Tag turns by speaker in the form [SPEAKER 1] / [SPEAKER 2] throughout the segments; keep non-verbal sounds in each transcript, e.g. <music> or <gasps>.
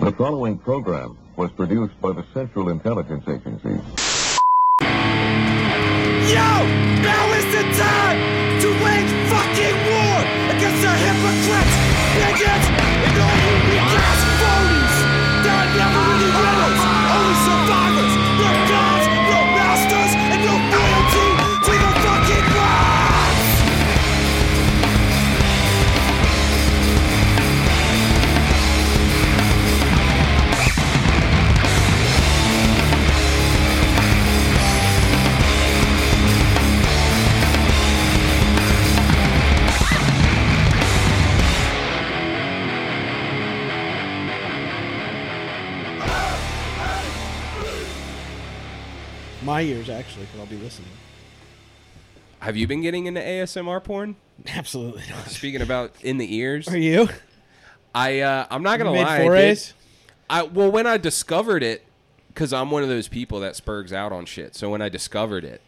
[SPEAKER 1] The following program was produced by the Central Intelligence Agency.
[SPEAKER 2] Yo! Now is the time to wage fucking war against the hypocrites, bigots, and all you weak ass phonies! There are never any winners, only survivors! No gods, no masters, and no loyalty to the fucking gods!
[SPEAKER 3] My ears, actually, because I'll be listening. <laughs>
[SPEAKER 4] Have you been getting into ASMR porn?
[SPEAKER 3] Absolutely not.
[SPEAKER 4] Speaking about in the ears,
[SPEAKER 3] Are you?
[SPEAKER 4] I uh, I'm not gonna
[SPEAKER 3] made
[SPEAKER 4] lie. I did-
[SPEAKER 3] forays?
[SPEAKER 4] I, well, when I discovered it, because I'm one of those people that spurgs out on shit. So when I discovered it,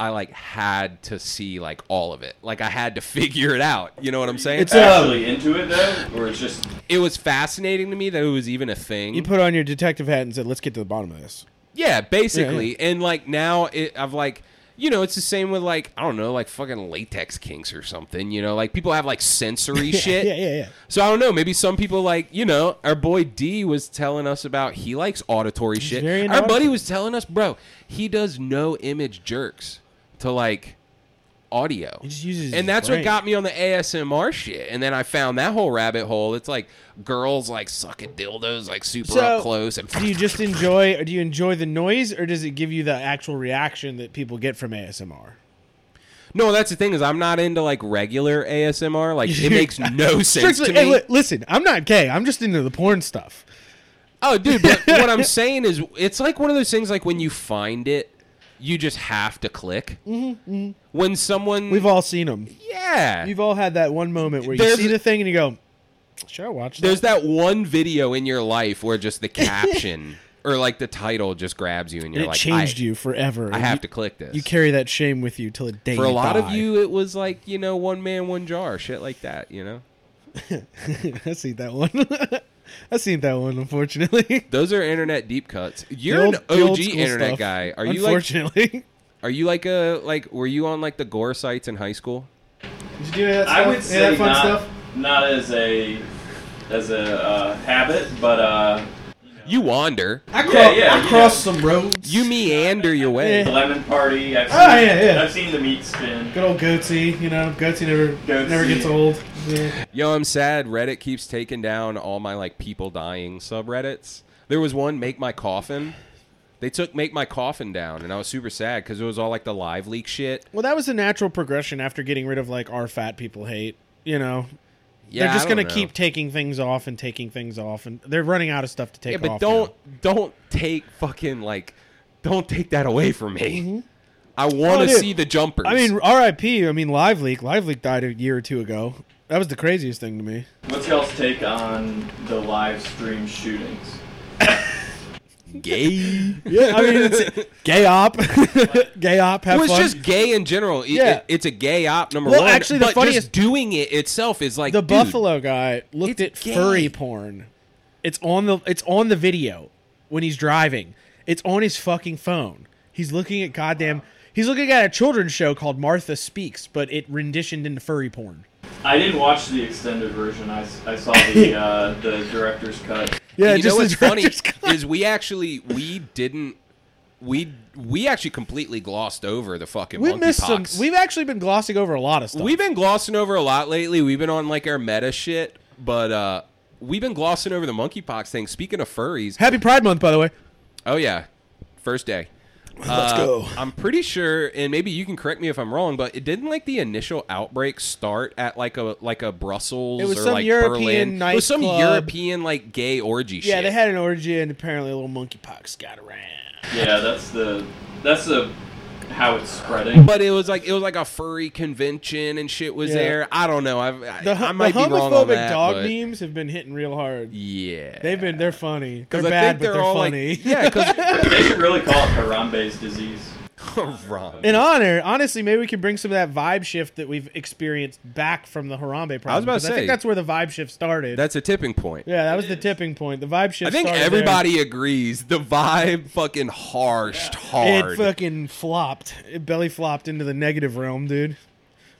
[SPEAKER 4] I like had to see like all of it. Like I had to <laughs> figure it out. You know what I'm saying?
[SPEAKER 3] It's uh, a.
[SPEAKER 5] actually into it though, or it's just
[SPEAKER 4] it was fascinating to me that it was even a thing.
[SPEAKER 3] You put on your detective hat and said, "Let's get to the bottom of this."
[SPEAKER 4] Yeah, basically. And like now, it, I've like, you know, it's the same with like I don't know, like fucking latex kinks or something. You know, like people have like sensory shit.
[SPEAKER 3] <laughs> yeah, yeah, yeah.
[SPEAKER 4] So I don't know. Maybe some people like you know, our boy D was telling us about he likes auditory shit.
[SPEAKER 3] very
[SPEAKER 4] Our buddy
[SPEAKER 3] auditory.
[SPEAKER 4] was telling us, bro, he does no image jerks to like audio.
[SPEAKER 3] He just uses his
[SPEAKER 4] and that's
[SPEAKER 3] brain.
[SPEAKER 4] what got me on the ASMR shit. And then I found that whole rabbit hole. It's like girls like sucking dildos like super up close and <laughs>
[SPEAKER 3] do you just enjoy? Or do you enjoy the noise, or does it give you the actual reaction that people get from ASMR?
[SPEAKER 4] No, that's the thing is I'm not into like regular
[SPEAKER 3] <laughs>
[SPEAKER 4] ASMR. Like it makes no sense to
[SPEAKER 3] Strictly-
[SPEAKER 4] me.
[SPEAKER 3] hey, li- listen, I'm not gay. I'm just into the porn stuff.
[SPEAKER 4] oh, dude, but
[SPEAKER 3] <laughs>
[SPEAKER 4] what I'm saying is it's like one of those things like when you find it, you just have to click. Mm-hmm, When someone
[SPEAKER 3] We've all seen them.
[SPEAKER 4] yeah,
[SPEAKER 3] You've all had that one moment where you
[SPEAKER 4] There's-
[SPEAKER 3] see the thing and you go, "Sure, watch that."
[SPEAKER 4] there's that one video in your life where
[SPEAKER 3] <laughs>
[SPEAKER 4] just the caption or like the title just grabs you and
[SPEAKER 3] and
[SPEAKER 4] you're
[SPEAKER 3] it
[SPEAKER 4] like
[SPEAKER 3] changed
[SPEAKER 4] I,
[SPEAKER 3] you forever.
[SPEAKER 4] I
[SPEAKER 3] and
[SPEAKER 4] have
[SPEAKER 3] you,
[SPEAKER 4] to click this.
[SPEAKER 3] You carry that shame with you till the day
[SPEAKER 4] For a
[SPEAKER 3] you
[SPEAKER 4] lot of
[SPEAKER 3] die.
[SPEAKER 4] you, it was like you know one man one jar shit like that. You know.
[SPEAKER 3] <laughs> I seen that one. I seen that one. Unfortunately, <laughs>
[SPEAKER 4] Those are internet deep cuts. You're
[SPEAKER 3] The old- the
[SPEAKER 4] an
[SPEAKER 3] old
[SPEAKER 4] OG
[SPEAKER 3] school
[SPEAKER 4] internet
[SPEAKER 3] stuff.
[SPEAKER 4] guy. Are you like
[SPEAKER 3] unfortunately? <laughs>
[SPEAKER 4] Are you like a like? Were you on like the gore sites in high school?
[SPEAKER 3] Did you do that?
[SPEAKER 5] I would say not, not as a as a uh, habit, but uh,
[SPEAKER 4] You wander.
[SPEAKER 3] I, cro-
[SPEAKER 5] Yeah, yeah,
[SPEAKER 3] I
[SPEAKER 5] you
[SPEAKER 3] crossed some roads.
[SPEAKER 4] You meander your way.
[SPEAKER 3] Yeah.
[SPEAKER 5] lemon party. I've seen,
[SPEAKER 3] Ah, yeah, yeah.
[SPEAKER 5] I've seen the meat spin.
[SPEAKER 3] Good old Goatsy, you know, Goatsy never
[SPEAKER 5] Goatsy.
[SPEAKER 3] never gets old. Yeah.
[SPEAKER 4] Yo, I'm sad. Reddit keeps taking down all my like people dying subreddits. There was one, make my coffin. They took make my coffin down, and I was super sad because it was all like the live leak shit.
[SPEAKER 3] Well, that was a natural progression after getting rid of like our fat people hate. You know,
[SPEAKER 4] Yeah,
[SPEAKER 3] they're just
[SPEAKER 4] I don't
[SPEAKER 3] gonna
[SPEAKER 4] know.
[SPEAKER 3] keep taking things off and taking things off, and they're running out of stuff to take.
[SPEAKER 4] Yeah, but
[SPEAKER 3] off
[SPEAKER 4] don't
[SPEAKER 3] now.
[SPEAKER 4] don't take fucking like don't take that away from me.
[SPEAKER 3] Mm-hmm.
[SPEAKER 4] I want
[SPEAKER 3] Oh,
[SPEAKER 4] to
[SPEAKER 3] dude.
[SPEAKER 4] see the jumpers.
[SPEAKER 3] I mean, R.I.P. I mean, Live Leak. Live Leak died a year or two ago. That was the craziest thing to me.
[SPEAKER 5] What's y'all's take on the live stream shootings?
[SPEAKER 3] <laughs>
[SPEAKER 4] gay.
[SPEAKER 3] Yeah, I mean, <laughs> it's gay op, gay op. Have
[SPEAKER 4] Well, it's
[SPEAKER 3] fun.
[SPEAKER 4] just gay in general. It-
[SPEAKER 3] Yeah.
[SPEAKER 4] it- it's a gay op number
[SPEAKER 3] Well,
[SPEAKER 4] one.
[SPEAKER 3] actually, the
[SPEAKER 4] but
[SPEAKER 3] funniest-
[SPEAKER 4] just doing it itself is like
[SPEAKER 3] the
[SPEAKER 4] dude,
[SPEAKER 3] Buffalo guy looked at
[SPEAKER 4] it's gay.
[SPEAKER 3] furry porn. It's on the it's on the video when he's driving. It's on his fucking phone. He's looking at goddamn. He's looking at a children's show called Martha Speaks, but it renditioned into furry porn.
[SPEAKER 5] I didn't watch the extended version. I, s- I saw
[SPEAKER 3] <laughs>
[SPEAKER 5] the uh, the director's cut.
[SPEAKER 3] Yeah,
[SPEAKER 4] you
[SPEAKER 3] <laughs>
[SPEAKER 4] know what's funny
[SPEAKER 3] Cut.
[SPEAKER 4] is we actually we didn't we we actually completely glossed over the fucking
[SPEAKER 3] We missed some.
[SPEAKER 4] monkeypox.
[SPEAKER 3] We've actually been glossing over a lot of stuff.
[SPEAKER 4] We've been glossing over a lot lately. We've been on like our meta shit, but uh we've been glossing over the monkeypox thing. Speaking of furries,
[SPEAKER 3] Happy Pride Month, by the way.
[SPEAKER 4] oh yeah, first day.
[SPEAKER 3] Let's
[SPEAKER 4] Uh, I'm pretty sure, and maybe you can correct me if I'm wrong, but it didn't like the initial outbreak start at like a like a Brussels
[SPEAKER 3] It was
[SPEAKER 4] or
[SPEAKER 3] some
[SPEAKER 4] like
[SPEAKER 3] European
[SPEAKER 4] Berlin. it was some
[SPEAKER 3] nightclub.
[SPEAKER 4] European like gay orgy shit.
[SPEAKER 3] Yeah, they had an orgy and apparently a little monkeypox got around.
[SPEAKER 5] Yeah, that's the that's the how it's spreading.
[SPEAKER 4] but it was like it was like a furry convention and shit was
[SPEAKER 3] Yeah.
[SPEAKER 4] there. I don't know. I've, I,
[SPEAKER 3] The,
[SPEAKER 4] I
[SPEAKER 3] hu-
[SPEAKER 4] might
[SPEAKER 3] the
[SPEAKER 4] be wrong on
[SPEAKER 3] homophobic
[SPEAKER 4] that.
[SPEAKER 3] dog
[SPEAKER 4] but
[SPEAKER 3] memes have been hitting real hard.
[SPEAKER 4] yeah,
[SPEAKER 3] They've been they're funny. They're
[SPEAKER 4] 'Cause I
[SPEAKER 3] bad,
[SPEAKER 4] think <laughs>
[SPEAKER 3] but they're
[SPEAKER 4] all
[SPEAKER 3] funny. <laughs>
[SPEAKER 4] Like, yeah, because
[SPEAKER 5] they should really call it Harambe's disease.
[SPEAKER 4] Oh, Wrong.
[SPEAKER 3] In honor, honestly, maybe we can bring some of that vibe shift that we've experienced back from the Harambe problem.
[SPEAKER 4] I was about to
[SPEAKER 3] because I think
[SPEAKER 4] say-
[SPEAKER 3] that's where the vibe shift started.
[SPEAKER 4] That's a tipping point.
[SPEAKER 3] yeah, that was the tipping point. The vibe shift.
[SPEAKER 4] I think
[SPEAKER 3] started there.
[SPEAKER 4] everybody agrees. The vibe fucking harshed hard.
[SPEAKER 3] It fucking flopped. It belly flopped into the negative realm, dude.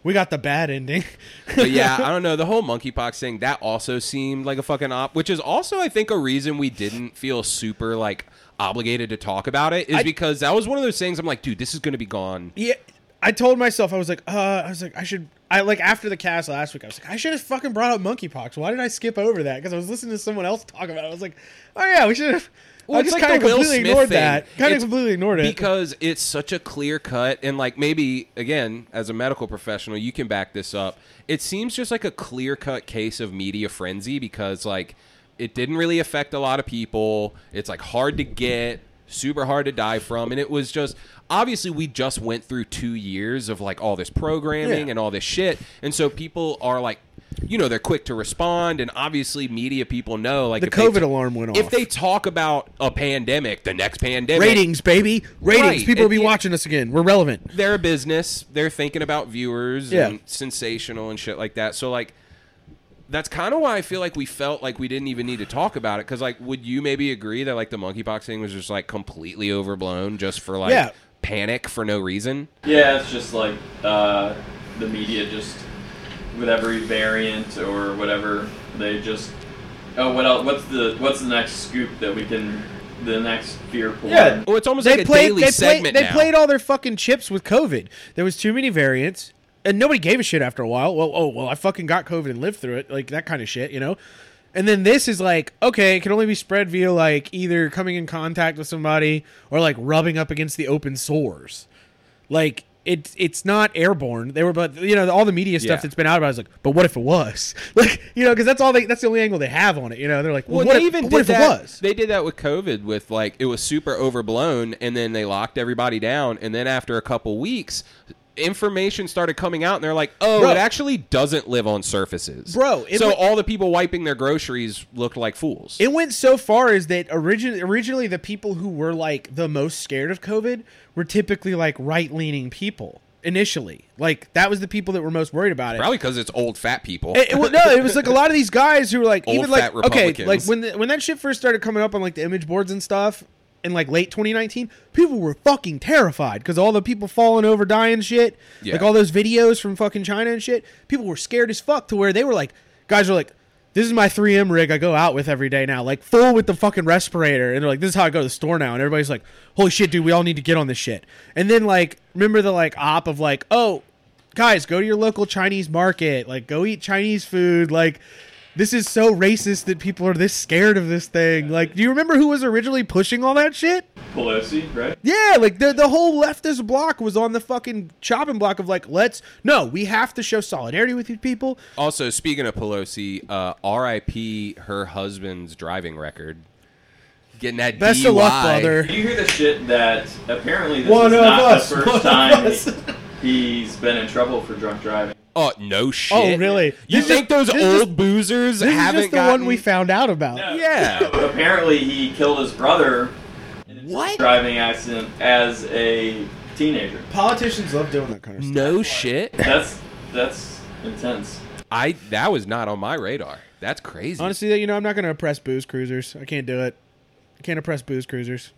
[SPEAKER 3] We got the bad ending. <laughs>
[SPEAKER 4] but yeah, I don't know. The whole monkeypox thing, that also seemed like a fucking op, which is also, I think, a reason we didn't feel super, like, obligated to talk about it, is
[SPEAKER 3] I-
[SPEAKER 4] because that was one of those things I'm like, dude, this is going to be gone.
[SPEAKER 3] yeah, I told myself I was like, uh, I was like, I should. I like after the cast last week, I was like, I should have fucking brought up monkeypox. Why did I skip over that? Because I was listening to someone else talk about it. I was like, oh yeah, we should have.
[SPEAKER 4] Well,
[SPEAKER 3] I
[SPEAKER 4] it's
[SPEAKER 3] just
[SPEAKER 4] like
[SPEAKER 3] kind of
[SPEAKER 4] the Will
[SPEAKER 3] completely
[SPEAKER 4] Smith
[SPEAKER 3] ignored
[SPEAKER 4] thing.
[SPEAKER 3] that. Kind of
[SPEAKER 4] It's
[SPEAKER 3] completely ignored it.
[SPEAKER 4] because it's such a clear cut and like maybe again as a medical professional you can back this up it seems just like a clear cut case of media frenzy because like it didn't really affect a lot of people it's like hard to get super hard to die from and it was just obviously we just went through two years of like all this programming
[SPEAKER 3] Yeah.
[SPEAKER 4] and all this shit and so people are like you know they're quick to respond and obviously media people know like
[SPEAKER 3] The
[SPEAKER 4] if they
[SPEAKER 3] COVID alarm went
[SPEAKER 4] if
[SPEAKER 3] off.
[SPEAKER 4] they talk about a pandemic the next pandemic
[SPEAKER 3] ratings, baby, ratings.
[SPEAKER 4] Right.
[SPEAKER 3] People will be
[SPEAKER 4] It-
[SPEAKER 3] watching us again. We're relevant.
[SPEAKER 4] they're a business. They're thinking about viewers
[SPEAKER 3] Yeah.
[SPEAKER 4] and sensational and shit like that. So like that's kind of why I feel like we felt like we didn't even need to talk about it cuz like would you maybe agree that like the monkeypox thing was just like completely overblown just for like
[SPEAKER 3] Yeah.
[SPEAKER 4] panic for no reason?
[SPEAKER 5] Yeah, it's just like uh, the media just with every variant or whatever they just oh what else what's the what's the next scoop that we can the next fear porn
[SPEAKER 3] Yeah.
[SPEAKER 4] Well, it's almost
[SPEAKER 3] they
[SPEAKER 4] like a
[SPEAKER 3] played.
[SPEAKER 4] daily
[SPEAKER 3] They,
[SPEAKER 4] segment
[SPEAKER 3] played they
[SPEAKER 4] now.
[SPEAKER 3] played all their fucking chips with COVID. There was too many variants, and nobody gave a shit after a while. Well, oh well, I fucking got COVID and lived through it, like that kind of shit, you know. And then this is like, okay, it can only be spread via like either coming in contact with somebody or like rubbing up against the open sores. Like it's it's not airborne. They were, but you know, all the media stuff
[SPEAKER 4] Yeah.
[SPEAKER 3] that's been out about it is like, but what if it was? <laughs> Like, you know, because that's all they that's the only angle they have on it. You know, they're like, well,
[SPEAKER 4] Well,
[SPEAKER 3] what,
[SPEAKER 4] they
[SPEAKER 3] if,
[SPEAKER 4] even
[SPEAKER 3] but what
[SPEAKER 4] did
[SPEAKER 3] if
[SPEAKER 4] that.
[SPEAKER 3] it was?
[SPEAKER 4] They did that with COVID, with like it was super overblown, and then they locked everybody down, and then after a couple weeks, information started coming out, and they're like, "Oh,
[SPEAKER 3] Bro.
[SPEAKER 4] it actually doesn't live on surfaces,
[SPEAKER 3] Bro, it
[SPEAKER 4] so
[SPEAKER 3] wa-
[SPEAKER 4] all the people wiping their groceries looked like fools.
[SPEAKER 3] It went so far as that origin- originally the people who were like the most scared of COVID were typically like right leaning people initially. Like that was the people that were most worried about it.
[SPEAKER 4] Probably because it's old fat people.
[SPEAKER 3] It, it was, no, it was like a lot of these guys who were like
[SPEAKER 4] Old
[SPEAKER 3] even like
[SPEAKER 4] fat
[SPEAKER 3] okay, like
[SPEAKER 4] Republicans.
[SPEAKER 3] when the, when that shit first started coming up on like the image boards and stuff in like late 2019, people were fucking terrified because all the people falling over, dying shit,
[SPEAKER 4] Yeah.
[SPEAKER 3] like all those videos from fucking China and shit. People were scared as fuck to where they were like, guys were like. This is my 3M rig I go out with every day now, like full with the fucking respirator. And they're like, this is how I go to the store now. And everybody's like, holy shit, dude, we all need to get on this shit. And then, like, remember the like op of like, oh, guys, go to your local Chinese market. Like, go eat Chinese food. Like, this is so racist that people are this scared of this thing. Like, do you remember who was originally pushing all that shit?
[SPEAKER 5] Pelosi right
[SPEAKER 3] Yeah, like the the whole leftist block was on the fucking chopping block of like, let's no, we have to show solidarity with these people.
[SPEAKER 4] also, speaking of Pelosi, uh, R.I.P. her husband's driving record. Getting that
[SPEAKER 3] Best
[SPEAKER 4] DUI.
[SPEAKER 3] of luck, brother.
[SPEAKER 5] you hear the shit that apparently this
[SPEAKER 3] One
[SPEAKER 5] is
[SPEAKER 3] of
[SPEAKER 5] not
[SPEAKER 3] us,
[SPEAKER 5] the
[SPEAKER 3] one of
[SPEAKER 5] first time
[SPEAKER 3] us.
[SPEAKER 5] he's been in trouble for drunk driving
[SPEAKER 4] Oh no shit!
[SPEAKER 3] Oh, really?
[SPEAKER 4] You
[SPEAKER 3] This
[SPEAKER 4] think
[SPEAKER 3] is-
[SPEAKER 4] those
[SPEAKER 3] this
[SPEAKER 4] old
[SPEAKER 3] is-
[SPEAKER 4] boozers
[SPEAKER 3] This is
[SPEAKER 4] haven't
[SPEAKER 3] just the one
[SPEAKER 4] gotten-
[SPEAKER 3] we found out about.
[SPEAKER 4] Yeah.
[SPEAKER 5] apparently he killed his brother
[SPEAKER 4] what?
[SPEAKER 5] driving accident as a teenager
[SPEAKER 3] Politicians love doing that kind of stuff.
[SPEAKER 4] No shit.
[SPEAKER 5] that's that's intense
[SPEAKER 4] I that was not on my radar. That's crazy.
[SPEAKER 3] Honestly, you know, I'm not gonna oppress booze cruisers. I can't do it. I can't oppress booze cruisers.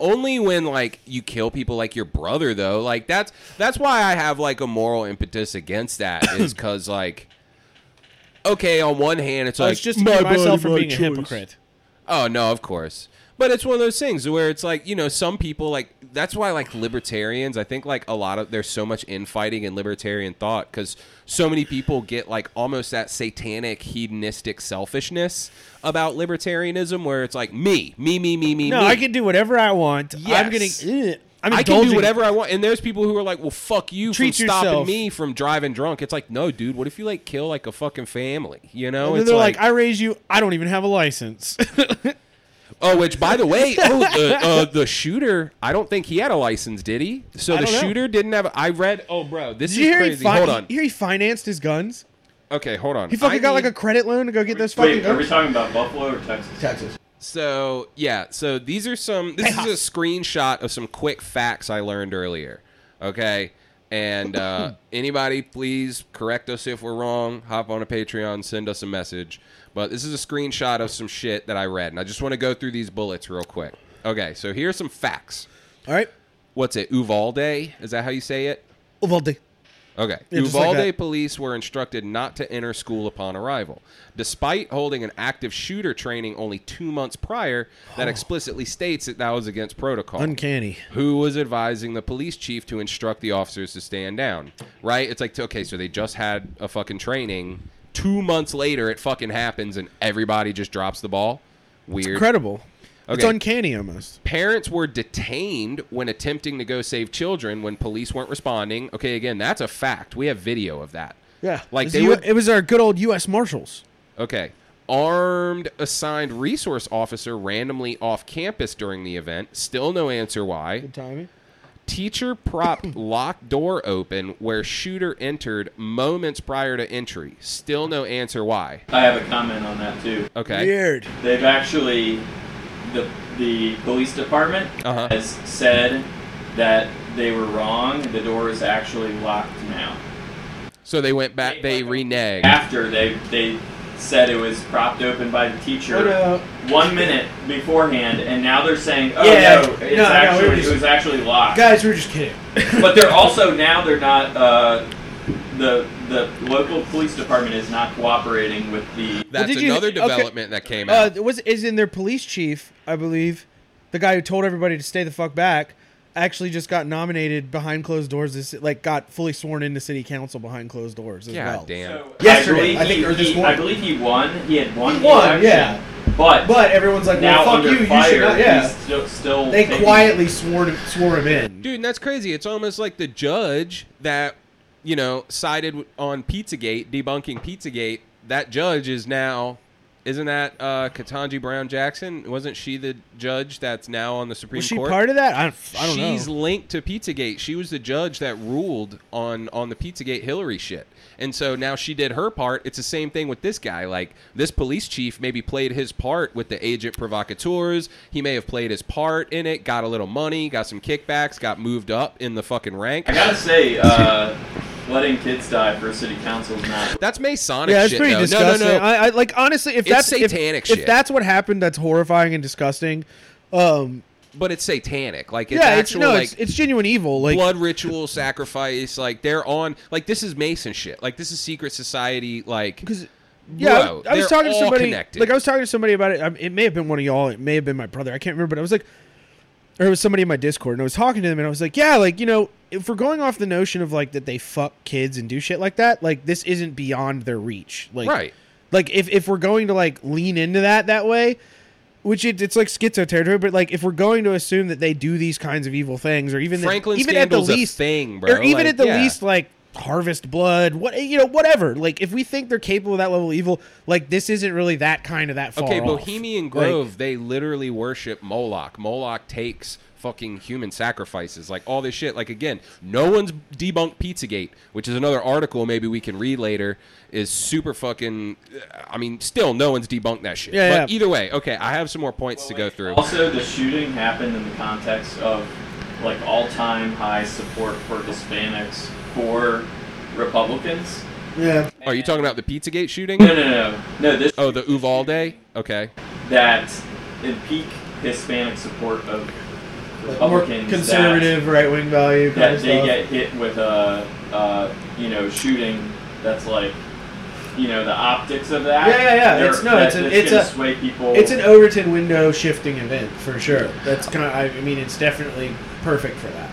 [SPEAKER 4] Only when like you kill people like your brother though. Like that's that's why I have like a moral impetus against that is cuz like okay, on one hand it's
[SPEAKER 3] So
[SPEAKER 4] like
[SPEAKER 3] Oh, it's just to keep myself from being a hypocrite.
[SPEAKER 4] Oh no, of course. But it's one of those things where it's like, you know, some people like that's why like libertarians, I think like a lot of there's so much infighting in libertarian thought cuz so many people get like almost that satanic hedonistic selfishness about libertarianism where it's like me, me, me, me, me,
[SPEAKER 3] No,
[SPEAKER 4] me.
[SPEAKER 3] I can do whatever I want. I'm
[SPEAKER 4] Yes.
[SPEAKER 3] gonna. Ugh. I'm
[SPEAKER 4] I can do
[SPEAKER 3] indulging-
[SPEAKER 4] whatever I want. And there's people who are like, "Well, fuck you
[SPEAKER 3] Treat
[SPEAKER 4] for
[SPEAKER 3] yourself.
[SPEAKER 4] stopping me from driving drunk." It's like, "No, dude, what if you like kill like a fucking family?" You
[SPEAKER 3] And
[SPEAKER 4] know?
[SPEAKER 3] then
[SPEAKER 4] it's
[SPEAKER 3] they're like, I raise you. I don't even have a license. <laughs>
[SPEAKER 4] Oh, which by the way, oh, the, uh, the shooter. I don't think he had a license, did he? So
[SPEAKER 3] I
[SPEAKER 4] the
[SPEAKER 3] don't know.
[SPEAKER 4] shooter didn't have. I read. Oh, bro, this
[SPEAKER 3] Did you
[SPEAKER 4] is
[SPEAKER 3] hear he,
[SPEAKER 4] crazy.
[SPEAKER 3] fin-
[SPEAKER 4] hold on.
[SPEAKER 3] you hear he financed his guns?
[SPEAKER 4] Okay, hold on.
[SPEAKER 3] He fucking
[SPEAKER 4] I
[SPEAKER 3] got like
[SPEAKER 4] need-
[SPEAKER 3] a credit loan to go get those fucking
[SPEAKER 5] wait are we
[SPEAKER 3] guns.
[SPEAKER 5] talking about buffalo or texas
[SPEAKER 6] Texas.
[SPEAKER 4] So yeah, so these are some. This is a screenshot of some quick facts I learned earlier. Okay,
[SPEAKER 3] <laughs>
[SPEAKER 4] and uh, anybody, please correct us if we're wrong. Hop on a Patreon, send us a message. But this is a screenshot of some shit that I read, and I just want to go through these bullets real quick. Okay, so here's some facts.
[SPEAKER 3] All right.
[SPEAKER 4] What's it? Uvalde? Is that how you say it?
[SPEAKER 3] Uvalde.
[SPEAKER 4] Okay.
[SPEAKER 3] Yeah, just like
[SPEAKER 4] Uvalde
[SPEAKER 3] that.
[SPEAKER 4] police were instructed not to enter school upon arrival, despite holding an active shooter training only two months prior
[SPEAKER 3] Oh.
[SPEAKER 4] that explicitly states that that was against protocol.
[SPEAKER 3] Uncanny.
[SPEAKER 4] Who was advising the police chief to instruct the officers to stand down? Right? It's like, okay, so they just had a fucking training. Two months later, it fucking happens and everybody just drops the ball. Weird.
[SPEAKER 3] Incredible. It's
[SPEAKER 4] Okay.
[SPEAKER 3] uncanny almost.
[SPEAKER 4] Parents were detained when attempting to go save children when police weren't responding. Okay, again, that's a fact. We have video of that. Like
[SPEAKER 3] It's
[SPEAKER 4] they
[SPEAKER 3] U-
[SPEAKER 4] would
[SPEAKER 3] it was our good old U.S. Marshals.
[SPEAKER 4] Okay. Armed assigned resource officer randomly off campus during the event. Still no answer why.
[SPEAKER 3] timing.
[SPEAKER 4] Teacher propped locked door open where shooter entered moments prior to entry. Still no answer why.
[SPEAKER 7] I have a comment on that too.
[SPEAKER 4] Okay.
[SPEAKER 3] Weird.
[SPEAKER 7] They've actually, the the police department
[SPEAKER 4] Uh-huh.
[SPEAKER 7] has said that they were wrong. The door is actually locked now.
[SPEAKER 4] So they went back. They reneged.
[SPEAKER 7] After they they said it was propped open by the teacher
[SPEAKER 3] What, uh,
[SPEAKER 7] one minute beforehand, and now they're saying, oh
[SPEAKER 3] Yeah,
[SPEAKER 7] no, it's
[SPEAKER 3] no, no,
[SPEAKER 7] actually
[SPEAKER 3] it was-
[SPEAKER 7] it was actually locked.
[SPEAKER 3] Guys, we're just kidding.
[SPEAKER 7] But they're also now they're not. Uh, the the local police department is not cooperating with the.
[SPEAKER 4] That's
[SPEAKER 3] did you-
[SPEAKER 4] another
[SPEAKER 3] okay.
[SPEAKER 4] development that came
[SPEAKER 3] Uh,
[SPEAKER 4] out.
[SPEAKER 3] was is in their police chief, I believe, the guy who told everybody to stay the fuck back, actually just got nominated behind closed doors. This like got fully sworn into city council behind closed doors as
[SPEAKER 4] God
[SPEAKER 3] well.
[SPEAKER 4] damn.
[SPEAKER 7] So,
[SPEAKER 8] Yesterday,
[SPEAKER 7] I believe
[SPEAKER 8] I think,
[SPEAKER 7] he,
[SPEAKER 8] or this
[SPEAKER 7] he-
[SPEAKER 8] morning.
[SPEAKER 7] I believe he won. He had won.
[SPEAKER 8] He
[SPEAKER 7] the
[SPEAKER 8] won,
[SPEAKER 7] election,
[SPEAKER 8] yeah.
[SPEAKER 7] But,
[SPEAKER 8] But everyone's like,
[SPEAKER 7] now
[SPEAKER 8] well, fuck
[SPEAKER 7] under
[SPEAKER 8] you.
[SPEAKER 7] fire,
[SPEAKER 8] you should not. Yeah.
[SPEAKER 7] he's still, still
[SPEAKER 8] They
[SPEAKER 7] taking-
[SPEAKER 8] quietly swore him, swore him in.
[SPEAKER 4] Dude, and that's crazy. It's almost like the judge that, you know, sided w- on Pizzagate, debunking Pizzagate. That judge is now, isn't that uh, Katanji Brown Jackson? Wasn't she the judge that's now on the Supreme
[SPEAKER 3] Was she
[SPEAKER 4] Court?
[SPEAKER 3] part of that? I don't, I don't
[SPEAKER 4] She's
[SPEAKER 3] know.
[SPEAKER 4] linked to Pizzagate. She was the judge that ruled on on the Pizzagate Hillary shit. And so now she did her part. It's the same thing with this guy. Like this police chief maybe played his part with the agent provocateurs. He may have played his part in it, got a little money, got some kickbacks, got moved up in the fucking rank.
[SPEAKER 7] I gotta say, uh, letting kids die for city council is not.
[SPEAKER 4] That's Masonic
[SPEAKER 3] Yeah, it's
[SPEAKER 4] shit.
[SPEAKER 3] pretty
[SPEAKER 4] though.
[SPEAKER 3] disgusting.
[SPEAKER 4] No, no, no.
[SPEAKER 3] I, I like honestly, if
[SPEAKER 4] It's
[SPEAKER 3] that's if-
[SPEAKER 4] satanic
[SPEAKER 3] if,
[SPEAKER 4] shit.
[SPEAKER 3] that's what happened, that's horrifying and disgusting. Um,
[SPEAKER 4] but it's satanic. Like it's
[SPEAKER 3] yeah, it's
[SPEAKER 4] actual
[SPEAKER 3] no,
[SPEAKER 4] like
[SPEAKER 3] it's, it's genuine evil. Like
[SPEAKER 4] blood ritual sacrifice. Like they're on. Like this is Mason shit. Like this is secret society. Like
[SPEAKER 3] because yeah,
[SPEAKER 4] Bro,
[SPEAKER 3] I, I was
[SPEAKER 4] they're
[SPEAKER 3] talking to
[SPEAKER 4] all
[SPEAKER 3] somebody.
[SPEAKER 4] connected.
[SPEAKER 3] Like I was talking to somebody about it. I it may have been one of y'all. It may have been my brother. I can't remember. But I was like, or it was somebody in my Discord, and I was talking to them, and I was like, yeah, like you know, if we're going off the notion of like that they fuck kids and do shit like that, like this isn't beyond their reach. Like
[SPEAKER 4] Right.
[SPEAKER 3] Like if if we're going to like lean into that that way. Which it, it's like schizo territory, but like if we're going to assume that they do these kinds of evil things, or even
[SPEAKER 4] Franklin
[SPEAKER 3] even at the
[SPEAKER 4] scandal's a
[SPEAKER 3] least
[SPEAKER 4] thing, bro.
[SPEAKER 3] or even
[SPEAKER 4] Like,
[SPEAKER 3] at the
[SPEAKER 4] yeah.
[SPEAKER 3] least like harvest blood, what you know, whatever. Like if we think they're capable of that level of evil, like this isn't really that kind of that far.
[SPEAKER 4] Okay,
[SPEAKER 3] off.
[SPEAKER 4] Bohemian Grove, they literally worship Moloch. Moloch takes fucking human sacrifices, like all this shit. Like again, no one's debunked Pizzagate, which is another article maybe we can read later. Is super fucking. uh, I mean, still no one's debunked that shit.
[SPEAKER 3] Yeah,
[SPEAKER 4] but
[SPEAKER 3] yeah.
[SPEAKER 4] either way, okay, I have some more points to go through.
[SPEAKER 7] Also, the shooting happened in the context of like all-time high support for Hispanics for Republicans.
[SPEAKER 8] Yeah.
[SPEAKER 4] Are you talking about the Pizzagate shooting?
[SPEAKER 7] No, no, no, no. This
[SPEAKER 4] Oh, the Uvalde. Okay,
[SPEAKER 7] that in peak Hispanic support of
[SPEAKER 8] More
[SPEAKER 7] Republicans that-
[SPEAKER 8] conservative, right wing value kind
[SPEAKER 7] that
[SPEAKER 8] of
[SPEAKER 7] they
[SPEAKER 8] stuff.
[SPEAKER 7] get hit with a, uh you know shooting that's like you know the optics of that.
[SPEAKER 8] Yeah, yeah, yeah.
[SPEAKER 7] they're-
[SPEAKER 8] It's- no,
[SPEAKER 7] that-
[SPEAKER 8] it's an-
[SPEAKER 7] that's
[SPEAKER 8] it's
[SPEAKER 7] gonna
[SPEAKER 8] a-
[SPEAKER 7] sway people.
[SPEAKER 8] It's an Overton window shifting event for sure. That's kind of. I mean, it's definitely perfect for that.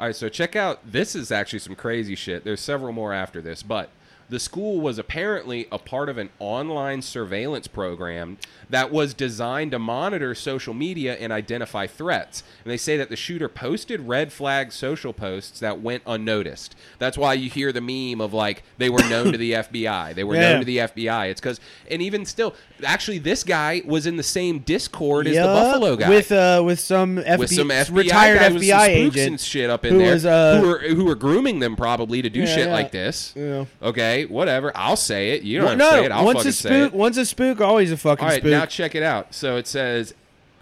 [SPEAKER 4] All right, so check out this is actually some crazy shit. There's several more after this, but the school was apparently a part of an online surveillance program that was designed to monitor social media and identify threats. And they say that the shooter posted red flag social posts that went unnoticed. That's why you hear the meme of like they were known to
[SPEAKER 3] <laughs>
[SPEAKER 4] the FBI. They were
[SPEAKER 3] Yeah.
[SPEAKER 4] known to the FBI. It's cuz and even still actually this guy was in the same Discord as
[SPEAKER 3] Yup,
[SPEAKER 4] the Buffalo guy
[SPEAKER 3] with uh with some FBI,
[SPEAKER 4] with some FBI
[SPEAKER 3] retired
[SPEAKER 4] guy
[SPEAKER 3] FBI
[SPEAKER 4] with some spooks
[SPEAKER 3] agent
[SPEAKER 4] and shit up in
[SPEAKER 3] who
[SPEAKER 4] there
[SPEAKER 3] was, uh,
[SPEAKER 4] who were who were grooming them probably to do
[SPEAKER 3] Yeah,
[SPEAKER 4] shit
[SPEAKER 3] yeah.
[SPEAKER 4] like this.
[SPEAKER 3] Yeah.
[SPEAKER 4] Okay, okay, whatever. I'll say it. You don't have to say
[SPEAKER 3] no,
[SPEAKER 4] it. I'll
[SPEAKER 3] once
[SPEAKER 4] fucking
[SPEAKER 3] a
[SPEAKER 4] say it.
[SPEAKER 3] spook, once a spook, always a fucking
[SPEAKER 4] All right,
[SPEAKER 3] spook.
[SPEAKER 4] now check it out. So it says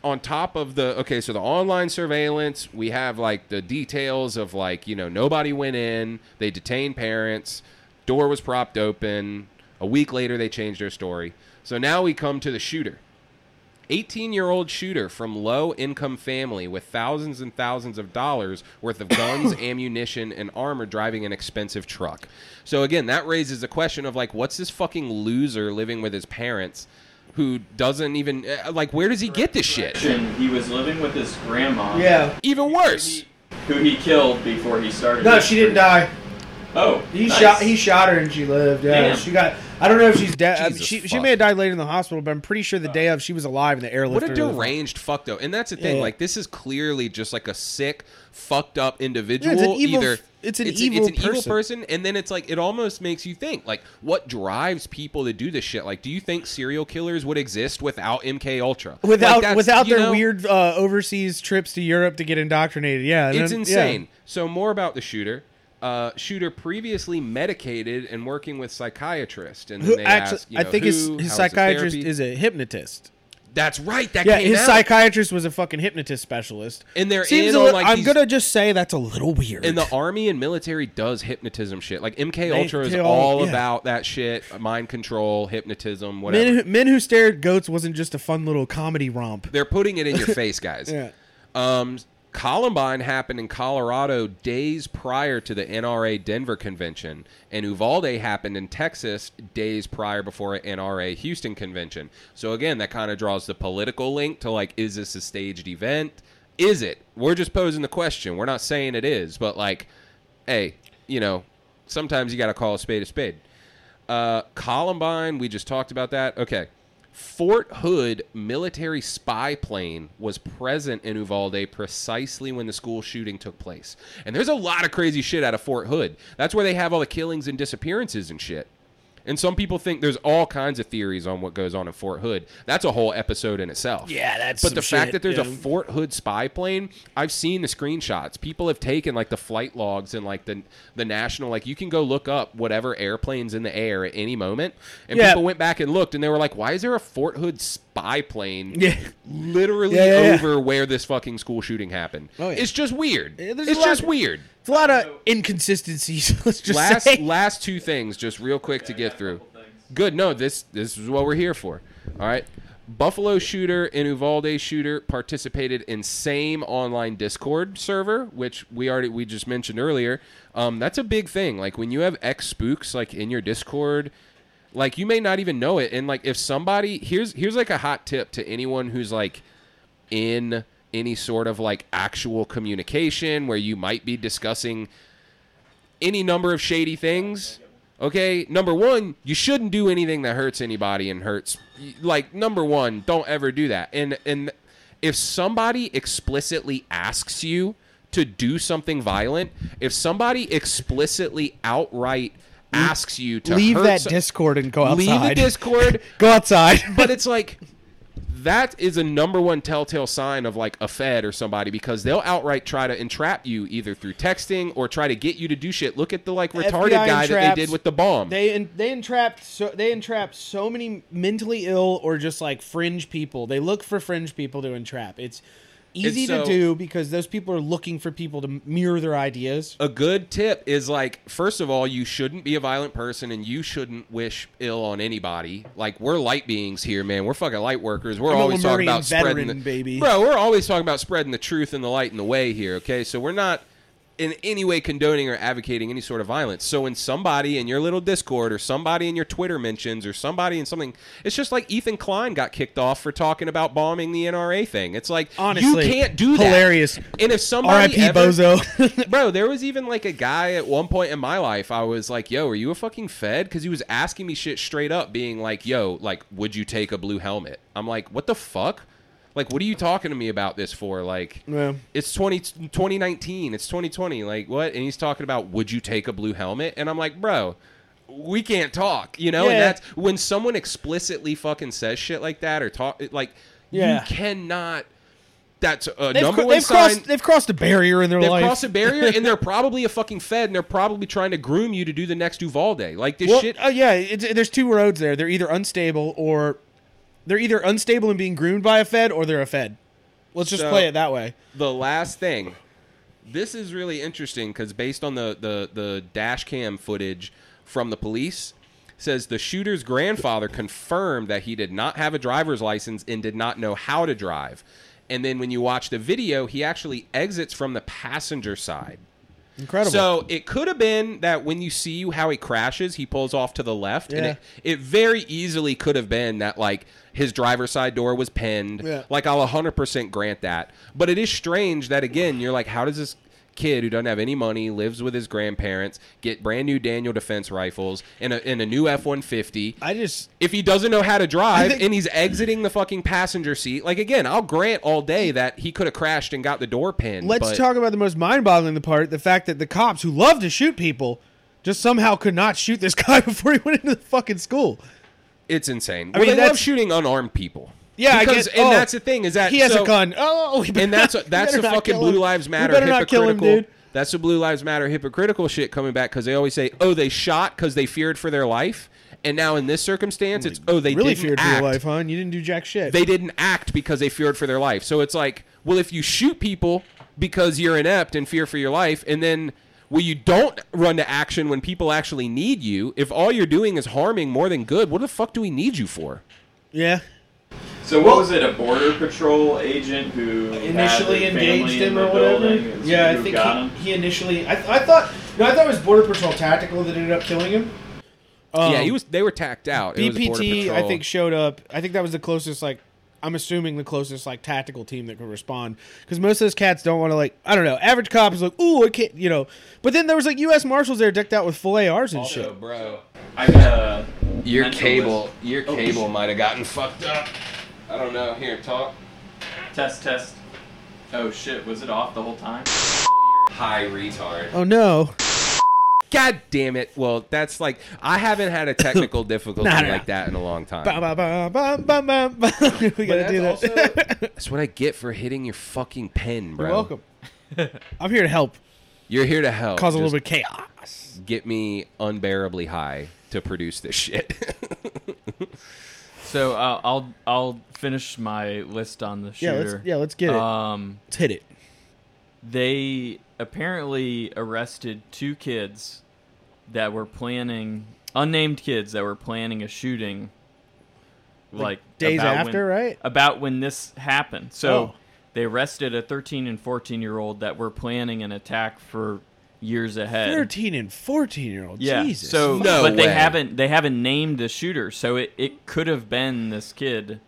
[SPEAKER 4] on top of the okay, so the online surveillance, we have like the details of like, you know, nobody went in, they detained parents, door was propped open. A week later they changed their story. So now we come to the shooter. 18-year-old shooter from low-income family with thousands and thousands of dollars worth of guns, ammunition, and armor driving an expensive truck. So again, that raises the question of like what's this fucking loser living with his parents who doesn't even eh, like where does he get this shit?
[SPEAKER 5] And he was living with his grandma.
[SPEAKER 6] Yeah.
[SPEAKER 4] Even worse.
[SPEAKER 5] Who he killed before he started.
[SPEAKER 6] No,
[SPEAKER 5] this
[SPEAKER 6] she didn't
[SPEAKER 5] group.
[SPEAKER 6] die.
[SPEAKER 5] Oh,
[SPEAKER 6] He
[SPEAKER 5] nice.
[SPEAKER 6] shot. He shot her, and she lived. Yeah,
[SPEAKER 5] Damn.
[SPEAKER 6] she got. I don't know if she's dead.
[SPEAKER 3] Uh,
[SPEAKER 4] Jesus
[SPEAKER 3] she, she
[SPEAKER 4] fuck.
[SPEAKER 3] may have died later in the hospital, but I'm pretty sure the day of she was alive in the
[SPEAKER 4] What
[SPEAKER 3] airlift.
[SPEAKER 4] a deranged fuck though. And that's the thing.
[SPEAKER 6] Yeah.
[SPEAKER 4] Like this is clearly just like a sick, fucked up individual.
[SPEAKER 3] evil-
[SPEAKER 4] Either
[SPEAKER 3] it's an
[SPEAKER 4] it's,
[SPEAKER 3] evil
[SPEAKER 4] an evil
[SPEAKER 3] person.
[SPEAKER 4] person, and then it's like it almost makes you think like what drives people to do this shit. Like, do you think serial killers would exist without MK Ultra? Like,
[SPEAKER 3] Without
[SPEAKER 4] that's-
[SPEAKER 3] without
[SPEAKER 4] you
[SPEAKER 3] their
[SPEAKER 4] know,
[SPEAKER 3] weird uh, overseas trips to Europe to get indoctrinated. Yeah, and
[SPEAKER 4] It's
[SPEAKER 3] then- yeah.
[SPEAKER 4] insane. So more about the shooter. Uh, shooter previously medicated and working with psychiatrist, and then
[SPEAKER 3] Who
[SPEAKER 4] they
[SPEAKER 3] actually?
[SPEAKER 4] ask, you know,
[SPEAKER 3] I think his,
[SPEAKER 4] who,
[SPEAKER 3] his
[SPEAKER 4] how the
[SPEAKER 3] psychiatrist
[SPEAKER 4] therapy?
[SPEAKER 3] is a hypnotist.
[SPEAKER 4] That's right. That
[SPEAKER 3] Yeah,
[SPEAKER 4] came
[SPEAKER 3] his
[SPEAKER 4] out.
[SPEAKER 3] psychiatrist was a fucking hypnotist specialist.
[SPEAKER 4] And they're
[SPEAKER 3] Seems
[SPEAKER 4] in
[SPEAKER 3] a
[SPEAKER 4] on,
[SPEAKER 3] little-
[SPEAKER 4] like,
[SPEAKER 3] I'm
[SPEAKER 4] these-
[SPEAKER 3] gonna just say that's a little weird.
[SPEAKER 4] And the army and military does hypnotism shit. Like MK
[SPEAKER 3] They-
[SPEAKER 4] Ultra is
[SPEAKER 3] they
[SPEAKER 4] all,
[SPEAKER 3] all- yeah.
[SPEAKER 4] about that shit, mind control, hypnotism, whatever.
[SPEAKER 3] men who, men who stare at goats wasn't just a fun little comedy romp.
[SPEAKER 4] They're putting it in
[SPEAKER 3] <laughs>
[SPEAKER 4] your face, guys.
[SPEAKER 3] Yeah.
[SPEAKER 4] Um, Columbine happened in Colorado days prior to the NRA Denver convention, and Uvalde happened in Texas days prior before an NRA Houston convention. So again, that kind of draws the political link to like, is this a staged event? Is it? We're just posing the question. We're not saying it is, but like, hey, you know, sometimes you got to call a spade a spade. Uh, Columbine, we just talked about that. Okay. Fort Hood military spy plane was present in Uvalde precisely when the school shooting took place. And there's a lot of crazy shit out of Fort Hood. That's where they have all the killings and disappearances and shit. And some people think there's all kinds of theories on what goes on in Fort Hood. That's a whole episode in itself.
[SPEAKER 3] Yeah, that's
[SPEAKER 4] But
[SPEAKER 3] some
[SPEAKER 4] the fact
[SPEAKER 3] shit,
[SPEAKER 4] that there's a
[SPEAKER 3] yeah.
[SPEAKER 4] Fort Hood spy plane, I've seen the screenshots. People have taken like the flight logs and like the the national like you can go look up whatever airplanes in the air at any moment. And
[SPEAKER 3] Yeah.
[SPEAKER 4] people went back and looked and they were like, "Why is there a Fort Hood spy plane
[SPEAKER 3] Yeah.
[SPEAKER 4] literally
[SPEAKER 3] Yeah, yeah, yeah.
[SPEAKER 4] over where this fucking school shooting happened?"
[SPEAKER 3] Oh, yeah.
[SPEAKER 4] It's just weird.
[SPEAKER 3] Yeah, there's a
[SPEAKER 4] it's
[SPEAKER 3] lot-
[SPEAKER 4] just weird.
[SPEAKER 3] It's a lot of inconsistencies. <laughs> Let's just
[SPEAKER 4] Last
[SPEAKER 3] say.
[SPEAKER 4] last two things just real quick to get through. Good. No, this this is what we're here for. All right. Buffalo shooter and Uvalde shooter participated in same online Discord server, which we already we just mentioned earlier. Um, that's a big thing. Like when you have ex spooks like in your Discord, like you may not even know it. And like if somebody here's here's like a hot tip to anyone who's like in any sort of like actual communication where you might be discussing any number of shady things. Okay, number one, you shouldn't do anything that hurts anybody and hurts. Like number one, don't ever do that. And and if somebody explicitly asks you to do something violent, if somebody explicitly outright asks you to
[SPEAKER 3] leave
[SPEAKER 4] hurt
[SPEAKER 3] that
[SPEAKER 4] so-
[SPEAKER 3] Discord and go outside.
[SPEAKER 4] leave the Discord,
[SPEAKER 3] <laughs> Go outside. <laughs>
[SPEAKER 4] but it's like that is a number one telltale sign of like a Fed or somebody because they'll outright try to entrap you either through texting or try to get you to do shit. Look at the like retarded
[SPEAKER 3] FBI
[SPEAKER 4] guy that
[SPEAKER 3] entraps-
[SPEAKER 4] they did with the bomb.
[SPEAKER 3] They en- they entrapped so they entrap so many mentally ill or just like fringe people. They look for fringe people to entrap. It's easy
[SPEAKER 4] so-
[SPEAKER 3] to do because those people are looking for people to mirror their ideas.
[SPEAKER 4] a good tip is like first of all you shouldn't be a violent person and you shouldn't wish ill on anybody like we're light beings here man we're fucking light workers we're
[SPEAKER 3] I'm a
[SPEAKER 4] always talking
[SPEAKER 3] Lemurian
[SPEAKER 4] about spreading
[SPEAKER 3] veteran,
[SPEAKER 4] the,
[SPEAKER 3] baby.
[SPEAKER 4] bro we're always talking about spreading the truth and the light and the way here okay so we're not in any way condoning or advocating any sort of violence so when somebody in your little discord or somebody in your twitter mentions or somebody in something it's just like ethan klein got kicked off for talking about bombing the nra thing it's like
[SPEAKER 3] Honestly,
[SPEAKER 4] you can't do that
[SPEAKER 3] hilarious.
[SPEAKER 4] and if somebody
[SPEAKER 3] R.I.P.
[SPEAKER 4] ever,
[SPEAKER 3] Bozo.
[SPEAKER 4] <laughs> Bro, there was even like a guy at one point in my life. I was like, "Yo, are you a fucking fed?" Because he was asking me shit straight up, being like, "Yo, like, would you take a blue helmet?" I'm like, "What the fuck? Like, what are you talking to me about this for? Like,
[SPEAKER 3] Yeah.
[SPEAKER 4] it's 20, 2019, it's 2020. Like, what?" And he's talking about, "Would you take a blue helmet?" And I'm like, "Bro." We can't talk, you know,
[SPEAKER 3] Yeah.
[SPEAKER 4] and that's when someone explicitly fucking says shit like that or talk like,
[SPEAKER 3] Yeah.
[SPEAKER 4] you cannot that's a
[SPEAKER 3] They've,
[SPEAKER 4] number
[SPEAKER 3] cro-
[SPEAKER 4] one
[SPEAKER 3] they've
[SPEAKER 4] sign.
[SPEAKER 3] crossed, they've crossed a barrier in their
[SPEAKER 4] They've
[SPEAKER 3] life.
[SPEAKER 4] crossed a barrier,
[SPEAKER 3] <laughs>
[SPEAKER 4] and they're probably a fucking Fed, and they're probably trying to groom you to do the next Uvalde. Like this
[SPEAKER 3] Well,
[SPEAKER 4] shit.
[SPEAKER 3] Oh yeah, it's, there's two roads there. They're either unstable or they're either unstable and being groomed by a Fed, or they're a Fed. Let's just
[SPEAKER 4] So-
[SPEAKER 3] play it that way.
[SPEAKER 4] the last thing this is really interesting because based on the, the the dash cam footage from the police says the shooter's grandfather confirmed that he did not have a driver's license and did not know how to drive and then when you watch the video he actually exits from the passenger side
[SPEAKER 3] Incredible.
[SPEAKER 4] so it could have been that when you see how he crashes, he pulls off to the left, and
[SPEAKER 3] Yeah.
[SPEAKER 4] it, it very easily could have been that like his driver's side door was pinned.
[SPEAKER 3] Yeah.
[SPEAKER 4] Like I'll 100% grant that, but it is strange that again you're like, how does this kid who doesn't have any money, lives with his grandparents, get brand new Daniel defense rifles and a, and a new F150?
[SPEAKER 3] I just
[SPEAKER 4] if he doesn't know how to drive
[SPEAKER 3] think-
[SPEAKER 4] and he's exiting the fucking passenger seat, like again, I'll grant all day that he could have crashed and got the door pinned.
[SPEAKER 3] let's
[SPEAKER 4] but-
[SPEAKER 3] talk about the most mind-boggling part: the fact that the cops who love to shoot people just somehow could not shoot this <laughs> guy before he went into the fucking school.
[SPEAKER 4] It's insane.
[SPEAKER 3] I
[SPEAKER 4] well,
[SPEAKER 3] mean,
[SPEAKER 4] they love
[SPEAKER 3] that's-
[SPEAKER 4] shooting unarmed people.
[SPEAKER 3] Yeah, I
[SPEAKER 4] because
[SPEAKER 3] get-
[SPEAKER 4] and
[SPEAKER 3] oh,
[SPEAKER 4] that's the thing is that
[SPEAKER 3] He has
[SPEAKER 4] so-
[SPEAKER 3] a gun. Oh, we better- <laughs>
[SPEAKER 4] and that's a,
[SPEAKER 3] we
[SPEAKER 4] that's
[SPEAKER 3] better
[SPEAKER 4] the
[SPEAKER 3] not
[SPEAKER 4] fucking
[SPEAKER 3] kill him.
[SPEAKER 4] Blue Lives
[SPEAKER 3] We
[SPEAKER 4] Matter
[SPEAKER 3] better not kill
[SPEAKER 4] hypocritical.
[SPEAKER 3] him, dude.
[SPEAKER 4] That's the Blue Lives Matter hypocritical shit coming back because they always say, "Oh, they shot because they feared for their life," and now in this circumstance, it's, "Oh, they
[SPEAKER 3] Really
[SPEAKER 4] didn't
[SPEAKER 3] feared for
[SPEAKER 4] act.
[SPEAKER 3] your life, hon. You didn't do jack shit.
[SPEAKER 4] They didn't act because they feared for their life." So it's like, well, if you shoot people because you're inept and fear for your life, and then well, you don't run to action when people actually need you. If all you're doing is harming more than good, what the fuck do we need you for?
[SPEAKER 3] yeah.
[SPEAKER 5] So what was it? A border patrol agent who had
[SPEAKER 6] initially
[SPEAKER 5] their family
[SPEAKER 6] engaged him
[SPEAKER 5] in the
[SPEAKER 6] or whatever.
[SPEAKER 5] building and
[SPEAKER 6] Yeah, I
[SPEAKER 5] who
[SPEAKER 6] think
[SPEAKER 5] got
[SPEAKER 6] he,
[SPEAKER 5] him?
[SPEAKER 6] he initially. I, th- I thought no, I thought it was border patrol tactical that ended up killing him.
[SPEAKER 3] Um,
[SPEAKER 4] yeah, he was. They were tacked out. It was Border
[SPEAKER 3] BPT, I
[SPEAKER 4] Patrol.
[SPEAKER 3] think, showed up. I think that was the closest, like, I'm assuming the closest, like, tactical team that could respond. Because most of those cats don't want to, like, I don't know. Average cop is like, ooh, I can't, you know. But then there was, like, U.S. Marshals there decked out with full ARs and shit.
[SPEAKER 4] bro,
[SPEAKER 5] I got a
[SPEAKER 4] your
[SPEAKER 5] mental
[SPEAKER 4] cable,
[SPEAKER 5] list.
[SPEAKER 4] your
[SPEAKER 5] Oh,
[SPEAKER 4] cable might have gotten fucked up. I don't know. Here, talk.
[SPEAKER 5] Test test. Oh shit! Was it off the whole time?
[SPEAKER 4] High retard.
[SPEAKER 3] Oh, no.
[SPEAKER 4] God damn it. Well, that's like I haven't
[SPEAKER 3] <laughs>
[SPEAKER 4] had a technical difficulty
[SPEAKER 3] Nah, uh, nah.
[SPEAKER 4] like that in a long time.
[SPEAKER 3] Ba, ba, ba, ba, ba, ba, ba. <laughs> we got to do that.
[SPEAKER 4] that's also- that's what I get for hitting your fucking pen,
[SPEAKER 3] <laughs>
[SPEAKER 4] bro.
[SPEAKER 3] You're welcome. I'm here to help
[SPEAKER 4] You're here to help.
[SPEAKER 3] cause a
[SPEAKER 4] Just
[SPEAKER 3] little bit of chaos.
[SPEAKER 4] get me unbearably high to produce this shit. <laughs>
[SPEAKER 7] So uh, I'll I'll finish my list on the
[SPEAKER 3] Yeah,
[SPEAKER 7] shooter.
[SPEAKER 3] let's, yeah, let's get it.
[SPEAKER 7] Um,
[SPEAKER 3] let's hit it.
[SPEAKER 7] they apparently arrested two kids that were planning unnamed kids that were planning a shooting like
[SPEAKER 3] days
[SPEAKER 7] about when-
[SPEAKER 3] after, right?
[SPEAKER 7] about when this happened so
[SPEAKER 3] Oh.
[SPEAKER 7] they arrested a 13 and 14 year old that were planning an attack for years ahead
[SPEAKER 3] 13 and 14 year old.
[SPEAKER 7] yeah
[SPEAKER 3] Jesus.
[SPEAKER 7] so
[SPEAKER 4] No
[SPEAKER 7] but
[SPEAKER 4] way.
[SPEAKER 7] they haven't they haven't named the shooter so it, it could have been this kid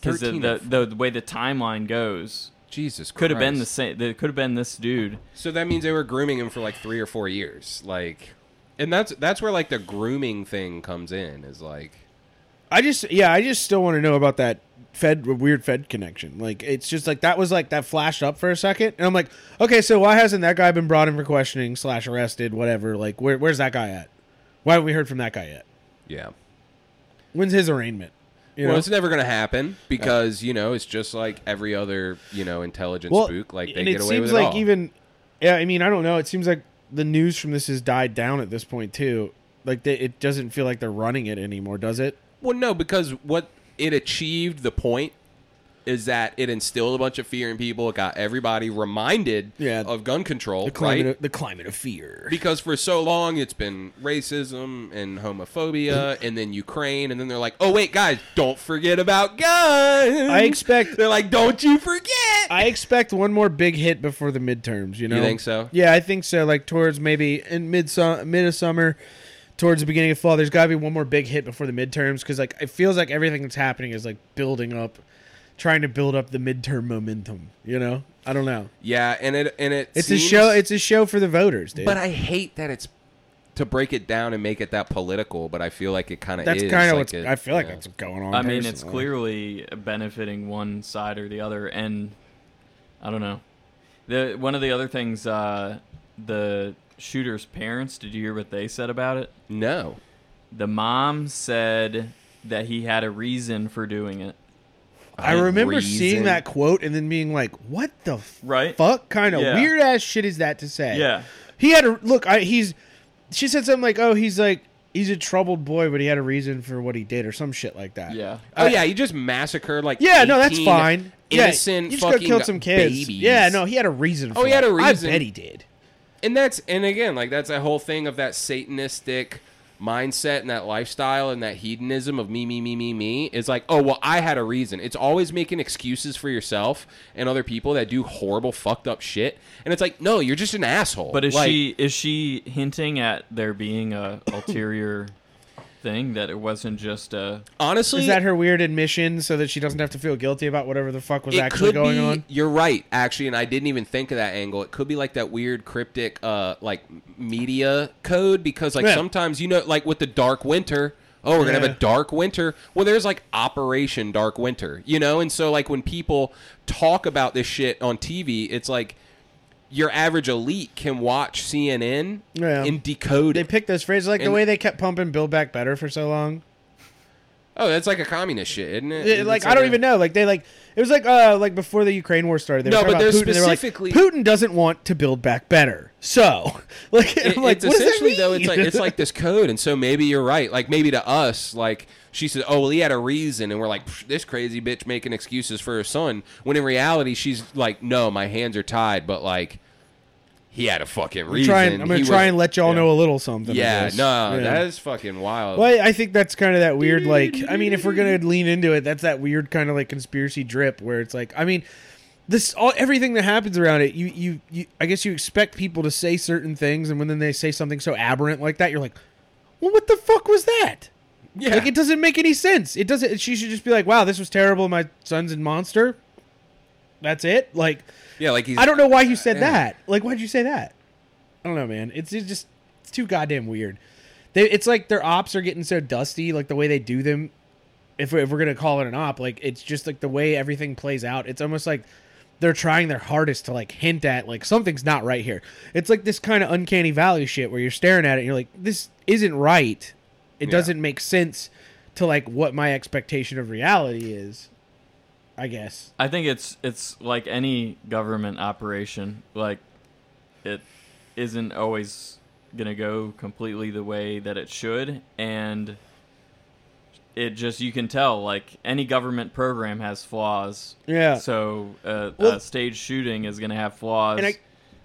[SPEAKER 7] because the,
[SPEAKER 4] 13
[SPEAKER 7] the,
[SPEAKER 4] and
[SPEAKER 7] the, the way the timeline goes
[SPEAKER 4] Jesus Christ.
[SPEAKER 7] could have been the same it could have been this dude
[SPEAKER 4] So that means they were grooming him for like three or four years, like, and that's that's where like the grooming thing comes in. Is like,
[SPEAKER 3] I just yeah, I just still want to know about that Fed weird Fed connection. Like it's just like that was like that flashed up for a second, and I'm like, okay, so why hasn't that guy been brought in for questioning slash arrested, whatever? Like where, where's that guy at? Why haven't we heard from that guy yet?
[SPEAKER 4] yeah,
[SPEAKER 3] When's his arraignment? You
[SPEAKER 4] well,
[SPEAKER 3] know?
[SPEAKER 4] it's never gonna happen because you know it's just like every other you know intelligence spook. Like they
[SPEAKER 3] and
[SPEAKER 4] get
[SPEAKER 3] it
[SPEAKER 4] away
[SPEAKER 3] seems
[SPEAKER 4] with
[SPEAKER 3] like
[SPEAKER 4] it all.
[SPEAKER 3] even yeah, I mean, I don't know. It seems like the news from this has died down at this point too. Like they, it doesn't feel like they're running it anymore, does it?
[SPEAKER 4] well, no, because what it achieved the point is that it instilled a bunch of fear in people. It got everybody reminded
[SPEAKER 3] Yeah.
[SPEAKER 4] of gun control,
[SPEAKER 3] The climate,
[SPEAKER 4] right?
[SPEAKER 3] of, the climate of fear.
[SPEAKER 4] because for so long it's been racism
[SPEAKER 3] <laughs>
[SPEAKER 4] and homophobia and then Ukraine and then they're like, "Oh wait, guys, don't forget about guns."
[SPEAKER 3] I expect-
[SPEAKER 4] <laughs> They're like, "Don't you forget."
[SPEAKER 3] I expect one more big hit before the midterms. You know,
[SPEAKER 4] You think so?
[SPEAKER 3] Yeah, I think so. Like towards maybe in mid mid of summer, towards the beginning of fall. There's got to be one more big hit before the midterms because like it feels like everything that's happening is like building up, trying to build up the midterm momentum. You know, I don't know.
[SPEAKER 4] yeah, and it and it
[SPEAKER 3] It's
[SPEAKER 4] seems,
[SPEAKER 3] a show. It's a show for the voters, dude.
[SPEAKER 4] But I hate that it's to break it down and make it that political, but I feel like it kind of
[SPEAKER 3] that's
[SPEAKER 4] is.
[SPEAKER 3] kind of
[SPEAKER 4] like
[SPEAKER 3] what's.
[SPEAKER 4] it-
[SPEAKER 3] I feel like
[SPEAKER 4] yeah.
[SPEAKER 3] that's what's going on.
[SPEAKER 7] I mean, it's
[SPEAKER 3] personally.
[SPEAKER 7] clearly benefiting one side or the other, and I don't know. The one of the other things, uh, the shooter's parents. Did you hear what they said about it?
[SPEAKER 4] No.
[SPEAKER 7] The mom said that he had a reason for doing it.
[SPEAKER 3] I remember
[SPEAKER 4] reason.
[SPEAKER 3] seeing that quote and then being like, "What the f-
[SPEAKER 7] Right?
[SPEAKER 3] fuck kind of
[SPEAKER 7] Yeah.
[SPEAKER 3] weird ass shit is that to say?"
[SPEAKER 7] Yeah.
[SPEAKER 3] he had a look. I, he's she said something like, "Oh, he's like he's a troubled boy, but he had a reason for what he did or some shit like that."
[SPEAKER 7] Yeah.
[SPEAKER 4] Oh yeah, he just massacred like
[SPEAKER 3] Uh, yeah, no, that's
[SPEAKER 4] 18
[SPEAKER 3] fine.
[SPEAKER 4] Innocent
[SPEAKER 3] yeah, you just go
[SPEAKER 4] fucking
[SPEAKER 3] killed some kids.
[SPEAKER 4] babies. Oh,
[SPEAKER 3] Yeah, no, he had a reason. for
[SPEAKER 4] he had
[SPEAKER 3] that.
[SPEAKER 4] a
[SPEAKER 3] I
[SPEAKER 4] reason.
[SPEAKER 3] bet he did.
[SPEAKER 4] and that's and again like that's that whole thing of that satanistic mindset and that lifestyle and that hedonism of me me me me me is like oh well i had a reason it's always making excuses for yourself and other people that do horrible fucked up shit and it's like no you're just an asshole
[SPEAKER 7] But is
[SPEAKER 4] Like,
[SPEAKER 7] she is she hinting at there
[SPEAKER 3] <laughs>
[SPEAKER 7] being a ulterior thing that it wasn't just a
[SPEAKER 4] honestly
[SPEAKER 3] Is that her weird admission so that she doesn't have to feel guilty about whatever the fuck was
[SPEAKER 4] it
[SPEAKER 3] actually
[SPEAKER 4] could
[SPEAKER 3] going
[SPEAKER 4] be,
[SPEAKER 3] on?
[SPEAKER 4] You're right, actually, and I didn't even think of that angle. It could be like that weird cryptic, uh, like m- media code because like
[SPEAKER 3] Yeah.
[SPEAKER 4] sometimes you know, like with the Dark Winter. Oh, we're gonna have
[SPEAKER 3] Yeah.
[SPEAKER 4] a Dark Winter. Well, there's like Operation Dark Winter, you know, and so like when people talk about this shit on TV, it's like your average elite can watch CNN
[SPEAKER 3] Yeah.
[SPEAKER 4] and decode
[SPEAKER 3] They
[SPEAKER 4] it.
[SPEAKER 3] picked those phrases like the
[SPEAKER 4] And-
[SPEAKER 3] way they kept pumping "Build Back Better" for so long.
[SPEAKER 4] Oh, that's like a communist shit, isn't it?
[SPEAKER 3] It-
[SPEAKER 4] It's
[SPEAKER 3] like I don't
[SPEAKER 4] a-
[SPEAKER 3] even know. Like they like it was like uh like before the Ukraine war started. They
[SPEAKER 4] No,
[SPEAKER 3] were talking
[SPEAKER 4] but
[SPEAKER 3] about
[SPEAKER 4] they're
[SPEAKER 3] Putin, and they were like,
[SPEAKER 4] specifically-
[SPEAKER 3] Putin doesn't want to build back better. So <laughs> like,
[SPEAKER 4] It-
[SPEAKER 3] I'm like
[SPEAKER 4] it's
[SPEAKER 3] what does that
[SPEAKER 4] essentially though it's like
[SPEAKER 3] mean?
[SPEAKER 4] it's like this code and so maybe you're right like maybe to us like she said oh well he had a reason and we're like "Psh, this crazy bitch making excuses for her son when in reality she's like no my hands are tied but like he had a fucking
[SPEAKER 3] I'm
[SPEAKER 4] reason
[SPEAKER 3] trying. I'm gonna
[SPEAKER 4] He
[SPEAKER 3] <laughs> try
[SPEAKER 4] was-
[SPEAKER 3] and let y'all know a little something. of
[SPEAKER 4] yeah
[SPEAKER 3] this.
[SPEAKER 4] no
[SPEAKER 3] Yeah.
[SPEAKER 4] that is fucking wild
[SPEAKER 3] Well, I think that's kind of that weird, like, I mean, if we're going to lean into it, that's that weird kind of like conspiracy drip where it's like, I mean, this, all, everything that happens around it, you, you, you, I guess you expect people to say certain things. And when then they say something so aberrant like that, you're like, well, what the fuck was that?
[SPEAKER 4] yeah
[SPEAKER 3] Like, it doesn't make any sense. It doesn't, she should just be like, wow, this was terrible. My son's a monster. That's it. Like,
[SPEAKER 4] yeah like he's
[SPEAKER 3] I don't know why you said
[SPEAKER 4] Yeah.
[SPEAKER 3] that. Like, why'd you say that? I don't know, man. It's, it's just it's too goddamn weird. They, it's like their ops are getting so dusty, like the way they do them. If we're, if we're gonna call it an op, like it's just like the way everything plays out. It's almost like they're trying their hardest to like hint at like something's not right here. It's like this kind of uncanny valley shit where you're staring at it and you're like, this isn't right. It
[SPEAKER 4] Yeah.
[SPEAKER 3] doesn't make sense to like what my expectation of reality is. I guess.
[SPEAKER 7] I think it's it's like any government operation. Like it isn't always gonna go completely the way that it should, and it just you can tell like any government program has flaws.
[SPEAKER 3] Yeah.
[SPEAKER 7] So uh,
[SPEAKER 3] Well-
[SPEAKER 7] a stage shooting is gonna have flaws
[SPEAKER 3] And I-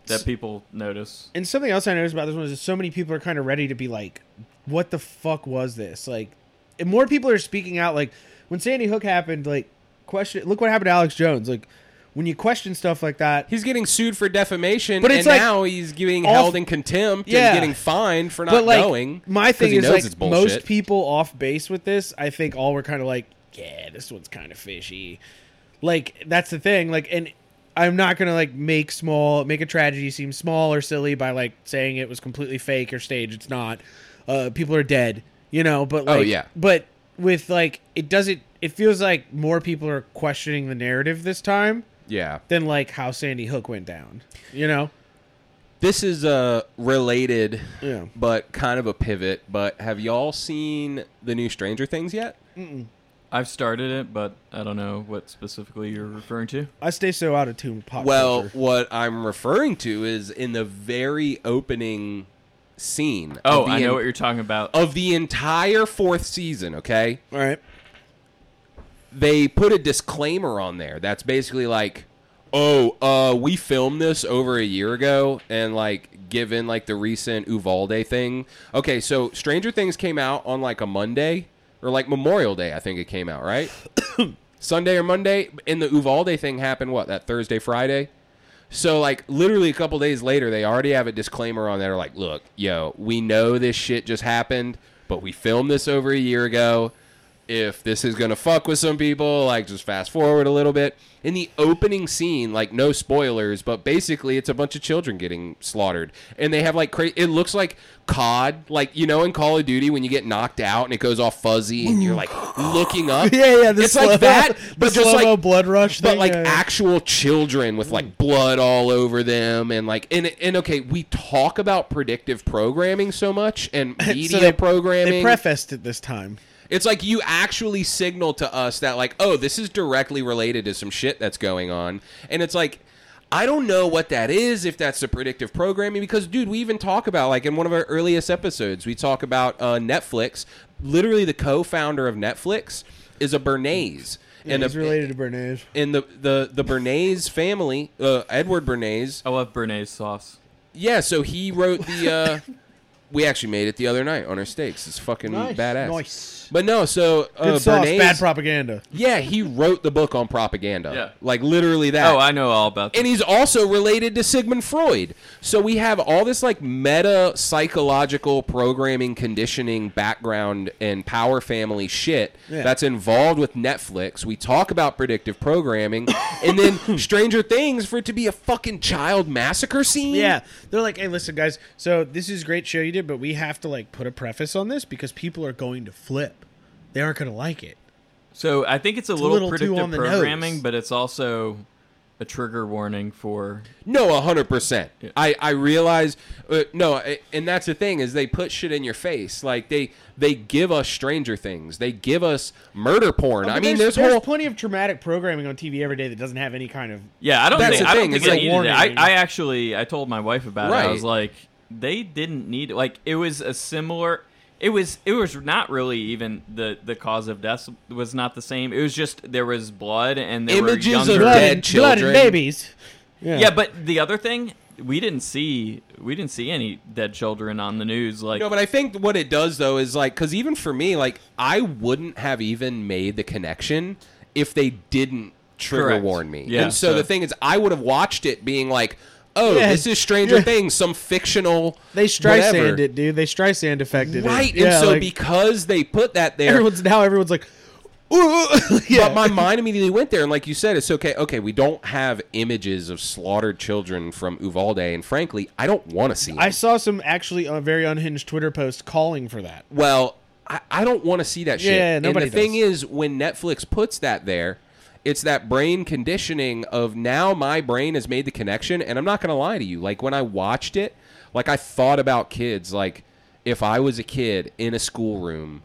[SPEAKER 7] that people notice.
[SPEAKER 3] and something else I noticed about this one is that so many people are kind of ready to be like, "What the fuck was this?" Like, and more people are speaking out. Like when Sandy Hook happened, like question. Look what happened to Alex Jones. Like when you question stuff like that,
[SPEAKER 4] He's getting sued for defamation,
[SPEAKER 3] But it's
[SPEAKER 4] and
[SPEAKER 3] like
[SPEAKER 4] now he's getting
[SPEAKER 3] off-
[SPEAKER 4] held in contempt
[SPEAKER 3] Yeah.
[SPEAKER 4] and getting fined for not
[SPEAKER 3] but like
[SPEAKER 4] going.
[SPEAKER 3] my
[SPEAKER 4] 'cause
[SPEAKER 3] thing
[SPEAKER 4] he
[SPEAKER 3] is
[SPEAKER 4] knows
[SPEAKER 3] like
[SPEAKER 4] it's bullshit.
[SPEAKER 3] most people off base with this. I think all were kind of like, "Yeah, this one's kind of fishy." Like that's the thing. Like and. I'm not gonna like make small make a tragedy seem small or silly by like saying it was completely fake or staged. It's not. Uh, people are dead, you know. But
[SPEAKER 4] Oh,
[SPEAKER 3] like,
[SPEAKER 4] yeah.
[SPEAKER 3] But with like, it doesn't. It feels like more people are questioning the narrative this time
[SPEAKER 4] yeah.
[SPEAKER 3] than like how Sandy Hook went down. You know.
[SPEAKER 4] This is uh, related,
[SPEAKER 3] Yeah.
[SPEAKER 4] but kind of a pivot. But have y'all seen the new Stranger Things yet?
[SPEAKER 7] I've started it, but I don't know what specifically you're referring to.
[SPEAKER 3] I stay so out of tune. with Pop
[SPEAKER 4] Well,
[SPEAKER 3] culture.
[SPEAKER 4] what I'm referring to is in the very opening scene.
[SPEAKER 7] Oh,
[SPEAKER 4] of the
[SPEAKER 7] I know
[SPEAKER 4] en-
[SPEAKER 7] what you're talking about.
[SPEAKER 4] of the entire fourth season. Okay,
[SPEAKER 3] all right.
[SPEAKER 4] they put a disclaimer on there that's basically like oh uh we filmed this over a year ago and like given like the recent uvalde thing okay so stranger things came out on like a monday or like memorial day i think it came out right <coughs> sunday or monday and the uvalde thing happened what that thursday friday so like literally a couple days later, they already have a disclaimer on there like, look, yo, we know this shit just happened, but we filmed this over a year ago. If this is gonna fuck with some people, like just fast forward a little bit. In the opening scene, like no spoilers, but basically it's a bunch of children getting slaughtered, and they have like cra- it looks like COD, like you know in Call of Duty when you get knocked out and it goes all fuzzy and you're like <gasps> looking
[SPEAKER 3] <laughs>
[SPEAKER 4] up.
[SPEAKER 3] Yeah, yeah. The
[SPEAKER 4] it's
[SPEAKER 3] slow-
[SPEAKER 4] like that,
[SPEAKER 3] <laughs> the
[SPEAKER 4] but just
[SPEAKER 3] slow-mo
[SPEAKER 4] like
[SPEAKER 3] blood rush.
[SPEAKER 4] but
[SPEAKER 3] thing,
[SPEAKER 4] like
[SPEAKER 3] yeah, yeah.
[SPEAKER 4] actual children with like blood all over them and like and and okay we talk about predictive programming so much and
[SPEAKER 3] <laughs> So
[SPEAKER 4] media
[SPEAKER 3] they-
[SPEAKER 4] programming
[SPEAKER 3] They prefaced it this time.
[SPEAKER 4] It's like you actually signal to us that like, oh, this is directly related to some shit that's going on, and it's like. I don't know what that is, if that's the predictive programming, because dude, we even talk about like in one of our earliest episodes, we talk about uh, Netflix. Literally, the co-founder of Netflix is a Bernays, and
[SPEAKER 3] He's
[SPEAKER 4] a-
[SPEAKER 3] related to Bernays.
[SPEAKER 4] in the the the Bernays family, uh, Edward Bernays.
[SPEAKER 7] I love Bernays sauce.
[SPEAKER 4] Yeah, so he wrote the.
[SPEAKER 7] <laughs>
[SPEAKER 4] Uh, we actually made it the other night on our steaks. It's fucking
[SPEAKER 3] Nice,
[SPEAKER 4] badass.
[SPEAKER 3] nice.
[SPEAKER 4] But no, so uh,
[SPEAKER 3] Good sauce,
[SPEAKER 4] Bernays.
[SPEAKER 3] bad propaganda.
[SPEAKER 4] yeah, he wrote the book on propaganda.
[SPEAKER 7] Yeah.
[SPEAKER 4] like literally that.
[SPEAKER 7] Oh, I know all about that.
[SPEAKER 4] and he's also related to Sigmund Freud. So we have all this like meta psychological programming, conditioning, background, and power family shit
[SPEAKER 3] Yeah.
[SPEAKER 4] that's involved with Netflix. We talk about predictive programming,
[SPEAKER 3] <coughs>
[SPEAKER 4] and then Stranger Things for it to be a fucking child massacre scene.
[SPEAKER 3] Yeah, they're like, hey, listen, guys. So this is a great show you did, but we have to like put a preface on this because people are going to flip. They aren't going to like it.
[SPEAKER 7] So I think it's
[SPEAKER 3] a
[SPEAKER 7] a little,
[SPEAKER 3] little too
[SPEAKER 7] predictive
[SPEAKER 3] on the
[SPEAKER 7] programming,
[SPEAKER 3] nose.
[SPEAKER 7] but it's also a trigger warning for
[SPEAKER 4] No, hundred percent. I I realize. Uh, no, I- and that's the thing is they put shit in your face. Like they they give us Stranger Things. They give us murder porn. I
[SPEAKER 3] Oh, But
[SPEAKER 4] mean,
[SPEAKER 3] there's,
[SPEAKER 4] there's, whole
[SPEAKER 3] plenty of traumatic programming on TV every day that doesn't have any kind of.
[SPEAKER 7] Yeah, I don't
[SPEAKER 4] That's
[SPEAKER 7] think
[SPEAKER 4] the
[SPEAKER 7] I don't
[SPEAKER 4] thing,
[SPEAKER 7] think
[SPEAKER 4] it's
[SPEAKER 7] they
[SPEAKER 4] like
[SPEAKER 7] needed it.
[SPEAKER 3] warning.
[SPEAKER 7] I, I actually I told my wife about it. I was
[SPEAKER 4] Right.
[SPEAKER 7] like, they didn't need like it was a similar. It was it was not really even the the cause of death was not the same. It was just there was blood and there
[SPEAKER 4] Images
[SPEAKER 7] were
[SPEAKER 4] of dead
[SPEAKER 7] younger.
[SPEAKER 3] Blood and- blood and
[SPEAKER 4] children.
[SPEAKER 3] babies.
[SPEAKER 7] <laughs> Yeah, but the other thing we didn't see we didn't see any dead children on the news. Like
[SPEAKER 4] No, but I think what it does though is like because even for me, like I wouldn't have even made the connection if they didn't trigger
[SPEAKER 7] Correct.
[SPEAKER 4] warn me.
[SPEAKER 7] Yeah,
[SPEAKER 4] and so,
[SPEAKER 7] so-
[SPEAKER 4] the thing is, I would have watched it being like, "Oh,
[SPEAKER 3] Yeah.
[SPEAKER 4] this is Stranger
[SPEAKER 3] Yeah.
[SPEAKER 4] Things, some fictional."
[SPEAKER 3] They Streisand
[SPEAKER 4] whatever."
[SPEAKER 3] it, dude. They Streisand affected it.
[SPEAKER 4] right?
[SPEAKER 3] Yeah,
[SPEAKER 4] and so
[SPEAKER 3] like,
[SPEAKER 4] because they put that
[SPEAKER 3] <laughs>
[SPEAKER 4] there,
[SPEAKER 3] everyone's now everyone's like, <laughs> ooh, yeah.
[SPEAKER 4] But my mind immediately went there, and like you said, it's okay. Okay, we don't have images of slaughtered children from Uvalde, and frankly, I don't want to see.
[SPEAKER 3] I
[SPEAKER 4] Them.
[SPEAKER 3] saw some actually uh, very unhinged Twitter posts calling for that.
[SPEAKER 4] well, I, I don't want to see that shit.
[SPEAKER 3] Yeah, yeah, nobody
[SPEAKER 4] and the thing
[SPEAKER 3] does.
[SPEAKER 4] is, when Netflix puts that there, it's that brain conditioning of now my brain has made the connection, and I'm not gonna lie to you. Like when I watched it, like I thought about kids. Like if I was a kid in a schoolroom,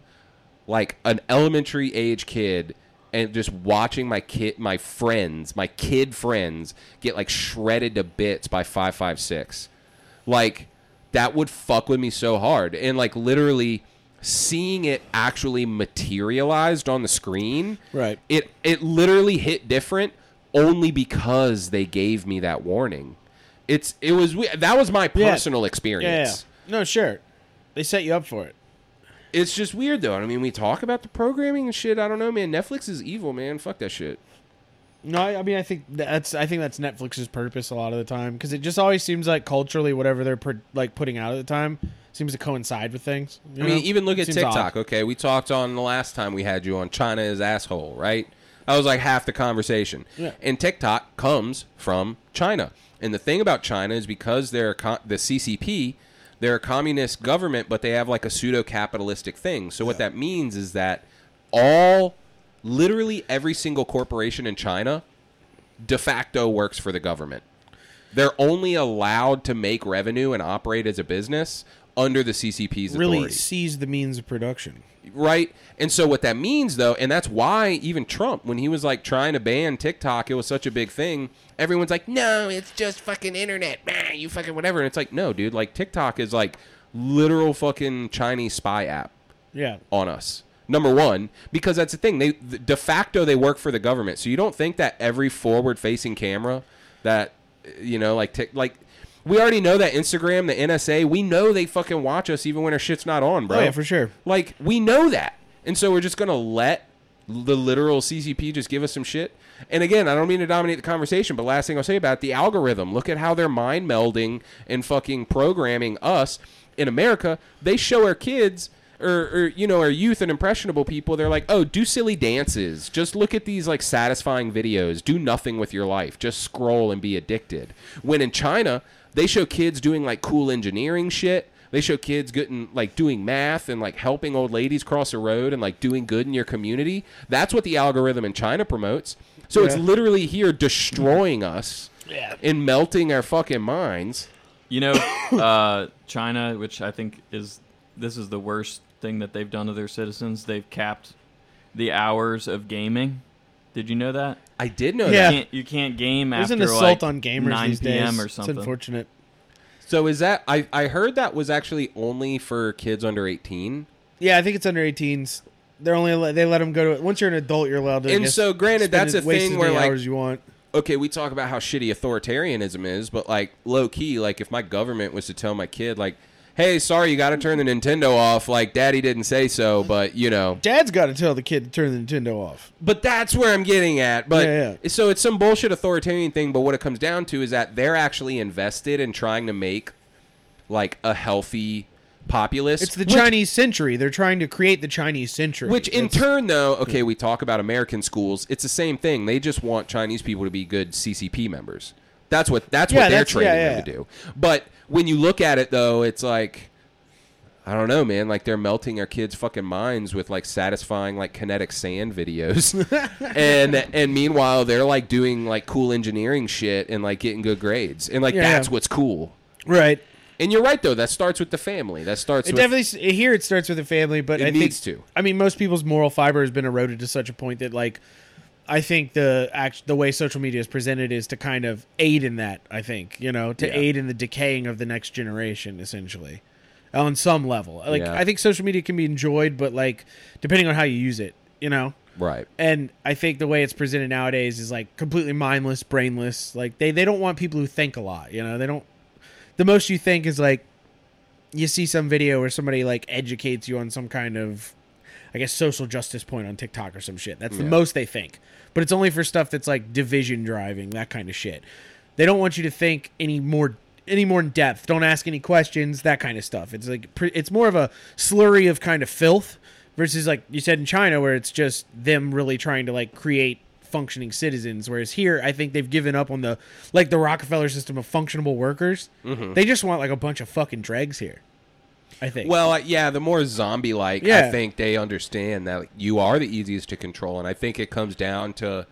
[SPEAKER 4] like an elementary age kid and just watching my kid my friends my kid friends get like shredded to bits by 556 like that would fuck with me so hard and like literally seeing it actually materialized on the screen
[SPEAKER 3] Right.
[SPEAKER 4] it it literally hit different only because they gave me that warning it's it was we- that was my
[SPEAKER 3] Yeah.
[SPEAKER 4] personal
[SPEAKER 3] Yeah, yeah.
[SPEAKER 4] experience
[SPEAKER 3] No, sure. They set you up for it.
[SPEAKER 4] it's just weird though. I mean, we talk about the programming and shit. I don't know, man. Netflix is evil, man. Fuck that shit.
[SPEAKER 3] No, I, I mean, I think that's I think that's Netflix's purpose a lot of the time because it just always seems like culturally whatever they're pro- like putting out at the time seems to coincide with things. you
[SPEAKER 4] I mean,
[SPEAKER 3] know?
[SPEAKER 4] even look at
[SPEAKER 3] Seems
[SPEAKER 4] TikTok.
[SPEAKER 3] odd.
[SPEAKER 4] Okay, we talked on the last time we had you on China is asshole, right? That was like half the conversation.
[SPEAKER 3] Yeah.
[SPEAKER 4] And TikTok comes from China. And the thing about China is because they're a co- the CCP, they're a communist government, but they have like a pseudo capitalistic thing. So what that means is that all, literally every single corporation in China, de facto works for the government. They're only allowed to make revenue and operate as a business under the CCP's
[SPEAKER 3] Really
[SPEAKER 4] authority
[SPEAKER 3] sees the means of production.
[SPEAKER 4] right? And so what that means though, and that's why even Trump, when he was like trying to ban TikTok, it was such a big thing. Everyone's like, "No, it's just fucking internet, Bah, you fucking whatever." And it's like, no, dude, like TikTok is like literal fucking Chinese spy app
[SPEAKER 3] Yeah,
[SPEAKER 4] on us. Number one, because that's the thing. They th- de facto they work for the government. So you don't think that every forward-facing camera that uh, you know, like tick, like we already know that Instagram, the NSA, we know they fucking watch us even when our shit's not on, bro.
[SPEAKER 3] Oh, yeah, for sure.
[SPEAKER 4] Like we know that, and so we're just gonna let the literal CCP just give us some shit. And again, I don't mean to dominate the conversation, but last thing I'll say about it, the algorithm. Look at how they're mind melding and fucking programming us in America. They show our kids. Or, or you know our youth and impressionable people they're like oh do silly dances just look at these like satisfying videos do nothing with your life just scroll and be addicted when in china they show kids doing like cool engineering shit they show kids getting like doing math and like helping old ladies cross a road and like doing good in your community. That's what the algorithm in China promotes. So it's literally here destroying us and melting our fucking minds.
[SPEAKER 3] <coughs>
[SPEAKER 7] You know, uh, China, which I think is this is the worst thing that they've done to their citizens. They've capped the hours of gaming. Did you know that?
[SPEAKER 4] I did know
[SPEAKER 3] Yeah.
[SPEAKER 4] that.
[SPEAKER 7] You can't, you can't game
[SPEAKER 3] There's
[SPEAKER 7] after
[SPEAKER 3] an assault
[SPEAKER 7] like
[SPEAKER 3] on gamers
[SPEAKER 7] 9
[SPEAKER 3] these
[SPEAKER 7] p.m.
[SPEAKER 3] days.
[SPEAKER 7] or something.
[SPEAKER 3] It's unfortunate.
[SPEAKER 4] So is that I I heard that was actually only for kids under 18.
[SPEAKER 3] Yeah, I think it's under 18s. They're only al- they let them go to once you're an adult you're allowed to. I
[SPEAKER 4] And
[SPEAKER 3] guess,
[SPEAKER 4] so, granted,
[SPEAKER 3] spend
[SPEAKER 4] that's
[SPEAKER 3] as-
[SPEAKER 4] a
[SPEAKER 3] waste
[SPEAKER 4] thing
[SPEAKER 3] as
[SPEAKER 4] where,
[SPEAKER 3] many
[SPEAKER 4] like-
[SPEAKER 3] hours you want.
[SPEAKER 4] Okay, we talk about how shitty authoritarianism is, but like low key, like if my government was to tell my kid like, "Hey, sorry, you got to turn the Nintendo off," like daddy didn't say so, but you know.
[SPEAKER 3] Dad's got to tell the kid to turn the Nintendo off.
[SPEAKER 4] But that's where I'm getting at. But
[SPEAKER 3] Yeah,
[SPEAKER 4] so it's some bullshit authoritarian thing, but what it comes down to is that they're actually invested in trying to make like a healthy populace.
[SPEAKER 3] It's the
[SPEAKER 4] which
[SPEAKER 3] Chinese century. They're trying to create the Chinese century,
[SPEAKER 4] Which in
[SPEAKER 3] It's-
[SPEAKER 4] turn, though, okay, we talk about American schools. It's the same thing. They just want Chinese people to be good CCP members. That's what that's
[SPEAKER 3] Yeah,
[SPEAKER 4] what they're
[SPEAKER 3] that's-
[SPEAKER 4] training
[SPEAKER 3] yeah,
[SPEAKER 4] them
[SPEAKER 3] yeah.
[SPEAKER 4] to do. But when you look at it, though, it's like I don't know, man. Like they're melting our kids' fucking minds with like satisfying like kinetic sand
[SPEAKER 3] <laughs>
[SPEAKER 4] videos, and and meanwhile they're like doing like cool engineering shit and like getting good grades, and like
[SPEAKER 3] Yeah,
[SPEAKER 4] that's
[SPEAKER 3] yeah.
[SPEAKER 4] what's cool.
[SPEAKER 3] right?
[SPEAKER 4] And you're right though. That starts with the family. That starts
[SPEAKER 3] It
[SPEAKER 4] with
[SPEAKER 3] definitely definitely here it starts with the family, but
[SPEAKER 4] It
[SPEAKER 3] I
[SPEAKER 4] needs
[SPEAKER 3] think,
[SPEAKER 4] to.
[SPEAKER 3] I mean, most people's moral fiber has been eroded to such a point that like. I think the act, the way social media is presented is to kind of aid in that. I think you know to
[SPEAKER 4] Yeah.
[SPEAKER 3] aid in the decaying of the next generation, essentially, on some level. Like
[SPEAKER 4] Yeah.
[SPEAKER 3] I think social media can be enjoyed, but like depending on how you use it, you know.
[SPEAKER 4] right.
[SPEAKER 3] And I think the way it's presented nowadays is like completely mindless, brainless. Like they they don't want people who think a lot. You know, they don't. The most you think is like you see some video where somebody like educates you on some kind of, I guess, social justice point on TikTok or some shit. That's the
[SPEAKER 4] Yeah.
[SPEAKER 3] most they think. But it's only for stuff that's like division driving, that kind of shit. They don't want you to think any more any more in depth. Don't ask any questions, that kind of stuff. It's like pre- it's more of a slurry of kind of filth versus like you said in China where it's just them really trying to like create functioning citizens whereas here I think they've given up on the like the Rockefeller system of functionable workers. They just want like a bunch of fucking dregs here. I think.
[SPEAKER 4] Well, uh, yeah, the more zombie like, I
[SPEAKER 3] Yeah.
[SPEAKER 4] think they understand that you are the easiest to control. And I think it comes down to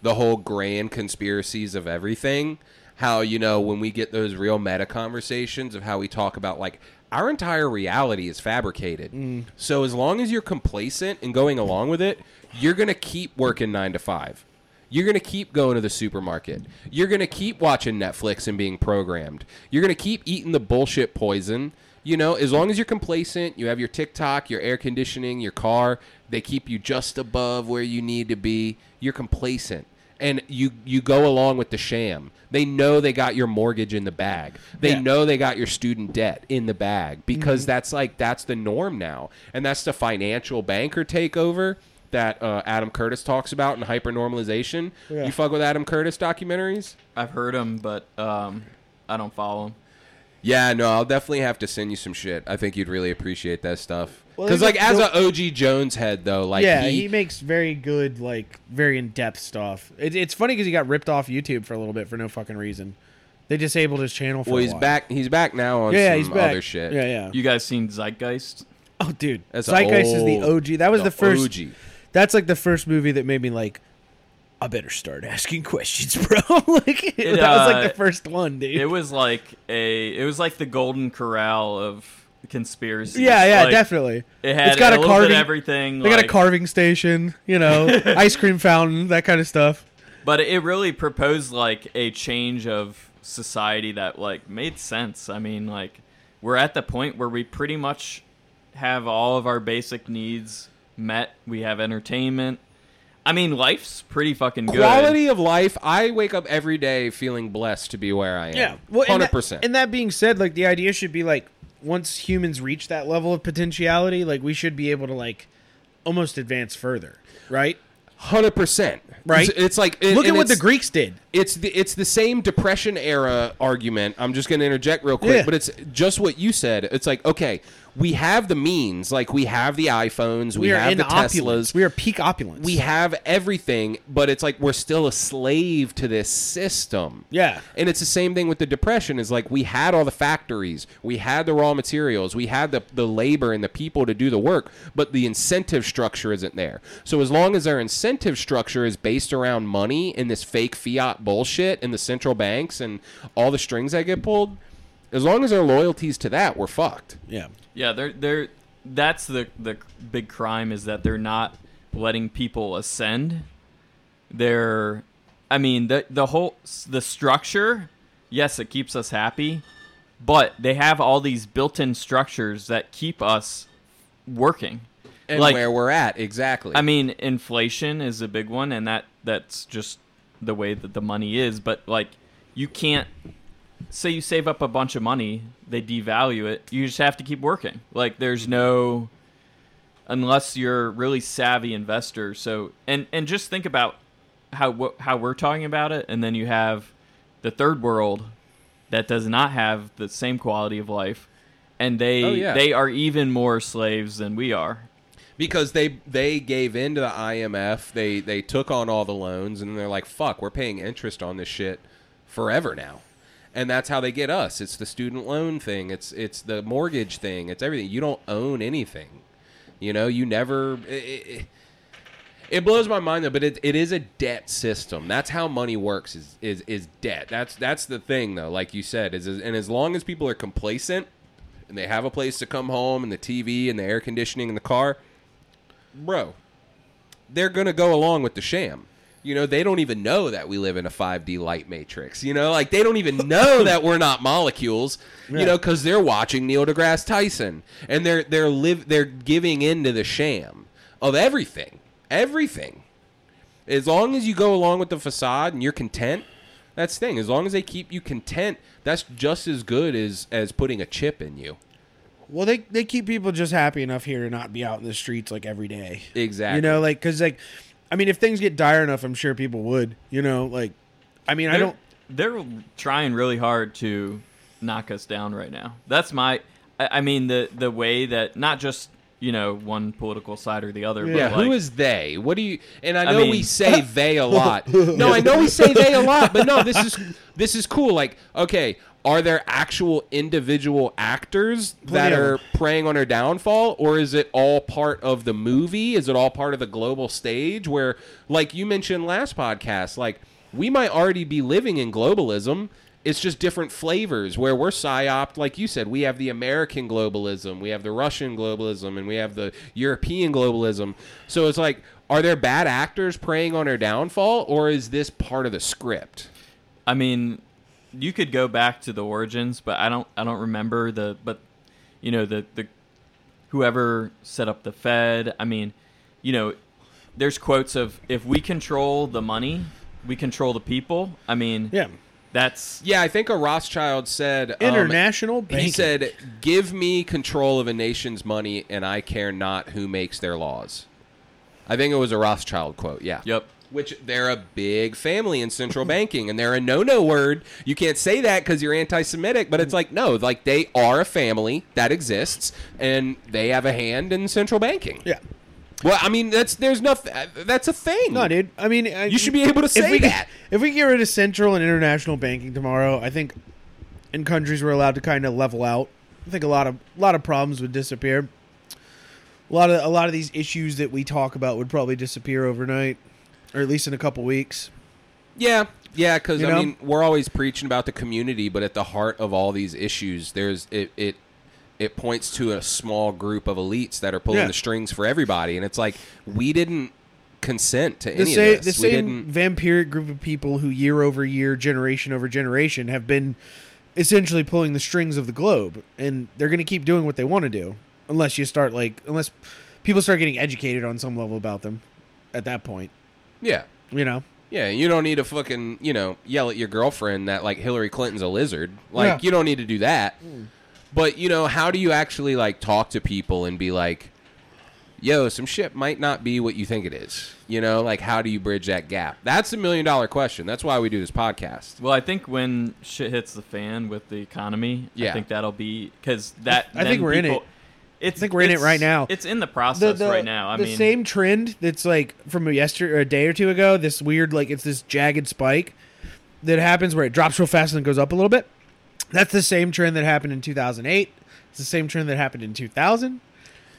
[SPEAKER 4] the whole grand conspiracies of everything. How, you know, when we get those real meta conversations of how we talk about, like, our entire reality is fabricated.
[SPEAKER 3] Mm.
[SPEAKER 4] So as long as you're complacent and going along with it, you're going to keep working nine to five. You're going to keep going to the supermarket. You're going to keep watching Netflix and being programmed. You're going to keep eating the bullshit poison. You know, as long as you're complacent, you have your TikTok, your air conditioning, your car, they keep you just above where you need to be. You're complacent. And you you go along with the sham. They know they got your mortgage in the bag. They
[SPEAKER 3] Yeah.
[SPEAKER 4] know they got your student debt in the bag because that's like that's the norm now. And that's the financial banker takeover that uh, Adam Curtis talks about in hypernormalization.
[SPEAKER 3] Yeah.
[SPEAKER 4] You fuck with Adam Curtis documentaries?
[SPEAKER 7] I've heard him, but um, I don't follow him.
[SPEAKER 4] Yeah, no, I'll definitely have to send you some shit. I think you'd really appreciate that stuff.
[SPEAKER 3] Well,
[SPEAKER 4] Because,
[SPEAKER 3] there's
[SPEAKER 4] like,
[SPEAKER 3] a-
[SPEAKER 4] as a OG Jones head, though, like,
[SPEAKER 3] yeah,
[SPEAKER 4] he,
[SPEAKER 3] he, makes very good, like very in-depth stuff. It, it's funny because he got ripped off YouTube for a little bit for no fucking reason. They disabled his channel for.
[SPEAKER 4] well,
[SPEAKER 3] a
[SPEAKER 4] he's
[SPEAKER 3] while.
[SPEAKER 4] back. He's back now on
[SPEAKER 3] Yeah,
[SPEAKER 4] some
[SPEAKER 3] he's back.
[SPEAKER 4] other shit.
[SPEAKER 3] Yeah, yeah.
[SPEAKER 7] You guys
[SPEAKER 3] <laughs>
[SPEAKER 7] seen Zeitgeist?
[SPEAKER 3] oh, dude,
[SPEAKER 4] That's a
[SPEAKER 3] Zeitgeist is
[SPEAKER 4] old-
[SPEAKER 3] the OG. That was
[SPEAKER 4] the
[SPEAKER 3] the first.
[SPEAKER 4] OG.
[SPEAKER 3] That's like the first movie that made me like. I better start asking questions, <laughs> bro. like that was like
[SPEAKER 7] uh,
[SPEAKER 3] the first one, dude.
[SPEAKER 7] It was like a. It was like the golden corral of conspiracy.
[SPEAKER 3] yeah, yeah, definitely.
[SPEAKER 7] It had
[SPEAKER 3] it's got a,
[SPEAKER 7] little
[SPEAKER 3] carving.
[SPEAKER 7] bit of everything.
[SPEAKER 3] They got a
[SPEAKER 7] like-
[SPEAKER 3] carving station, you know, ice cream fountain, that kind of stuff.
[SPEAKER 7] but it really proposed like a change of society that like made sense i mean like we're at the point where we pretty much have all of our basic needs met we have entertainment i mean life's pretty fucking good
[SPEAKER 4] Quality of life. I wake up every day feeling blessed to be where I am.
[SPEAKER 3] Yeah, well, and
[SPEAKER 4] hundred
[SPEAKER 3] that-
[SPEAKER 4] percent.
[SPEAKER 3] And that being said, like the idea should be like once humans reach that level of potentiality, like we should be able to like almost advance further, right?
[SPEAKER 4] Hundred percent.
[SPEAKER 3] Right.
[SPEAKER 4] It's, it's like and-
[SPEAKER 3] Look at
[SPEAKER 4] and
[SPEAKER 3] what the
[SPEAKER 4] it's-
[SPEAKER 3] Greeks did.
[SPEAKER 4] it's the it's the same depression era argument. I'm just going to interject real quick,
[SPEAKER 3] Yeah.
[SPEAKER 4] but it's just what you said. It's like okay, we have the means, like we have the iPhones, we,
[SPEAKER 3] We, are
[SPEAKER 4] have
[SPEAKER 3] in
[SPEAKER 4] the
[SPEAKER 3] opulence.
[SPEAKER 4] Teslas,
[SPEAKER 3] We are peak opulence.
[SPEAKER 4] we have everything, but it's like we're still a slave to this system.
[SPEAKER 3] Yeah.
[SPEAKER 4] And it's the same thing with the depression is like we had all the factories, we had the raw materials, we had the, the labor and the people to do the work, but the incentive structure isn't there. So as long as our incentive structure is based around money and this fake fiat bullshit and the central banks and all the strings that get pulled, as long as our loyalties to that, we're fucked.
[SPEAKER 3] yeah.
[SPEAKER 7] yeah they're they're that's the the big crime is that they're not letting people ascend. They're, I mean, the the whole the structure. Yes, it keeps us happy, but they have all these built-in structures that keep us working.
[SPEAKER 4] and
[SPEAKER 7] like-
[SPEAKER 4] where we're at exactly.
[SPEAKER 7] I mean, inflation is a big one, and that that's just the way that the money is. But like, you can't say you save up a bunch of money, they devalue it. You just have to keep working. Like, there's no unless you're really savvy investor. So, and and just think about how wh- how we're talking about it, and then you have the third world that does not have the same quality of life. And they
[SPEAKER 4] Oh, yeah.
[SPEAKER 7] they are even more slaves than we are.
[SPEAKER 4] because they they gave in to the IMF. They they took on all the loans and they're like, "Fuck, we're paying interest on this shit forever now." And that's how they get us. It's the student loan thing. It's it's the mortgage thing. It's everything. You don't own anything. You know, you never i- i- i- it blows my mind though, but it, it is a debt system. That's how money works. Is, is is debt. That's that's the thing though. Like you said, is, is and as long as people are complacent and they have a place to come home and the TV and the air conditioning and the car, bro, they're gonna go along with the sham. You know, they don't even know that we live in a 5D light matrix. You know, like they don't even know that we're not molecules. You know, because they're watching Neil deGrasse Tyson and they're they're live they're giving into the sham of everything, everything. As long as you go along with the facade and you're content, that's the thing. As long as they keep you content, that's just as good as as putting a chip in you.
[SPEAKER 3] Well, they they keep people just happy enough here to not be out in the streets like every day.
[SPEAKER 4] Exactly.
[SPEAKER 3] You know, like because like, I mean, if things get dire enough, I'm sure people would. You know, like, I mean, I
[SPEAKER 7] They're-
[SPEAKER 3] don't.
[SPEAKER 7] They're trying really hard to knock us down right now. That's my. I, I mean the the way that not just you know one political side or the other.
[SPEAKER 4] Yeah,
[SPEAKER 7] but like,
[SPEAKER 4] who is they? What do you? And I
[SPEAKER 7] I
[SPEAKER 4] know we
[SPEAKER 7] mean- <laughs>
[SPEAKER 4] say they a lot. No, I know we say they a lot, but no, this is this is cool. Like, okay, are there actual individual actors that
[SPEAKER 3] Plenty of
[SPEAKER 4] are preying on her downfall, or is it all part of the movie? Is it all part of the global stage? Where, like you mentioned last podcast, like we might already be living in globalism. It's just different flavors where we're psyoped, like you said. We have the American globalism, we have the Russian globalism, and we have the European globalism. So it's like, are there bad actors preying on her downfall, or is this part of the script?
[SPEAKER 7] I mean, you could go back to the origins, but I don't. I don't remember the. But you know the the whoever set up the Fed. I mean, you know, there's quotes of if we control the money, we control the people. I mean,
[SPEAKER 3] Yeah,
[SPEAKER 7] that's
[SPEAKER 4] Yeah, I think a Rothschild said um,
[SPEAKER 3] international. banking.
[SPEAKER 4] He said, "Give me control of a nation's money, and I care not who makes their laws." I think it was a Rothschild quote. Yeah.
[SPEAKER 7] yep.
[SPEAKER 4] Which they're a big family in central banking, and they're a no-no word. You can't say that because you're anti-Semitic. But it's like no, like they are a family that exists, and they have a hand in central banking.
[SPEAKER 3] yeah.
[SPEAKER 4] Well, I mean, that's there's nothing. That's a thing.
[SPEAKER 3] No, dude. I mean, I,
[SPEAKER 4] You should be able to say
[SPEAKER 3] if we,
[SPEAKER 4] that.
[SPEAKER 3] If we get rid of central and international banking tomorrow, I think in countries we're allowed to kind of level out. I think a lot of a lot of problems would disappear. A lot of a lot of these issues that we talk about would probably disappear overnight, or at least in a couple weeks.
[SPEAKER 4] Yeah, yeah, because
[SPEAKER 3] You
[SPEAKER 4] I
[SPEAKER 3] know?
[SPEAKER 4] mean, we're always preaching about the community, but at the heart of all these issues, there's it it it points to a small group of elites that are pulling
[SPEAKER 3] Yeah.
[SPEAKER 4] the strings for everybody, and it's like we didn't consent to
[SPEAKER 3] the
[SPEAKER 4] any
[SPEAKER 3] same,
[SPEAKER 4] of
[SPEAKER 3] the
[SPEAKER 4] this. we
[SPEAKER 3] same
[SPEAKER 4] didn't.
[SPEAKER 3] vampiric group of people who year over year, generation over generation, have been essentially pulling the strings of the globe, and they're going to keep doing what they want to do, unless you start like unless people start getting educated on some level about them. At that point,
[SPEAKER 4] Yeah,
[SPEAKER 3] you know,
[SPEAKER 4] yeah. You don't need to fucking you know yell at your girlfriend that like Hillary Clinton's a lizard. Like
[SPEAKER 3] Yeah.
[SPEAKER 4] you don't need to do that. But you know, how do you actually like talk to people and be like? yo, some shit might not be what you think it is. You know, like how do you bridge that gap? That's a million dollar question. That's why we do this podcast.
[SPEAKER 7] Well, I think when shit hits the fan with the economy,
[SPEAKER 4] Yeah.
[SPEAKER 7] I think that'll be because that.
[SPEAKER 3] I
[SPEAKER 7] then
[SPEAKER 3] think we're in
[SPEAKER 7] people-
[SPEAKER 3] it.
[SPEAKER 7] It's, I
[SPEAKER 3] think we're in it right now.
[SPEAKER 7] It's in the process right now. I
[SPEAKER 3] the
[SPEAKER 7] mean,
[SPEAKER 3] same trend that's like from a yesterday or a day or two ago. This weird like it's this jagged spike that happens where it drops real fast and then goes up a little bit. That's the same trend that happened in 2008. It's the same trend that happened in 2000.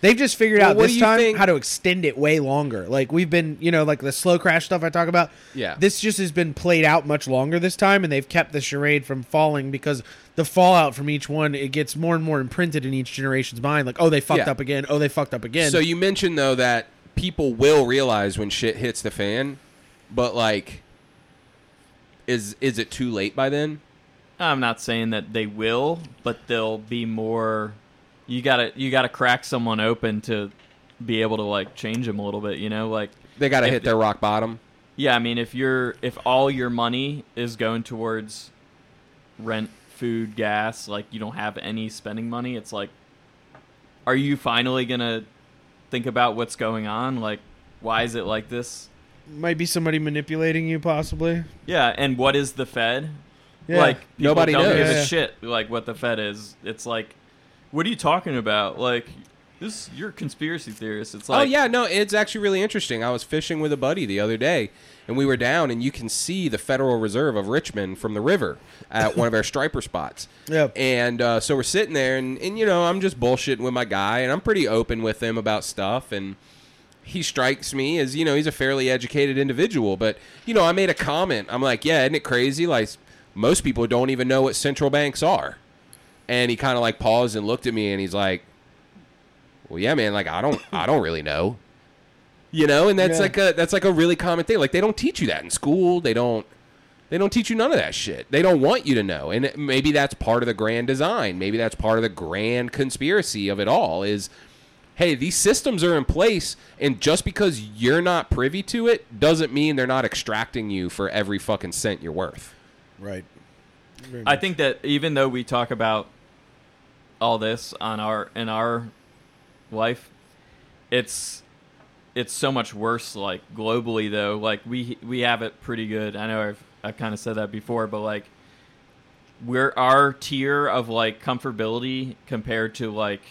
[SPEAKER 3] They've just figured
[SPEAKER 4] Well,
[SPEAKER 3] out
[SPEAKER 4] what
[SPEAKER 3] this
[SPEAKER 4] do you
[SPEAKER 3] time
[SPEAKER 4] think-
[SPEAKER 3] how to extend it way longer. Like we've been, you know, like the slow crash stuff I talk about.
[SPEAKER 4] Yeah.
[SPEAKER 3] This just has been played out much longer this time, and they've kept the charade from falling because the fallout from each one it gets more and more imprinted in each generation's mind. Like, oh, they fucked
[SPEAKER 4] Yeah.
[SPEAKER 3] up again. Oh, they fucked up again.
[SPEAKER 4] So you mentioned though that people will realize when shit hits the fan, but like, is is it too late by then?
[SPEAKER 7] I'm not saying that they will, but they'll be more. You gotta you gotta crack someone open to be able to like change them a little bit. You know, like
[SPEAKER 4] They got to
[SPEAKER 7] If
[SPEAKER 4] hit their rock bottom.
[SPEAKER 7] yeah, I mean, if you're if all your money is going towards rent, food, gas, like you don't have any spending money, it's like, are you finally gonna think about what's going on? Like, why is it like this?
[SPEAKER 3] might be somebody manipulating you, possibly.
[SPEAKER 7] Yeah, and what is the Fed?
[SPEAKER 3] Yeah.
[SPEAKER 7] Like people
[SPEAKER 4] Nobody
[SPEAKER 7] don't
[SPEAKER 4] knows.
[SPEAKER 7] give
[SPEAKER 3] Yeah.
[SPEAKER 7] a shit like what the Fed is. It's like, what are you talking about? Like this, you're a conspiracy theorist. It's like,
[SPEAKER 4] oh yeah, no, it's actually really interesting. I was fishing with a buddy the other day, and we were down, and you can see the Federal Reserve of Richmond from the river at one of our striper
[SPEAKER 7] <laughs>
[SPEAKER 4] spots.
[SPEAKER 3] Yep.
[SPEAKER 4] And uh, so we're sitting there, and and you know, I'm just bullshitting with my guy, and I'm pretty open with him about stuff, and he strikes me as you know he's a fairly educated individual but you know i made a comment i'm like yeah isn't it crazy like most people don't even know what central banks are and he kind of like paused and looked at me and he's like well yeah man like i don't i don't really know you know and that's
[SPEAKER 3] Yeah.
[SPEAKER 4] like a that's like a really common thing like they don't teach you that in school they don't they don't teach you none of that shit they don't want you to know and it- maybe that's part of the grand design maybe that's part of the grand conspiracy of it all is hey, these systems are in place, and just because you're not privy to it doesn't mean they're not extracting you for every fucking cent you're worth.
[SPEAKER 3] Right.
[SPEAKER 7] I think that even though we talk about all this on our in our life, it's it's so much worse. Like globally, though, like we we have it pretty good. I know I've I kind of said that before, but like we're our tier of like comfortability compared to like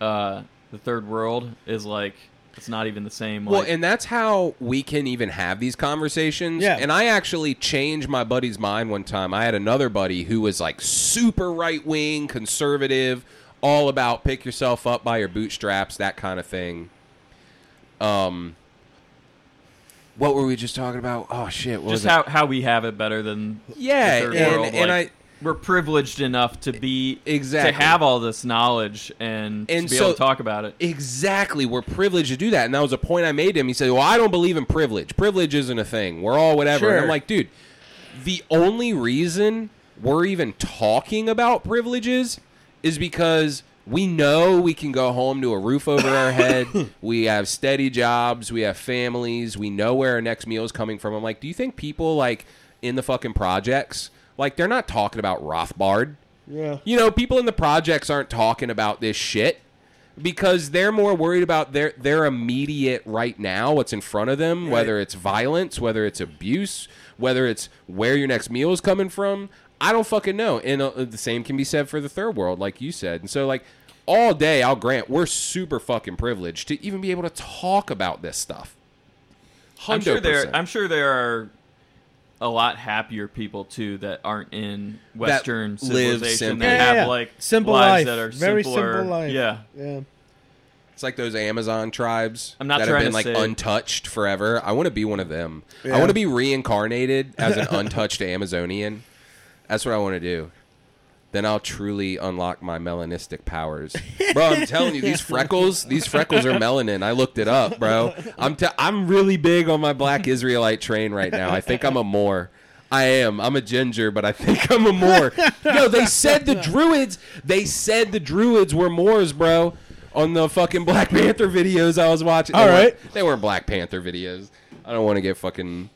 [SPEAKER 7] uh the third world is like it's not even the same.
[SPEAKER 4] Well,
[SPEAKER 7] like-
[SPEAKER 4] and that's how we can even have these conversations.
[SPEAKER 3] Yeah.
[SPEAKER 4] And I actually changed my buddy's mind one time. I had another buddy who was like super right wing, conservative, all about pick yourself up by your bootstraps, that kind of thing. Um, what were we just talking about? Oh shit! What was
[SPEAKER 7] just
[SPEAKER 4] it?
[SPEAKER 7] how, how we have it better than
[SPEAKER 4] Yeah,
[SPEAKER 7] the third
[SPEAKER 4] and-
[SPEAKER 7] world.
[SPEAKER 4] and
[SPEAKER 7] like,
[SPEAKER 4] I-
[SPEAKER 7] we're privileged enough to be
[SPEAKER 4] Exactly.
[SPEAKER 7] to have all this knowledge and,
[SPEAKER 4] And
[SPEAKER 7] to be
[SPEAKER 4] so-
[SPEAKER 7] able to talk about it.
[SPEAKER 4] Exactly. We're privileged to do that. And that was a point I made to him. He said, Well, I don't believe in privilege. Privilege isn't a thing. We're all whatever. And
[SPEAKER 3] Sure.
[SPEAKER 4] I'm like, dude, the only reason we're even talking about privileges is because we know we can go home to a roof over our head. we have steady jobs. We have families. We know where our next meal is coming from. I'm like, do you think people like in the fucking projects, like they're not talking about Rothbard?
[SPEAKER 3] Yeah.
[SPEAKER 4] you know, people in the projects aren't talking about this shit because they're more worried about their their immediate right now, what's in front of them, whether it's violence, whether it's abuse, whether it's where your next meal is coming from. I don't fucking know. And uh, the same can be said for the third world, like you said. And so, like all day, I'll grant we're super fucking privileged to even be able to talk about this stuff.
[SPEAKER 7] I'm sure
[SPEAKER 4] 100%.
[SPEAKER 7] there I'm sure there are a lot happier people too that aren't in Western
[SPEAKER 4] live
[SPEAKER 7] civilization
[SPEAKER 4] simple.
[SPEAKER 7] that
[SPEAKER 4] Yeah,
[SPEAKER 7] have like
[SPEAKER 3] simple
[SPEAKER 7] lives
[SPEAKER 3] life,
[SPEAKER 7] that are
[SPEAKER 3] very
[SPEAKER 7] simpler.
[SPEAKER 3] simple life.
[SPEAKER 7] Yeah.
[SPEAKER 3] Yeah.
[SPEAKER 4] It's like those Amazon tribes
[SPEAKER 7] I'm not
[SPEAKER 4] that
[SPEAKER 7] trying
[SPEAKER 4] have been
[SPEAKER 7] to
[SPEAKER 4] like
[SPEAKER 7] say-
[SPEAKER 4] untouched forever. I want to be one of them.
[SPEAKER 3] Yeah.
[SPEAKER 4] I want to be reincarnated as an untouched Amazonian. That's what I want to do. Then I'll truly unlock my
[SPEAKER 3] <laughs>
[SPEAKER 4] melanistic powers, bro. I'm telling you, these freckles, these freckles are melanin. I looked it up, bro. I'm t- I'm really big on my black Israelite train right now. I think I'm a Moor. I am. I'm a ginger, but I think I'm a Moor. No, they said the Druids. They said the Druids were Moors, bro. On the fucking Black Panther videos I was watching. They
[SPEAKER 3] All
[SPEAKER 4] weren't-
[SPEAKER 3] right.
[SPEAKER 4] they weren't Black Panther videos. I don't want to get fucking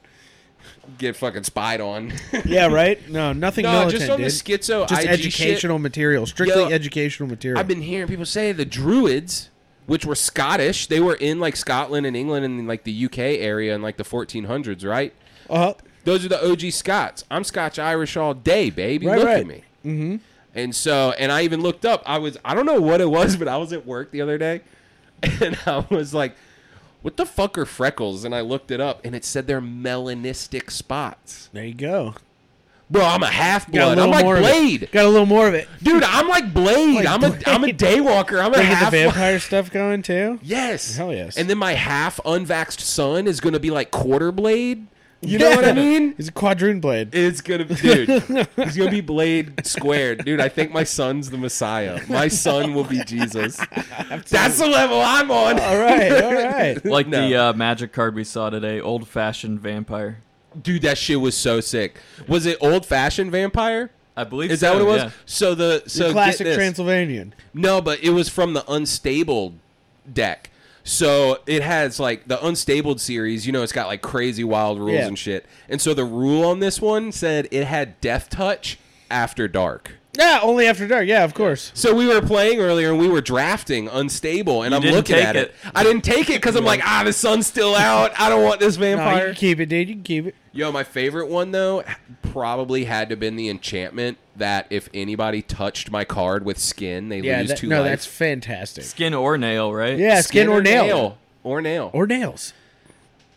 [SPEAKER 4] get fucking spied on. <laughs>
[SPEAKER 3] Yeah. Right. No. Nothing.
[SPEAKER 4] no,
[SPEAKER 3] militant,
[SPEAKER 4] just on
[SPEAKER 3] dude.
[SPEAKER 4] the schizo
[SPEAKER 3] Just
[SPEAKER 4] IG shit.
[SPEAKER 3] educational material. Strictly
[SPEAKER 4] Yo,
[SPEAKER 3] educational material.
[SPEAKER 4] I've been hearing people say the Druids, which were Scottish, they were in like Scotland and England and like the UK area in like the 1400s, right?
[SPEAKER 3] uh,
[SPEAKER 4] Those are the OG Scots. I'm Scotch Irish all day, baby.
[SPEAKER 3] Right,
[SPEAKER 4] Look
[SPEAKER 3] right.
[SPEAKER 4] at me. Mm-hmm. And so, and I even looked up. I was, I don't know what it was, but I was at work the other day, <laughs> and I was like, "What the fuck are freckles?" And I looked it up, and it said they're melanistic spots.
[SPEAKER 3] there you go.
[SPEAKER 4] Bro, I'm a half
[SPEAKER 3] Got a
[SPEAKER 4] blood.
[SPEAKER 3] little
[SPEAKER 4] I'm like
[SPEAKER 3] more of it.
[SPEAKER 4] Blade.
[SPEAKER 3] Got a little more of it.
[SPEAKER 4] Dude, I'm like Blade.
[SPEAKER 3] Like
[SPEAKER 4] I'm
[SPEAKER 3] Blade.
[SPEAKER 4] a I'm a daywalker. I'm a
[SPEAKER 3] Bringing the
[SPEAKER 4] half <laughs>
[SPEAKER 3] vampire stuff going too.
[SPEAKER 4] Yes.
[SPEAKER 3] Hell yes.
[SPEAKER 4] And then my half unvaxxed son is gonna be like quarter blade. You know what I mean?
[SPEAKER 3] He's a quadroon blade.
[SPEAKER 4] <laughs> It's gonna be dude. he's gonna be blade squared. Dude, I think my son's the Messiah. My son will be Jesus. That's the level I'm on.
[SPEAKER 3] All right,
[SPEAKER 4] <laughs>
[SPEAKER 3] all right.
[SPEAKER 7] Like
[SPEAKER 4] No.
[SPEAKER 7] the uh, magic card we saw today, old fashioned vampire.
[SPEAKER 4] Dude, that shit was so sick. Was it old fashioned vampire?
[SPEAKER 7] I believe
[SPEAKER 4] Is that
[SPEAKER 7] so,
[SPEAKER 4] what it was?
[SPEAKER 7] yeah.
[SPEAKER 4] So the so
[SPEAKER 3] The
[SPEAKER 4] get
[SPEAKER 3] classic
[SPEAKER 4] this.
[SPEAKER 3] Transylvanian.
[SPEAKER 4] No, but it was from the unstable deck. So it has like the unstable series, you know, it's got like crazy wild rules
[SPEAKER 3] Yeah.
[SPEAKER 4] and shit. And so the rule on this one said it had death touch after dark.
[SPEAKER 3] Yeah, only after dark. Yeah, of course.
[SPEAKER 4] So we were playing earlier and we were drafting unstable and I'm
[SPEAKER 7] didn't
[SPEAKER 4] looking
[SPEAKER 7] take
[SPEAKER 4] at it.
[SPEAKER 7] it.
[SPEAKER 4] I didn't take it cuz I'm like, ah, the sun's still out. I don't want this
[SPEAKER 3] <laughs> No,
[SPEAKER 4] vampire.
[SPEAKER 3] you can keep it, dude. You can keep it.
[SPEAKER 4] Yo, my favorite one though probably had to have been the enchantment that if anybody touched my card with skin, they
[SPEAKER 3] Yeah,
[SPEAKER 4] lose
[SPEAKER 3] that-
[SPEAKER 4] two
[SPEAKER 3] no,
[SPEAKER 4] life.
[SPEAKER 3] that's fantastic.
[SPEAKER 7] Skin or nail, right?
[SPEAKER 3] Yeah, skin, or, nail.
[SPEAKER 4] Or nail.
[SPEAKER 3] or nails.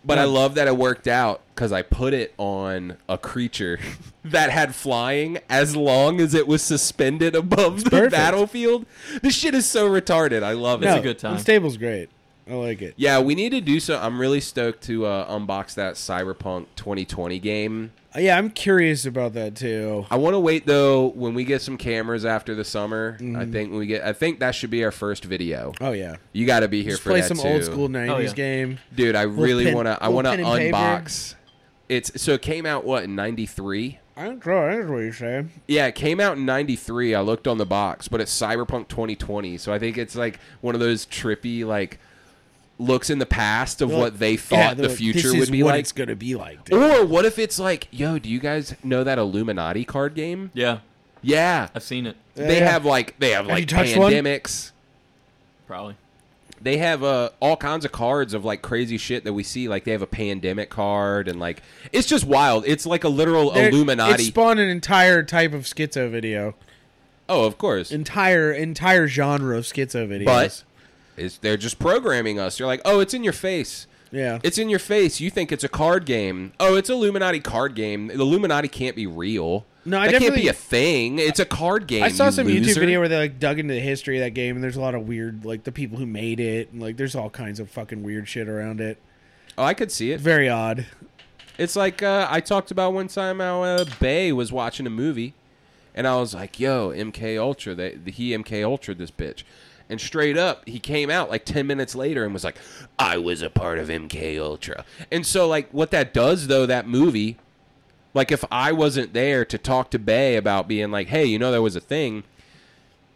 [SPEAKER 4] but I love that it worked out because I put it on a creature <laughs> that had flying as long as it was suspended above the
[SPEAKER 3] perfect.
[SPEAKER 4] battlefield. This shit is so retarded. I love it.
[SPEAKER 3] No,
[SPEAKER 7] a good time.
[SPEAKER 3] Unstable's great. I like it.
[SPEAKER 4] Yeah, we need to do so. I'm really stoked to uh, unbox that Cyberpunk 2020 game.
[SPEAKER 3] Uh, Yeah, I'm curious about that too.
[SPEAKER 4] I want to wait though when we get some cameras after the summer. I
[SPEAKER 3] Mm-hmm.
[SPEAKER 4] think when we get. I think that should be our first video.
[SPEAKER 3] Oh yeah,
[SPEAKER 4] You got to be here
[SPEAKER 3] just
[SPEAKER 4] for
[SPEAKER 3] play
[SPEAKER 4] that
[SPEAKER 3] some
[SPEAKER 4] too.
[SPEAKER 3] old school '90s
[SPEAKER 7] Oh, yeah.
[SPEAKER 3] game.
[SPEAKER 4] Dude, I really
[SPEAKER 3] pen-
[SPEAKER 4] want to. I
[SPEAKER 3] little
[SPEAKER 4] want to
[SPEAKER 3] pen and paper.
[SPEAKER 4] unbox. It's so it came out what in '93.
[SPEAKER 3] I don't know. I don't know what you're saying.
[SPEAKER 4] Yeah, it came out in '93. I looked on the box, but it's Cyberpunk 2020. So I think it's like one of those trippy like looks in the past of what they thought
[SPEAKER 3] Yeah,
[SPEAKER 4] the,
[SPEAKER 3] they're like,
[SPEAKER 4] future
[SPEAKER 3] this
[SPEAKER 4] would
[SPEAKER 3] is
[SPEAKER 4] be
[SPEAKER 3] what
[SPEAKER 4] like.
[SPEAKER 3] It's gonna be like. dude.
[SPEAKER 4] Or what if it's like, yo, do you guys know that Illuminati card game?
[SPEAKER 7] Yeah,
[SPEAKER 4] Yeah,
[SPEAKER 7] I've seen it.
[SPEAKER 4] they
[SPEAKER 3] yeah.
[SPEAKER 4] have like they have like
[SPEAKER 3] you touched one?
[SPEAKER 4] pandemics.
[SPEAKER 7] Probably.
[SPEAKER 4] They have uh, all kinds of cards of like crazy shit that we see. Like they have a pandemic card and like it's just wild. It's like a literal
[SPEAKER 3] There- It
[SPEAKER 4] Illuminati.
[SPEAKER 3] spawned an entire type of schizo video,
[SPEAKER 4] oh, of course.
[SPEAKER 3] entire entire genre of schizo videos.
[SPEAKER 4] But it's, they're just programming us. You're like, oh, it's in your face.
[SPEAKER 3] yeah,
[SPEAKER 4] It's in your face. You think it's a card game. Oh, it's Illuminati card game. The Illuminati can't be real.
[SPEAKER 3] No, I
[SPEAKER 4] that can't
[SPEAKER 3] definitely-
[SPEAKER 4] be a thing. It's a card game.
[SPEAKER 3] I saw
[SPEAKER 4] you
[SPEAKER 3] some
[SPEAKER 4] loser.
[SPEAKER 3] YouTube video where they like dug into the history of that game, and there's a lot of weird like the people who made it, and like there's all kinds of fucking weird shit around it.
[SPEAKER 4] Oh, I could see it.
[SPEAKER 3] Very odd.
[SPEAKER 4] It's like uh, I talked about one time how uh, Bay was watching a movie, and I was like, "Yo, MK Ultra, they, the, he MK Ultra this bitch," and straight up he came out like ten minutes later and was like, "I was a part of MK Ultra," and so like what that does though that movie, like if I wasn't there to talk to Bay about being like, "Hey, you know there was a thing."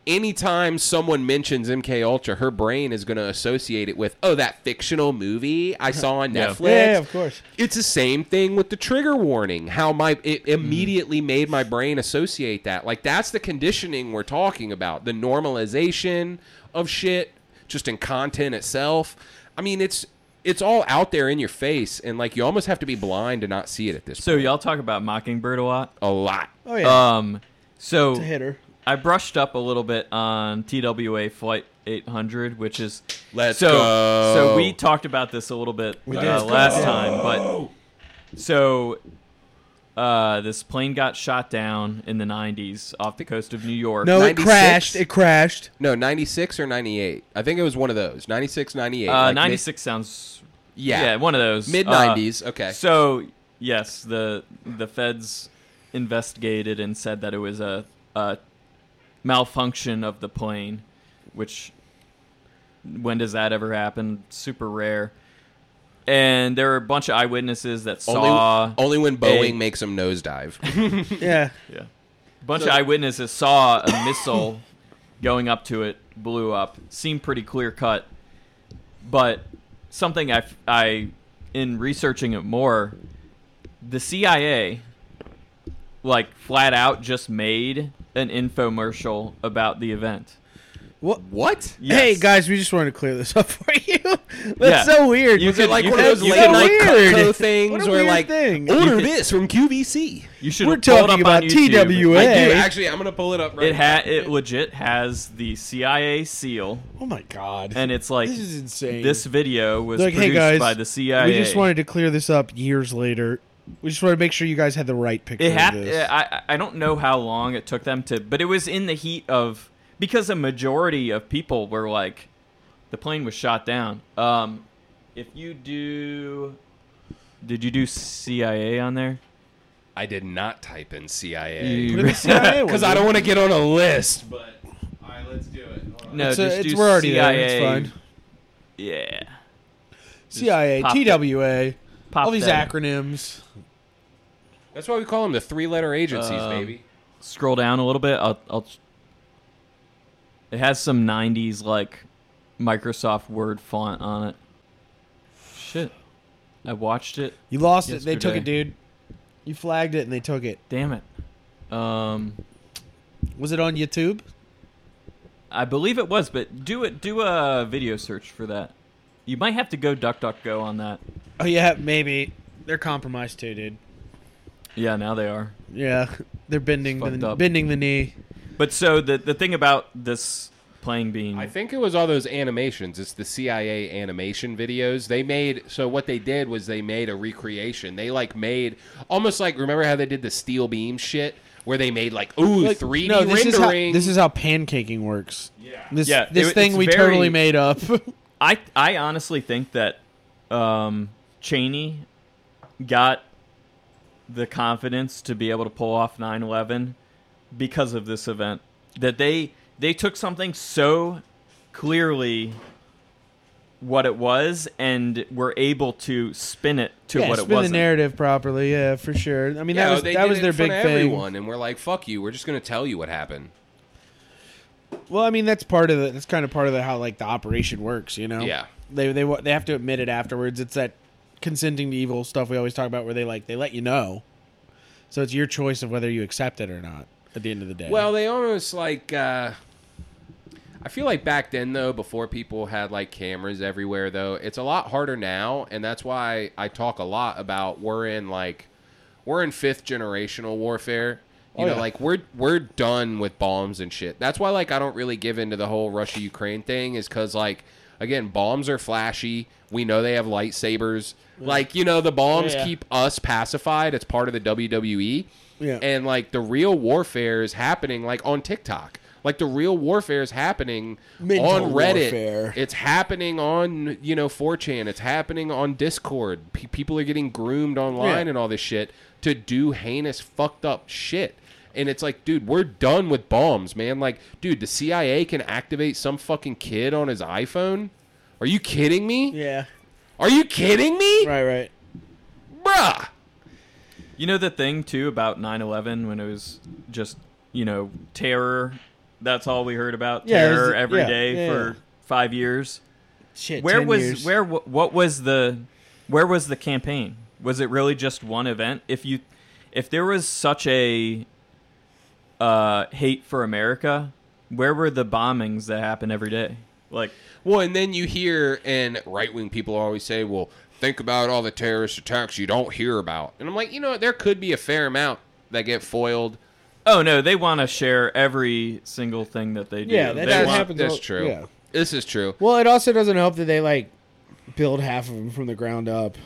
[SPEAKER 4] Anytime someone mentions MK Ultra, her brain is going to associate it with, "Oh, that fictional movie I saw on
[SPEAKER 7] Yeah.
[SPEAKER 4] Netflix."
[SPEAKER 3] Yeah, of course.
[SPEAKER 4] It's the same thing with the trigger warning. How my
[SPEAKER 7] Mm.
[SPEAKER 4] it immediately made my brain associate that. Like that's the conditioning we're talking about. The normalization of shit just in content itself. I mean, it's it's all out there in your face and like you almost have to be blind to not see it at this
[SPEAKER 7] So y'all talk about Mockingbird a lot.
[SPEAKER 4] point. A lot.
[SPEAKER 3] Oh yeah,
[SPEAKER 4] Uh,
[SPEAKER 7] Um, so
[SPEAKER 3] it's a hitter.
[SPEAKER 7] I brushed up a little bit on TWA Flight 800, which is
[SPEAKER 4] Let's
[SPEAKER 7] so.
[SPEAKER 4] go.
[SPEAKER 7] So we talked about this a little bit
[SPEAKER 3] We
[SPEAKER 7] uh,
[SPEAKER 3] did. Let's
[SPEAKER 7] last time, but so uh, this plane got shot down in the 90s off the coast of New York. Uh,
[SPEAKER 3] No, it
[SPEAKER 4] 96?
[SPEAKER 3] crashed. It crashed.
[SPEAKER 4] No, 96 or 98. I think it was one of those. 96, 98.
[SPEAKER 7] uh,
[SPEAKER 4] like mid-
[SPEAKER 7] 96 sounds
[SPEAKER 4] yeah.
[SPEAKER 7] one of those
[SPEAKER 4] Mid
[SPEAKER 7] Uh,
[SPEAKER 4] 90s, okay.
[SPEAKER 7] So yes, the the feds investigated and said that it was a, a malfunction of the plane, which when does that ever happen? Super rare. And there were a bunch of eyewitnesses that
[SPEAKER 4] only,
[SPEAKER 7] saw
[SPEAKER 4] only when Boeing
[SPEAKER 7] a-
[SPEAKER 4] makes them nosedive.
[SPEAKER 7] <laughs>
[SPEAKER 3] Yeah.
[SPEAKER 7] yeah. Bunch of eyewitnesses saw a <coughs> missile going up to it, blew up. Seemed pretty clear cut. But something I, f- I- in researching it more, the CIA, like flat out, just made an infomercial about the event.
[SPEAKER 4] what?
[SPEAKER 3] Hey
[SPEAKER 7] Yes.
[SPEAKER 3] guys, we just wanted to clear this up <laughs> for you. That's
[SPEAKER 7] Yeah.
[SPEAKER 3] so weird.
[SPEAKER 7] You
[SPEAKER 3] You
[SPEAKER 4] Is it
[SPEAKER 7] could-
[SPEAKER 4] like
[SPEAKER 7] you
[SPEAKER 4] one of
[SPEAKER 7] could-
[SPEAKER 4] those
[SPEAKER 7] you
[SPEAKER 4] late
[SPEAKER 7] could-
[SPEAKER 4] night
[SPEAKER 3] weird.
[SPEAKER 4] Cutco
[SPEAKER 3] What
[SPEAKER 4] things
[SPEAKER 3] a
[SPEAKER 4] where
[SPEAKER 3] weird
[SPEAKER 4] like
[SPEAKER 3] thing.
[SPEAKER 4] order
[SPEAKER 7] You could-
[SPEAKER 4] this from QVC?
[SPEAKER 7] You should.
[SPEAKER 3] We're
[SPEAKER 7] have pulled
[SPEAKER 3] talking
[SPEAKER 7] up on
[SPEAKER 3] about
[SPEAKER 7] YouTube.
[SPEAKER 3] TWA.
[SPEAKER 4] I do
[SPEAKER 3] Hey.
[SPEAKER 4] actually. I'm gonna pull it up right.
[SPEAKER 7] It ha- It legit has the CIA seal,
[SPEAKER 3] Oh my god.
[SPEAKER 7] and it's like
[SPEAKER 3] This is insane.
[SPEAKER 7] this video was
[SPEAKER 3] Like, hey,
[SPEAKER 7] produced
[SPEAKER 3] guys,
[SPEAKER 7] by the CIA.
[SPEAKER 3] we just wanted to clear this up years later. We just want to make sure you guys had the right picture.
[SPEAKER 7] It
[SPEAKER 3] of
[SPEAKER 7] happened.
[SPEAKER 3] this.
[SPEAKER 7] I I don't know how long it took them to, but it was in the heat of because a majority of people were like, the plane was shot down. Um, if you do, did you do CIA on there?
[SPEAKER 4] I did not type in
[SPEAKER 7] You-
[SPEAKER 4] CIA
[SPEAKER 3] Put it in the
[SPEAKER 4] <laughs>
[SPEAKER 3] CIA
[SPEAKER 7] <laughs>
[SPEAKER 3] one,
[SPEAKER 4] because I don't want to get on a list. But
[SPEAKER 5] All right, let's do it. Hold on.
[SPEAKER 7] No,
[SPEAKER 3] It's, uh,
[SPEAKER 7] just
[SPEAKER 3] it's-
[SPEAKER 7] do
[SPEAKER 3] we're already there,
[SPEAKER 7] CIA.
[SPEAKER 3] it's fine.
[SPEAKER 7] Yeah.
[SPEAKER 3] CIA,
[SPEAKER 7] Just pop it.
[SPEAKER 3] TWA,
[SPEAKER 7] Pop
[SPEAKER 3] all these
[SPEAKER 7] that.
[SPEAKER 3] acronyms.
[SPEAKER 4] that's why we call them the three-letter agencies,
[SPEAKER 7] Um,
[SPEAKER 4] baby.
[SPEAKER 7] Scroll down a little bit. I'll, I'll. It has some '90s like Microsoft Word font on it. Shit. I watched it.
[SPEAKER 3] You lost it. They took it,
[SPEAKER 7] Yesterday.
[SPEAKER 3] dude. You flagged it and they took it.
[SPEAKER 7] Damn it. Um.
[SPEAKER 3] Was it on YouTube?
[SPEAKER 7] I believe it was, but do it do a video search for that. You might have to go DuckDuckGo on that.
[SPEAKER 3] Oh yeah, maybe. They're compromised too, dude.
[SPEAKER 7] Yeah, now they are.
[SPEAKER 3] Yeah, they're bending
[SPEAKER 7] It's fucked
[SPEAKER 3] the
[SPEAKER 7] up.
[SPEAKER 3] bending the knee.
[SPEAKER 7] But so the the thing about this plane being
[SPEAKER 4] I think it was all those animations. It's the CIA animation videos. They made so what they did was they made a recreation. They like made almost like remember how they did the steel beam shit where they made like ooh
[SPEAKER 3] Like,
[SPEAKER 4] three D
[SPEAKER 3] no, this is how
[SPEAKER 4] rendering.
[SPEAKER 3] this is how pancaking works. Yeah, this
[SPEAKER 7] Yeah,
[SPEAKER 3] this
[SPEAKER 7] it-
[SPEAKER 3] thing
[SPEAKER 7] it's
[SPEAKER 3] we
[SPEAKER 7] very-
[SPEAKER 3] totally made up. <laughs>
[SPEAKER 7] I I honestly think that um, Cheney got the confidence to be able to pull off 9/11 because of this event. That they they took something so clearly what it was and were able to spin it to
[SPEAKER 3] yeah,
[SPEAKER 7] what it
[SPEAKER 3] spin
[SPEAKER 7] was.
[SPEAKER 3] the narrative properly. Yeah, for sure. I mean,
[SPEAKER 4] Yeah,
[SPEAKER 3] that was
[SPEAKER 4] they
[SPEAKER 3] that
[SPEAKER 4] did
[SPEAKER 3] was
[SPEAKER 4] it
[SPEAKER 3] their
[SPEAKER 4] in front
[SPEAKER 3] big
[SPEAKER 4] of
[SPEAKER 3] thing.
[SPEAKER 4] Everyone, and we're like, "Fuck you! We're just gonna tell you what happened."
[SPEAKER 3] Well, I mean, that's part of the that's kind of part of the, how like the operation works, you know.
[SPEAKER 4] Yeah.
[SPEAKER 3] They they wa- they have to admit it afterwards. It's that consenting to evil stuff we always talk about, where they like they let you know, so it's your choice of whether you accept it or not. At the end of the day,
[SPEAKER 4] Well, they almost like. Uh, I feel like back then, though, before people had like cameras everywhere, though, it's a lot harder now, and that's why I talk a lot about we're in like we're in fifth generational warfare. You
[SPEAKER 3] Oh,
[SPEAKER 4] know,
[SPEAKER 3] yeah.
[SPEAKER 4] like we're we're done with bombs and shit. That's why like I don't really give into the whole Russia Ukraine thing, is because like again, bombs are flashy. We know they have lightsabers. Like you know, the bombs
[SPEAKER 3] Yeah, yeah.
[SPEAKER 4] keep us pacified. It's part of the E. WWE
[SPEAKER 3] Yeah.
[SPEAKER 4] and like the real warfare is happening like on TikTok. Like the real warfare is happening
[SPEAKER 3] Mental
[SPEAKER 4] on Reddit.
[SPEAKER 3] warfare.
[SPEAKER 4] It's happening on you know 4chan. It's happening on Discord. P- people are getting groomed online
[SPEAKER 3] Yeah.
[SPEAKER 4] and all this shit to do heinous fucked up shit. And it's like, dude, we're done with bombs, man. Like, dude, the CIA can activate some fucking kid on his iPhone. Are you kidding me?
[SPEAKER 3] yeah,
[SPEAKER 4] Are you kidding me,
[SPEAKER 3] right, right.
[SPEAKER 4] bruh?
[SPEAKER 7] You know the thing too about 9/11 when it was just, you know, terror. That's all we heard about.
[SPEAKER 3] Yeah, it was-
[SPEAKER 7] terror every
[SPEAKER 3] yeah,
[SPEAKER 7] day
[SPEAKER 3] yeah,
[SPEAKER 7] for
[SPEAKER 3] yeah.
[SPEAKER 7] 5 years.
[SPEAKER 3] Shit,
[SPEAKER 7] Where
[SPEAKER 3] 10
[SPEAKER 7] was
[SPEAKER 3] years.
[SPEAKER 7] where wh- what was the where was the campaign? Was it really just one event? If you if there was such a uh, hate for America, where were the bombings that happen every day? Like
[SPEAKER 4] Well, and then you hear, and right wing people always say, well, think about all the terrorist attacks you don't hear about. And I'm like, you know, what? there could be a fair amount that get foiled.
[SPEAKER 7] Oh no, they want to share every single thing that they do.
[SPEAKER 3] Yeah, that-
[SPEAKER 7] They
[SPEAKER 3] that
[SPEAKER 7] want-
[SPEAKER 3] happens
[SPEAKER 4] That's
[SPEAKER 3] all-
[SPEAKER 4] true.
[SPEAKER 3] yeah.
[SPEAKER 4] This is true.
[SPEAKER 3] Well, it also doesn't help that they like build half of them from the ground up.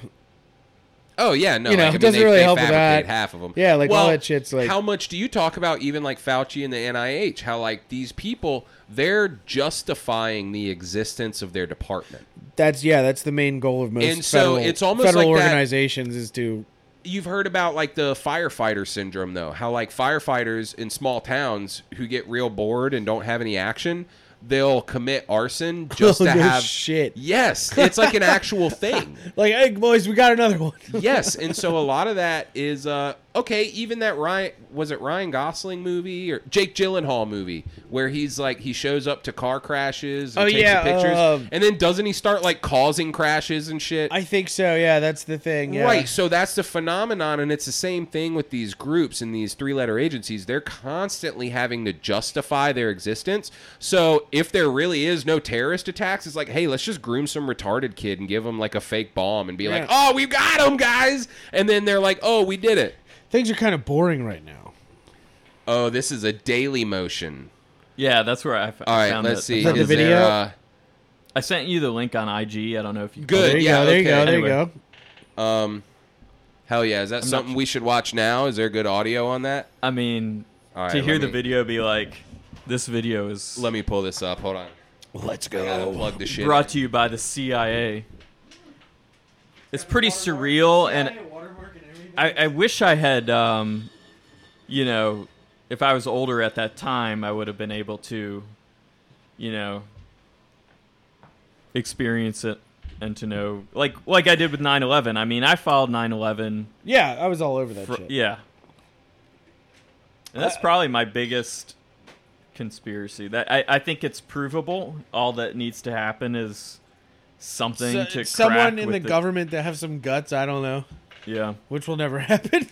[SPEAKER 4] Oh yeah, no,
[SPEAKER 3] You know,
[SPEAKER 4] like, I
[SPEAKER 3] it
[SPEAKER 4] mean,
[SPEAKER 3] doesn't
[SPEAKER 4] they,
[SPEAKER 3] really
[SPEAKER 4] they
[SPEAKER 3] help with
[SPEAKER 4] fabricate
[SPEAKER 3] that.
[SPEAKER 4] half of them.
[SPEAKER 3] Yeah, like, all that shit's, like-
[SPEAKER 4] How much do you talk about even like Fauci and the NIH? How like these people they're justifying the existence of their department.
[SPEAKER 3] That's yeah, that's the main goal of most
[SPEAKER 4] And so
[SPEAKER 3] federal,
[SPEAKER 4] it's almost
[SPEAKER 3] federal
[SPEAKER 4] like that-
[SPEAKER 3] organizations is to
[SPEAKER 4] you've heard about like the firefighter syndrome though how like firefighters in small towns who get real bored and don't have any action they'll commit
[SPEAKER 3] <laughs>
[SPEAKER 4] arson just
[SPEAKER 3] Oh,
[SPEAKER 4] to
[SPEAKER 3] no
[SPEAKER 4] have
[SPEAKER 3] shit.
[SPEAKER 4] yes it's like an
[SPEAKER 3] <laughs>
[SPEAKER 4] actual thing
[SPEAKER 3] like, hey boys, we got another one. <laughs>
[SPEAKER 4] yes and so a lot of that is uh okay even that ryan was it ryan gosling movie or jake gyllenhaal movie where he's like he shows up to car crashes and
[SPEAKER 3] Oh,
[SPEAKER 4] takes the
[SPEAKER 3] yeah,
[SPEAKER 4] pictures
[SPEAKER 3] um,
[SPEAKER 4] and then doesn't he start like causing crashes and shit
[SPEAKER 3] I think so. Yeah, that's the thing. Yeah.
[SPEAKER 4] Right. So that's the phenomenon, and it's the same thing with these groups and these three letter agencies. They're constantly having to justify their existence. So if there really is no terrorist attacks, it's like, hey, let's just groom some retarded kid and give him like a fake bomb and be
[SPEAKER 3] Yeah.
[SPEAKER 4] like, oh, we got him, guys. And then they're like, oh, we did it.
[SPEAKER 3] Things are kind of boring right now.
[SPEAKER 4] Oh, this is a daily motion.
[SPEAKER 7] yeah, that's where I f-
[SPEAKER 4] All right,
[SPEAKER 7] found
[SPEAKER 4] let's
[SPEAKER 7] it.
[SPEAKER 4] see.
[SPEAKER 3] that the
[SPEAKER 4] Is there,
[SPEAKER 3] video?
[SPEAKER 4] uh,
[SPEAKER 7] I sent you the link on IG. I don't know if you
[SPEAKER 4] Good.
[SPEAKER 3] There you
[SPEAKER 4] Uh,
[SPEAKER 3] go. There
[SPEAKER 4] yeah, okay.
[SPEAKER 3] you go. There you
[SPEAKER 7] Anyway.
[SPEAKER 3] go.
[SPEAKER 4] Um, Hell yeah! Is that something we should watch now? Is there good audio on that?
[SPEAKER 7] I mean,
[SPEAKER 4] All right,
[SPEAKER 7] to hear
[SPEAKER 4] let
[SPEAKER 7] the
[SPEAKER 4] me-
[SPEAKER 7] video be like, this video is
[SPEAKER 4] Let me pull this up. Hold on.
[SPEAKER 3] Let's
[SPEAKER 4] I gotta
[SPEAKER 3] go.
[SPEAKER 4] plug the shit.
[SPEAKER 7] brought to you by the CIA. It's pretty surreal, and I, I wish I had, um, you know, if I was older at that time, I would have been able to, you know, experience it and to know, like, like I did with 9/11. I mean, I followed 9/11.
[SPEAKER 3] Yeah, I was all over that
[SPEAKER 7] fr-
[SPEAKER 3] shit. Uh,
[SPEAKER 7] yeah, and that's probably my biggest conspiracy. That I, I think it's provable. All that needs to happen is something
[SPEAKER 3] So-
[SPEAKER 7] to crack
[SPEAKER 3] someone in
[SPEAKER 7] with
[SPEAKER 3] the, government that have some guts. I don't know,
[SPEAKER 7] Yeah.
[SPEAKER 3] which will never <laughs> happen.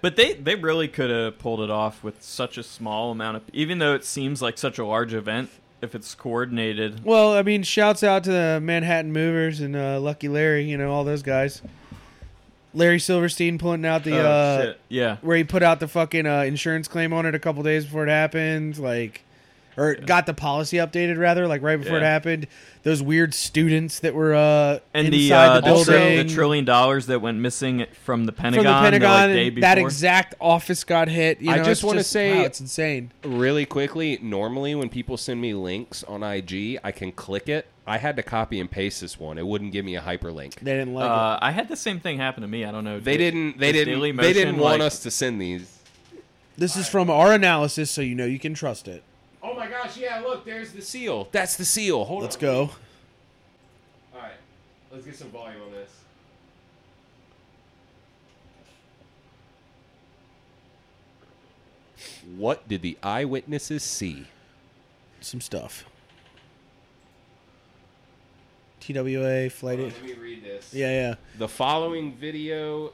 [SPEAKER 7] But they, they really could have pulled it off with such a small amount of, even though it seems like such a large event, if it's coordinated.
[SPEAKER 3] well, I mean, shouts out to the Manhattan Movers and uh, Lucky Larry. You know all those guys. Larry Silverstein putting out the
[SPEAKER 7] Oh,
[SPEAKER 3] uh,
[SPEAKER 7] shit. Yeah.
[SPEAKER 3] where he put out the fucking uh, insurance claim on it a couple days before it happened, like, or got the policy updated rather, like right before it
[SPEAKER 7] Yeah.
[SPEAKER 3] happened. Those weird students that were uh,
[SPEAKER 7] And the,
[SPEAKER 3] inside the
[SPEAKER 7] uh, the, tri-
[SPEAKER 3] building
[SPEAKER 7] the trillion dollars that went missing from the
[SPEAKER 3] from
[SPEAKER 7] Pentagon,
[SPEAKER 3] the
[SPEAKER 7] the,
[SPEAKER 3] Pentagon,
[SPEAKER 7] like, day
[SPEAKER 3] and
[SPEAKER 7] before.
[SPEAKER 3] that exact office got hit. You
[SPEAKER 4] I
[SPEAKER 3] know,
[SPEAKER 4] just
[SPEAKER 3] it's
[SPEAKER 4] wanna say-
[SPEAKER 3] wow, it's insane.
[SPEAKER 4] Really quickly, normally when people send me links on IG, I can click it. I had to copy and paste this one. It wouldn't give me a hyperlink.
[SPEAKER 3] They didn't like it.
[SPEAKER 7] uh, I had the same thing happen to me. I don't know.
[SPEAKER 4] They
[SPEAKER 7] did-
[SPEAKER 4] didn't. They
[SPEAKER 7] does
[SPEAKER 4] didn't.
[SPEAKER 7] Dailymotion,
[SPEAKER 4] They didn't want
[SPEAKER 7] like-
[SPEAKER 4] us to send these.
[SPEAKER 3] This is from our analysis, so you know you can trust it.
[SPEAKER 4] Oh my gosh! Yeah, look, there's the seal. That's the seal. Hold
[SPEAKER 3] Let's go.
[SPEAKER 4] All right, let's get some volume on this. What did the eyewitnesses see?
[SPEAKER 3] Some stuff. TWA flight. eight-
[SPEAKER 4] me read this.
[SPEAKER 3] Yeah, yeah.
[SPEAKER 4] The following video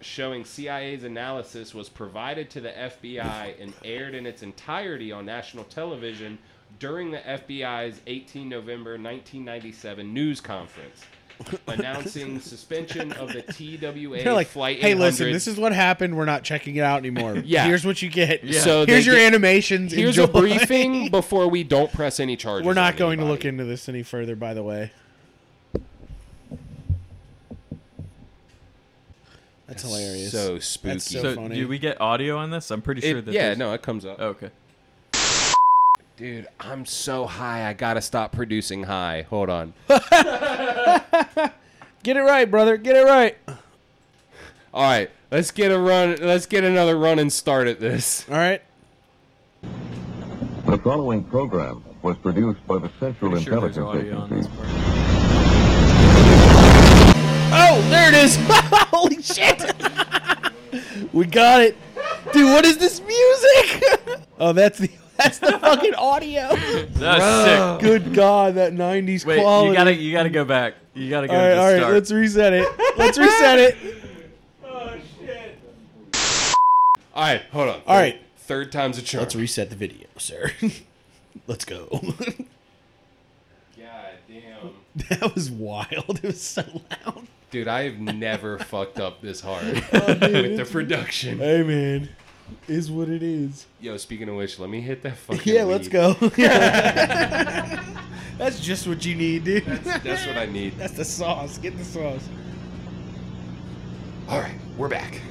[SPEAKER 4] showing CIA's analysis was provided to the FBI and aired in its entirety on national television during the FBI's 18 November 1997
[SPEAKER 3] <laughs>
[SPEAKER 4] news conference. announcing suspension of the TWA
[SPEAKER 3] They're like,
[SPEAKER 4] flight.
[SPEAKER 3] hey, listen,
[SPEAKER 4] 800."
[SPEAKER 3] this is what happened. We're not checking it out anymore.
[SPEAKER 4] <laughs> Yeah.
[SPEAKER 3] Here's what you get.
[SPEAKER 4] So
[SPEAKER 3] here's
[SPEAKER 4] they
[SPEAKER 3] your
[SPEAKER 4] get-
[SPEAKER 3] animations.
[SPEAKER 4] Here's a
[SPEAKER 3] Enjoy.
[SPEAKER 4] briefing before we don't press any charges.
[SPEAKER 3] <laughs> We're not
[SPEAKER 4] on
[SPEAKER 3] going to look
[SPEAKER 4] anybody.
[SPEAKER 3] into this any further, by the way. That's hilarious.
[SPEAKER 4] So spooky.
[SPEAKER 3] That's so-
[SPEAKER 7] So,
[SPEAKER 3] funny.
[SPEAKER 7] do we get audio on this? I'm pretty
[SPEAKER 4] It-
[SPEAKER 7] sure that.
[SPEAKER 4] yeah,
[SPEAKER 7] there's-
[SPEAKER 4] no, it comes up.
[SPEAKER 7] Oh, okay.
[SPEAKER 4] Dude, I'm so high. I gotta stop producing high. Hold on.
[SPEAKER 3] Get it right, brother. Get it right. All
[SPEAKER 4] All right, let's get a run. Let's get another run and start at this.
[SPEAKER 3] right.
[SPEAKER 1] The following program was produced by the Central
[SPEAKER 7] Pretty sure
[SPEAKER 1] Intelligence
[SPEAKER 7] there's audio on this
[SPEAKER 1] Agency.
[SPEAKER 7] part.
[SPEAKER 3] Oh, there it is. <laughs> Holy shit. <laughs> we got it. Dude, what is this music? <laughs> oh, that's the <laughs> that's the fucking audio.
[SPEAKER 7] That's sick.
[SPEAKER 3] Good God, that 90s
[SPEAKER 7] Wait,
[SPEAKER 3] quality.
[SPEAKER 7] you gotta you gotta go back. You gotta go
[SPEAKER 3] all right,
[SPEAKER 7] to the
[SPEAKER 3] all right,
[SPEAKER 7] start.
[SPEAKER 3] let's reset it. Let's reset it.
[SPEAKER 4] All right, hold on.
[SPEAKER 3] All right.
[SPEAKER 4] Third time's a
[SPEAKER 3] <laughs>
[SPEAKER 4] charm.
[SPEAKER 3] Let's reset the video, sir. <laughs> Let's go. <laughs>
[SPEAKER 4] God damn.
[SPEAKER 3] that was wild. It was so loud.
[SPEAKER 4] Dude, I
[SPEAKER 3] <laughs>
[SPEAKER 4] have never fucked up this hard
[SPEAKER 3] Oh,
[SPEAKER 4] <laughs> with the production.
[SPEAKER 3] Hey, man. Is what it is.
[SPEAKER 4] Yo, speaking of which, let me hit
[SPEAKER 3] <laughs>
[SPEAKER 4] that fucking.
[SPEAKER 3] Yeah, let's
[SPEAKER 4] weed.
[SPEAKER 3] go. <laughs> That's just what you need, dude. <laughs> That's,
[SPEAKER 4] That's what I need.
[SPEAKER 3] the sauce. Get the sauce.
[SPEAKER 4] All right, we're back.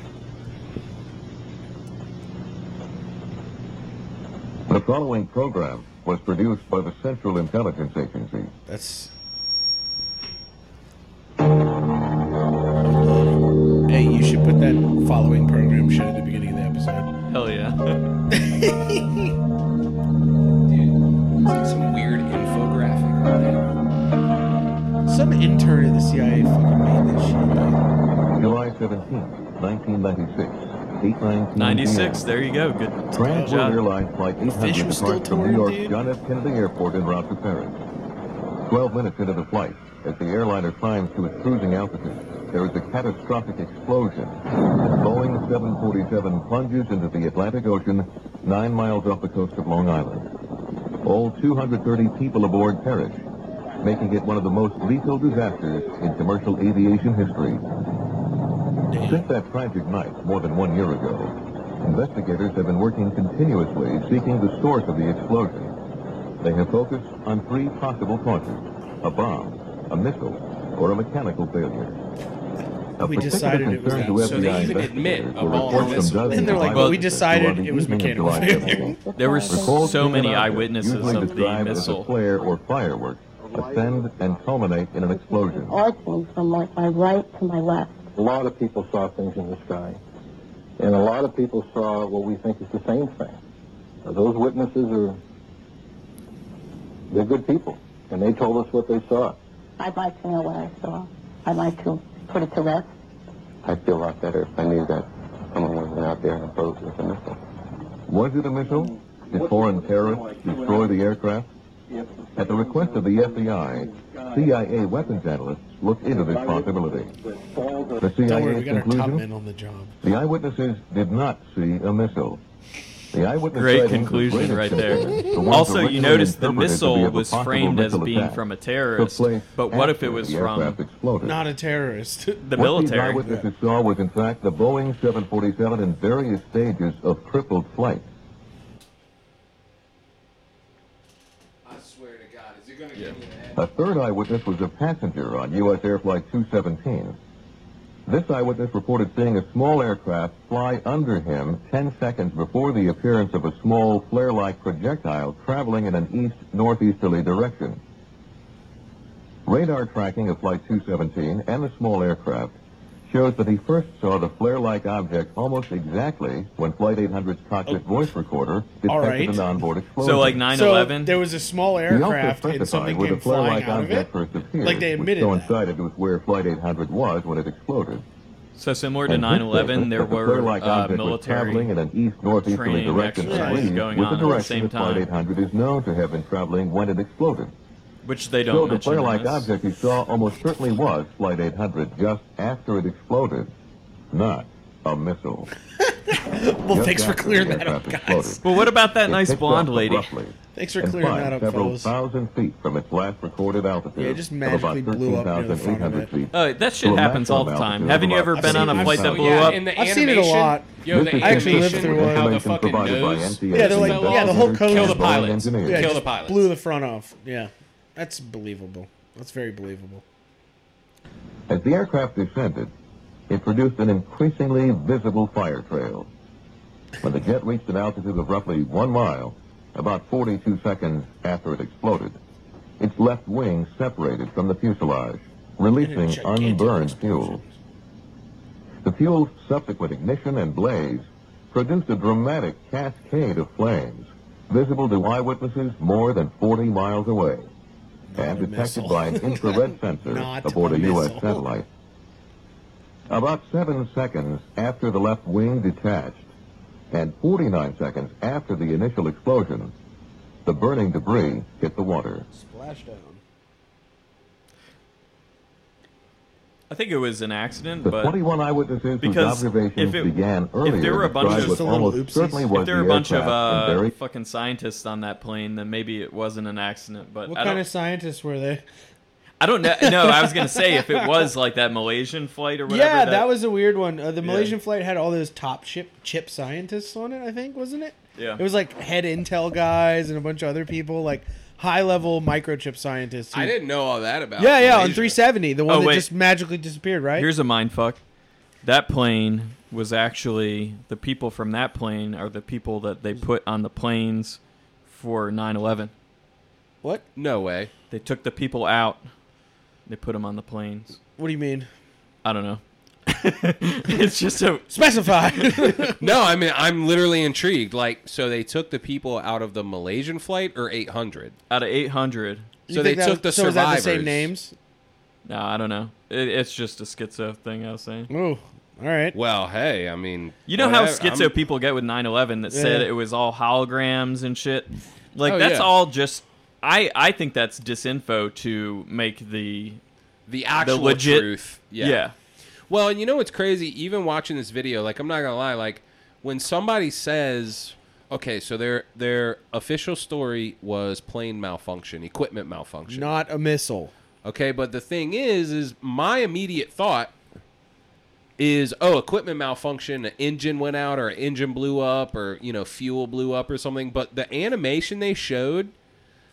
[SPEAKER 1] The following program was produced by the Central Intelligence Agency.
[SPEAKER 3] That's. Hey, you should put that following program shit at the beginning of the episode.
[SPEAKER 7] Hell yeah.
[SPEAKER 4] It's like some weird infographic on that.
[SPEAKER 3] Some intern at the CIA fucking made this shit, dude.
[SPEAKER 1] July 17th, 1996, 8:19
[SPEAKER 7] 96. There you go. Good. good
[SPEAKER 1] Trans World
[SPEAKER 7] job.
[SPEAKER 1] Airlines Flight
[SPEAKER 3] fish
[SPEAKER 1] 800
[SPEAKER 3] was still
[SPEAKER 1] departs from
[SPEAKER 3] torn,
[SPEAKER 1] New York's
[SPEAKER 3] dude.
[SPEAKER 1] John F. Kennedy Airport en route to Paris. Twelve minutes into the flight, as the airliner climbs to its cruising altitude, there is a catastrophic explosion. Boeing 747 plunges into the Atlantic Ocean, nine miles off the coast of Long Island. All 230 people aboard perish, making it one of the most lethal disasters in commercial aviation history. Since that tragic night, more than one year ago, investigators have been working continuously seeking the source of the explosion. They have focused on three possible causes, a bomb, a missile, or a mechanical failure. Of
[SPEAKER 3] We
[SPEAKER 1] particular
[SPEAKER 3] decided it was
[SPEAKER 1] concern
[SPEAKER 3] that.
[SPEAKER 1] to
[SPEAKER 4] So they
[SPEAKER 1] FBI
[SPEAKER 4] even admit
[SPEAKER 1] investigators
[SPEAKER 4] a
[SPEAKER 1] were
[SPEAKER 4] bomb
[SPEAKER 1] reports from
[SPEAKER 4] was-
[SPEAKER 1] dozens
[SPEAKER 3] And they're
[SPEAKER 1] of
[SPEAKER 3] like,
[SPEAKER 1] eyewitnesses
[SPEAKER 3] "We decided
[SPEAKER 1] throughout
[SPEAKER 3] it was
[SPEAKER 1] the evening of
[SPEAKER 3] mechanical
[SPEAKER 1] July
[SPEAKER 3] <laughs> failure."
[SPEAKER 1] 17th.
[SPEAKER 7] There were
[SPEAKER 1] Recalled
[SPEAKER 7] so
[SPEAKER 1] to
[SPEAKER 7] many
[SPEAKER 1] an object
[SPEAKER 7] eyewitnesses
[SPEAKER 1] usually
[SPEAKER 7] of the
[SPEAKER 1] described as a
[SPEAKER 7] missile.
[SPEAKER 1] flare or firework ascend and culminate in an explosion.
[SPEAKER 9] arcing from like my right to my left.
[SPEAKER 10] A lot of people saw things in the sky, and a lot of people saw what we think is the same thing. Those witnesses are they're good people, and they told us what they saw.
[SPEAKER 9] I'd like to know what I saw. I'd like to put it to rest.
[SPEAKER 10] I'd feel a lot better if I knew that someone wasn't out there in a boat with a missile.
[SPEAKER 1] Was it a missile? Did foreign terrorists destroy the aircraft? At the request of the FBI, CIA weapons analysts looked into this possibility. The
[SPEAKER 3] Don't worry, we
[SPEAKER 1] CIA's
[SPEAKER 3] got our top
[SPEAKER 1] conclusion?
[SPEAKER 3] men on the job.
[SPEAKER 1] The eyewitnesses did not see a missile. The eyewitness
[SPEAKER 7] Great
[SPEAKER 1] sightings of
[SPEAKER 7] conclusion
[SPEAKER 1] greatest
[SPEAKER 7] right there. <laughs>
[SPEAKER 1] concern, the ones
[SPEAKER 7] Also, you
[SPEAKER 1] originally
[SPEAKER 7] noticed the
[SPEAKER 1] interpreted to be
[SPEAKER 7] missile
[SPEAKER 1] of a
[SPEAKER 7] was
[SPEAKER 1] possible
[SPEAKER 7] framed as
[SPEAKER 1] missile
[SPEAKER 7] being
[SPEAKER 1] attack,
[SPEAKER 7] from a
[SPEAKER 1] took
[SPEAKER 7] terrorist,
[SPEAKER 1] place
[SPEAKER 7] but what if
[SPEAKER 1] after
[SPEAKER 7] it was
[SPEAKER 1] the
[SPEAKER 7] from
[SPEAKER 1] aircraft exploded.
[SPEAKER 3] Not a terrorist. <laughs>
[SPEAKER 7] the
[SPEAKER 1] what
[SPEAKER 7] military?
[SPEAKER 1] These eyewitnesses saw was, in fact, the Boeing 747 in various stages of crippled flight.
[SPEAKER 4] I swear to God, is it gonna give me an
[SPEAKER 1] A third eyewitness was a passenger on U.S. Air Flight 217. This eyewitness reported seeing a small aircraft fly under him 10 seconds before the appearance of a small flare-like projectile traveling in an east-northeasterly direction. Radar tracking of Flight 217 and the small aircraft shows that he first saw the flare-like object almost exactly when Flight 800's cockpit voice recorder
[SPEAKER 3] Oh. All
[SPEAKER 1] detected
[SPEAKER 3] right.
[SPEAKER 1] an onboard explosion.
[SPEAKER 7] So like 9/11.
[SPEAKER 3] So there was a small
[SPEAKER 1] He also
[SPEAKER 3] aircraft and
[SPEAKER 1] specified
[SPEAKER 3] something
[SPEAKER 1] where
[SPEAKER 3] came
[SPEAKER 1] the flare-like
[SPEAKER 3] flying out of it.
[SPEAKER 1] object first appeared,
[SPEAKER 3] Like, they admitted
[SPEAKER 1] which
[SPEAKER 3] that.
[SPEAKER 1] coincided with where Flight 800 was when it exploded.
[SPEAKER 7] So similar to
[SPEAKER 1] And this
[SPEAKER 7] 9/11,
[SPEAKER 1] statement
[SPEAKER 7] there
[SPEAKER 1] that the
[SPEAKER 7] were
[SPEAKER 1] flare-like
[SPEAKER 7] uh,
[SPEAKER 1] object was traveling in
[SPEAKER 7] military.
[SPEAKER 1] an east-northeasterly
[SPEAKER 7] training
[SPEAKER 1] direction to
[SPEAKER 7] exercises
[SPEAKER 1] leave
[SPEAKER 7] going
[SPEAKER 1] with
[SPEAKER 7] on
[SPEAKER 1] the
[SPEAKER 7] at the
[SPEAKER 1] direction
[SPEAKER 7] same
[SPEAKER 1] that Flight
[SPEAKER 7] time.
[SPEAKER 1] 800 is known to have been traveling when it exploded.
[SPEAKER 7] which they don't
[SPEAKER 1] So the
[SPEAKER 7] mention in
[SPEAKER 1] flare-like
[SPEAKER 7] this.
[SPEAKER 1] object he saw almost certainly was Flight 800 just after it exploded, not a missile.
[SPEAKER 3] <laughs> Well,
[SPEAKER 1] Just
[SPEAKER 3] thanks for
[SPEAKER 1] after the
[SPEAKER 3] clearing that up,
[SPEAKER 1] aircraft
[SPEAKER 3] guys.
[SPEAKER 1] exploded.
[SPEAKER 7] Well, what about that
[SPEAKER 1] It
[SPEAKER 7] nice
[SPEAKER 1] picked
[SPEAKER 7] blonde
[SPEAKER 1] up
[SPEAKER 7] lady?
[SPEAKER 1] abruptly
[SPEAKER 3] Thanks for
[SPEAKER 1] and
[SPEAKER 3] clearing
[SPEAKER 1] climbed
[SPEAKER 3] that up,
[SPEAKER 1] several
[SPEAKER 3] fellas.
[SPEAKER 1] thousand feet from its last recorded altitude.
[SPEAKER 3] Yeah, it just
[SPEAKER 1] of
[SPEAKER 3] magically
[SPEAKER 1] about
[SPEAKER 3] blew up near the front of
[SPEAKER 1] 13,800
[SPEAKER 3] it.
[SPEAKER 1] feet.
[SPEAKER 7] <laughs> Oh, that
[SPEAKER 1] To
[SPEAKER 7] shit
[SPEAKER 1] a
[SPEAKER 7] happens all the
[SPEAKER 1] maximum
[SPEAKER 7] time.
[SPEAKER 1] altitude
[SPEAKER 7] Haven't you
[SPEAKER 1] of
[SPEAKER 7] ever
[SPEAKER 1] about
[SPEAKER 7] been on a
[SPEAKER 1] 13,000
[SPEAKER 7] flight that
[SPEAKER 1] feet.
[SPEAKER 7] blew
[SPEAKER 4] yeah,
[SPEAKER 7] up?
[SPEAKER 4] And the
[SPEAKER 3] I've seen it a
[SPEAKER 4] animation,
[SPEAKER 3] lot.
[SPEAKER 4] Yo, the
[SPEAKER 1] This is
[SPEAKER 3] I actually lived
[SPEAKER 4] animation
[SPEAKER 3] through
[SPEAKER 1] with
[SPEAKER 3] one.
[SPEAKER 4] How the
[SPEAKER 1] information
[SPEAKER 4] fucking
[SPEAKER 1] provided by
[SPEAKER 4] nose.
[SPEAKER 1] NTSB
[SPEAKER 3] Yeah, they're like-
[SPEAKER 1] fell
[SPEAKER 3] yeah, the
[SPEAKER 1] off
[SPEAKER 3] whole
[SPEAKER 1] and
[SPEAKER 3] cone-
[SPEAKER 1] Boeing
[SPEAKER 3] Kill the
[SPEAKER 4] pilots.
[SPEAKER 1] engineers.
[SPEAKER 3] Yeah,
[SPEAKER 4] Kill
[SPEAKER 3] just
[SPEAKER 4] the pilots.
[SPEAKER 3] Blew the front off. Yeah, that's believable. That's very believable.
[SPEAKER 1] As the aircraft descended, it produced an increasingly visible fire trail. When the jet reached an altitude of roughly one mile, about 42 seconds after it exploded, its left wing separated from the fuselage,
[SPEAKER 3] And a
[SPEAKER 1] releasing
[SPEAKER 3] gigantic
[SPEAKER 1] unburned
[SPEAKER 3] explosion.
[SPEAKER 1] fuel. The fuel's subsequent ignition and blaze produced a dramatic cascade of flames, visible to eyewitnesses more than 40 miles away, and
[SPEAKER 3] a
[SPEAKER 1] detected
[SPEAKER 3] missile.
[SPEAKER 1] by an
[SPEAKER 7] <laughs>
[SPEAKER 1] infrared sensor
[SPEAKER 3] Not
[SPEAKER 1] aboard
[SPEAKER 3] a
[SPEAKER 1] a U.S.
[SPEAKER 3] missile.
[SPEAKER 1] satellite. About seven seconds after the left wing detached, and 49 seconds after the initial explosion, the burning debris hit the water.
[SPEAKER 6] Splashdown.
[SPEAKER 7] I think it was an accident,
[SPEAKER 1] The
[SPEAKER 7] but
[SPEAKER 1] 21 eyewitnesses whose
[SPEAKER 7] Because
[SPEAKER 1] observations
[SPEAKER 7] if it-
[SPEAKER 1] began
[SPEAKER 7] if
[SPEAKER 1] earlier
[SPEAKER 7] there were a bunch
[SPEAKER 1] described
[SPEAKER 7] of-
[SPEAKER 1] what
[SPEAKER 3] Just a little
[SPEAKER 1] almost
[SPEAKER 3] oopsies.
[SPEAKER 1] certainly
[SPEAKER 3] If
[SPEAKER 1] was
[SPEAKER 7] if there were a
[SPEAKER 1] the
[SPEAKER 7] bunch of
[SPEAKER 1] aircraft and
[SPEAKER 7] uh,
[SPEAKER 1] very
[SPEAKER 7] fucking scientists on that plane, then maybe it wasn't an accident. But
[SPEAKER 3] What
[SPEAKER 7] I
[SPEAKER 3] kind of
[SPEAKER 7] don't,
[SPEAKER 3] scientists were they?
[SPEAKER 7] I don't know. No, I
[SPEAKER 3] <laughs>
[SPEAKER 7] was gonna say if it was like that Malaysian flight or whatever.
[SPEAKER 3] yeah, that, was a weird one. Uh, the Malaysian flight had all those top ship chip scientists on it. I think wasn't it?
[SPEAKER 7] Yeah.
[SPEAKER 3] It was like head intel guys and a bunch of other people, like high level microchip scientists. who-
[SPEAKER 4] I didn't know all that about.
[SPEAKER 3] Yeah, yeah, on
[SPEAKER 4] Malaysia.
[SPEAKER 3] 370, the one
[SPEAKER 7] Oh,
[SPEAKER 3] that
[SPEAKER 7] wait.
[SPEAKER 3] just magically disappeared, right?
[SPEAKER 7] Here's a mind fuck. That plane was actually the people from that plane are the people that they put on the planes for 9/11.
[SPEAKER 3] what?
[SPEAKER 4] No way.
[SPEAKER 7] They took the people out. They put them on the planes.
[SPEAKER 3] What do you mean?
[SPEAKER 7] I don't know. <laughs> it's just a
[SPEAKER 3] Specify.
[SPEAKER 4] <laughs> No, I mean I'm literally intrigued. Like, so they took the people out of the Malaysian flight or 800.
[SPEAKER 7] out of 800.
[SPEAKER 3] You
[SPEAKER 4] So they
[SPEAKER 3] think that-
[SPEAKER 4] took the
[SPEAKER 3] so is that the same
[SPEAKER 4] survivors.
[SPEAKER 3] names?
[SPEAKER 7] No, I don't know. It, it's just a schizo thing. I was saying.
[SPEAKER 3] Oh, all right.
[SPEAKER 4] Well, hey, I mean,
[SPEAKER 7] You know how
[SPEAKER 4] whatever,
[SPEAKER 7] schizo
[SPEAKER 4] I'm-
[SPEAKER 7] people get with 9/11 that said
[SPEAKER 3] Yeah.
[SPEAKER 7] it was all holograms and shit. Like
[SPEAKER 4] Oh,
[SPEAKER 7] that's
[SPEAKER 4] yeah.
[SPEAKER 7] all just. I I think that's disinfo to make the
[SPEAKER 4] the actual
[SPEAKER 7] legit-
[SPEAKER 4] truth.
[SPEAKER 7] yeah.
[SPEAKER 4] Well, and you know what's crazy? Even watching this video, like I'm not gonna lie, like when somebody says, "Okay, so their their official story was plane malfunction, equipment malfunction."
[SPEAKER 3] Not a missile.
[SPEAKER 4] Okay, but the thing is, is my immediate thought is, oh, equipment malfunction, an engine went out, or an engine blew up, or you know, fuel blew up, or something. But the animation they showed,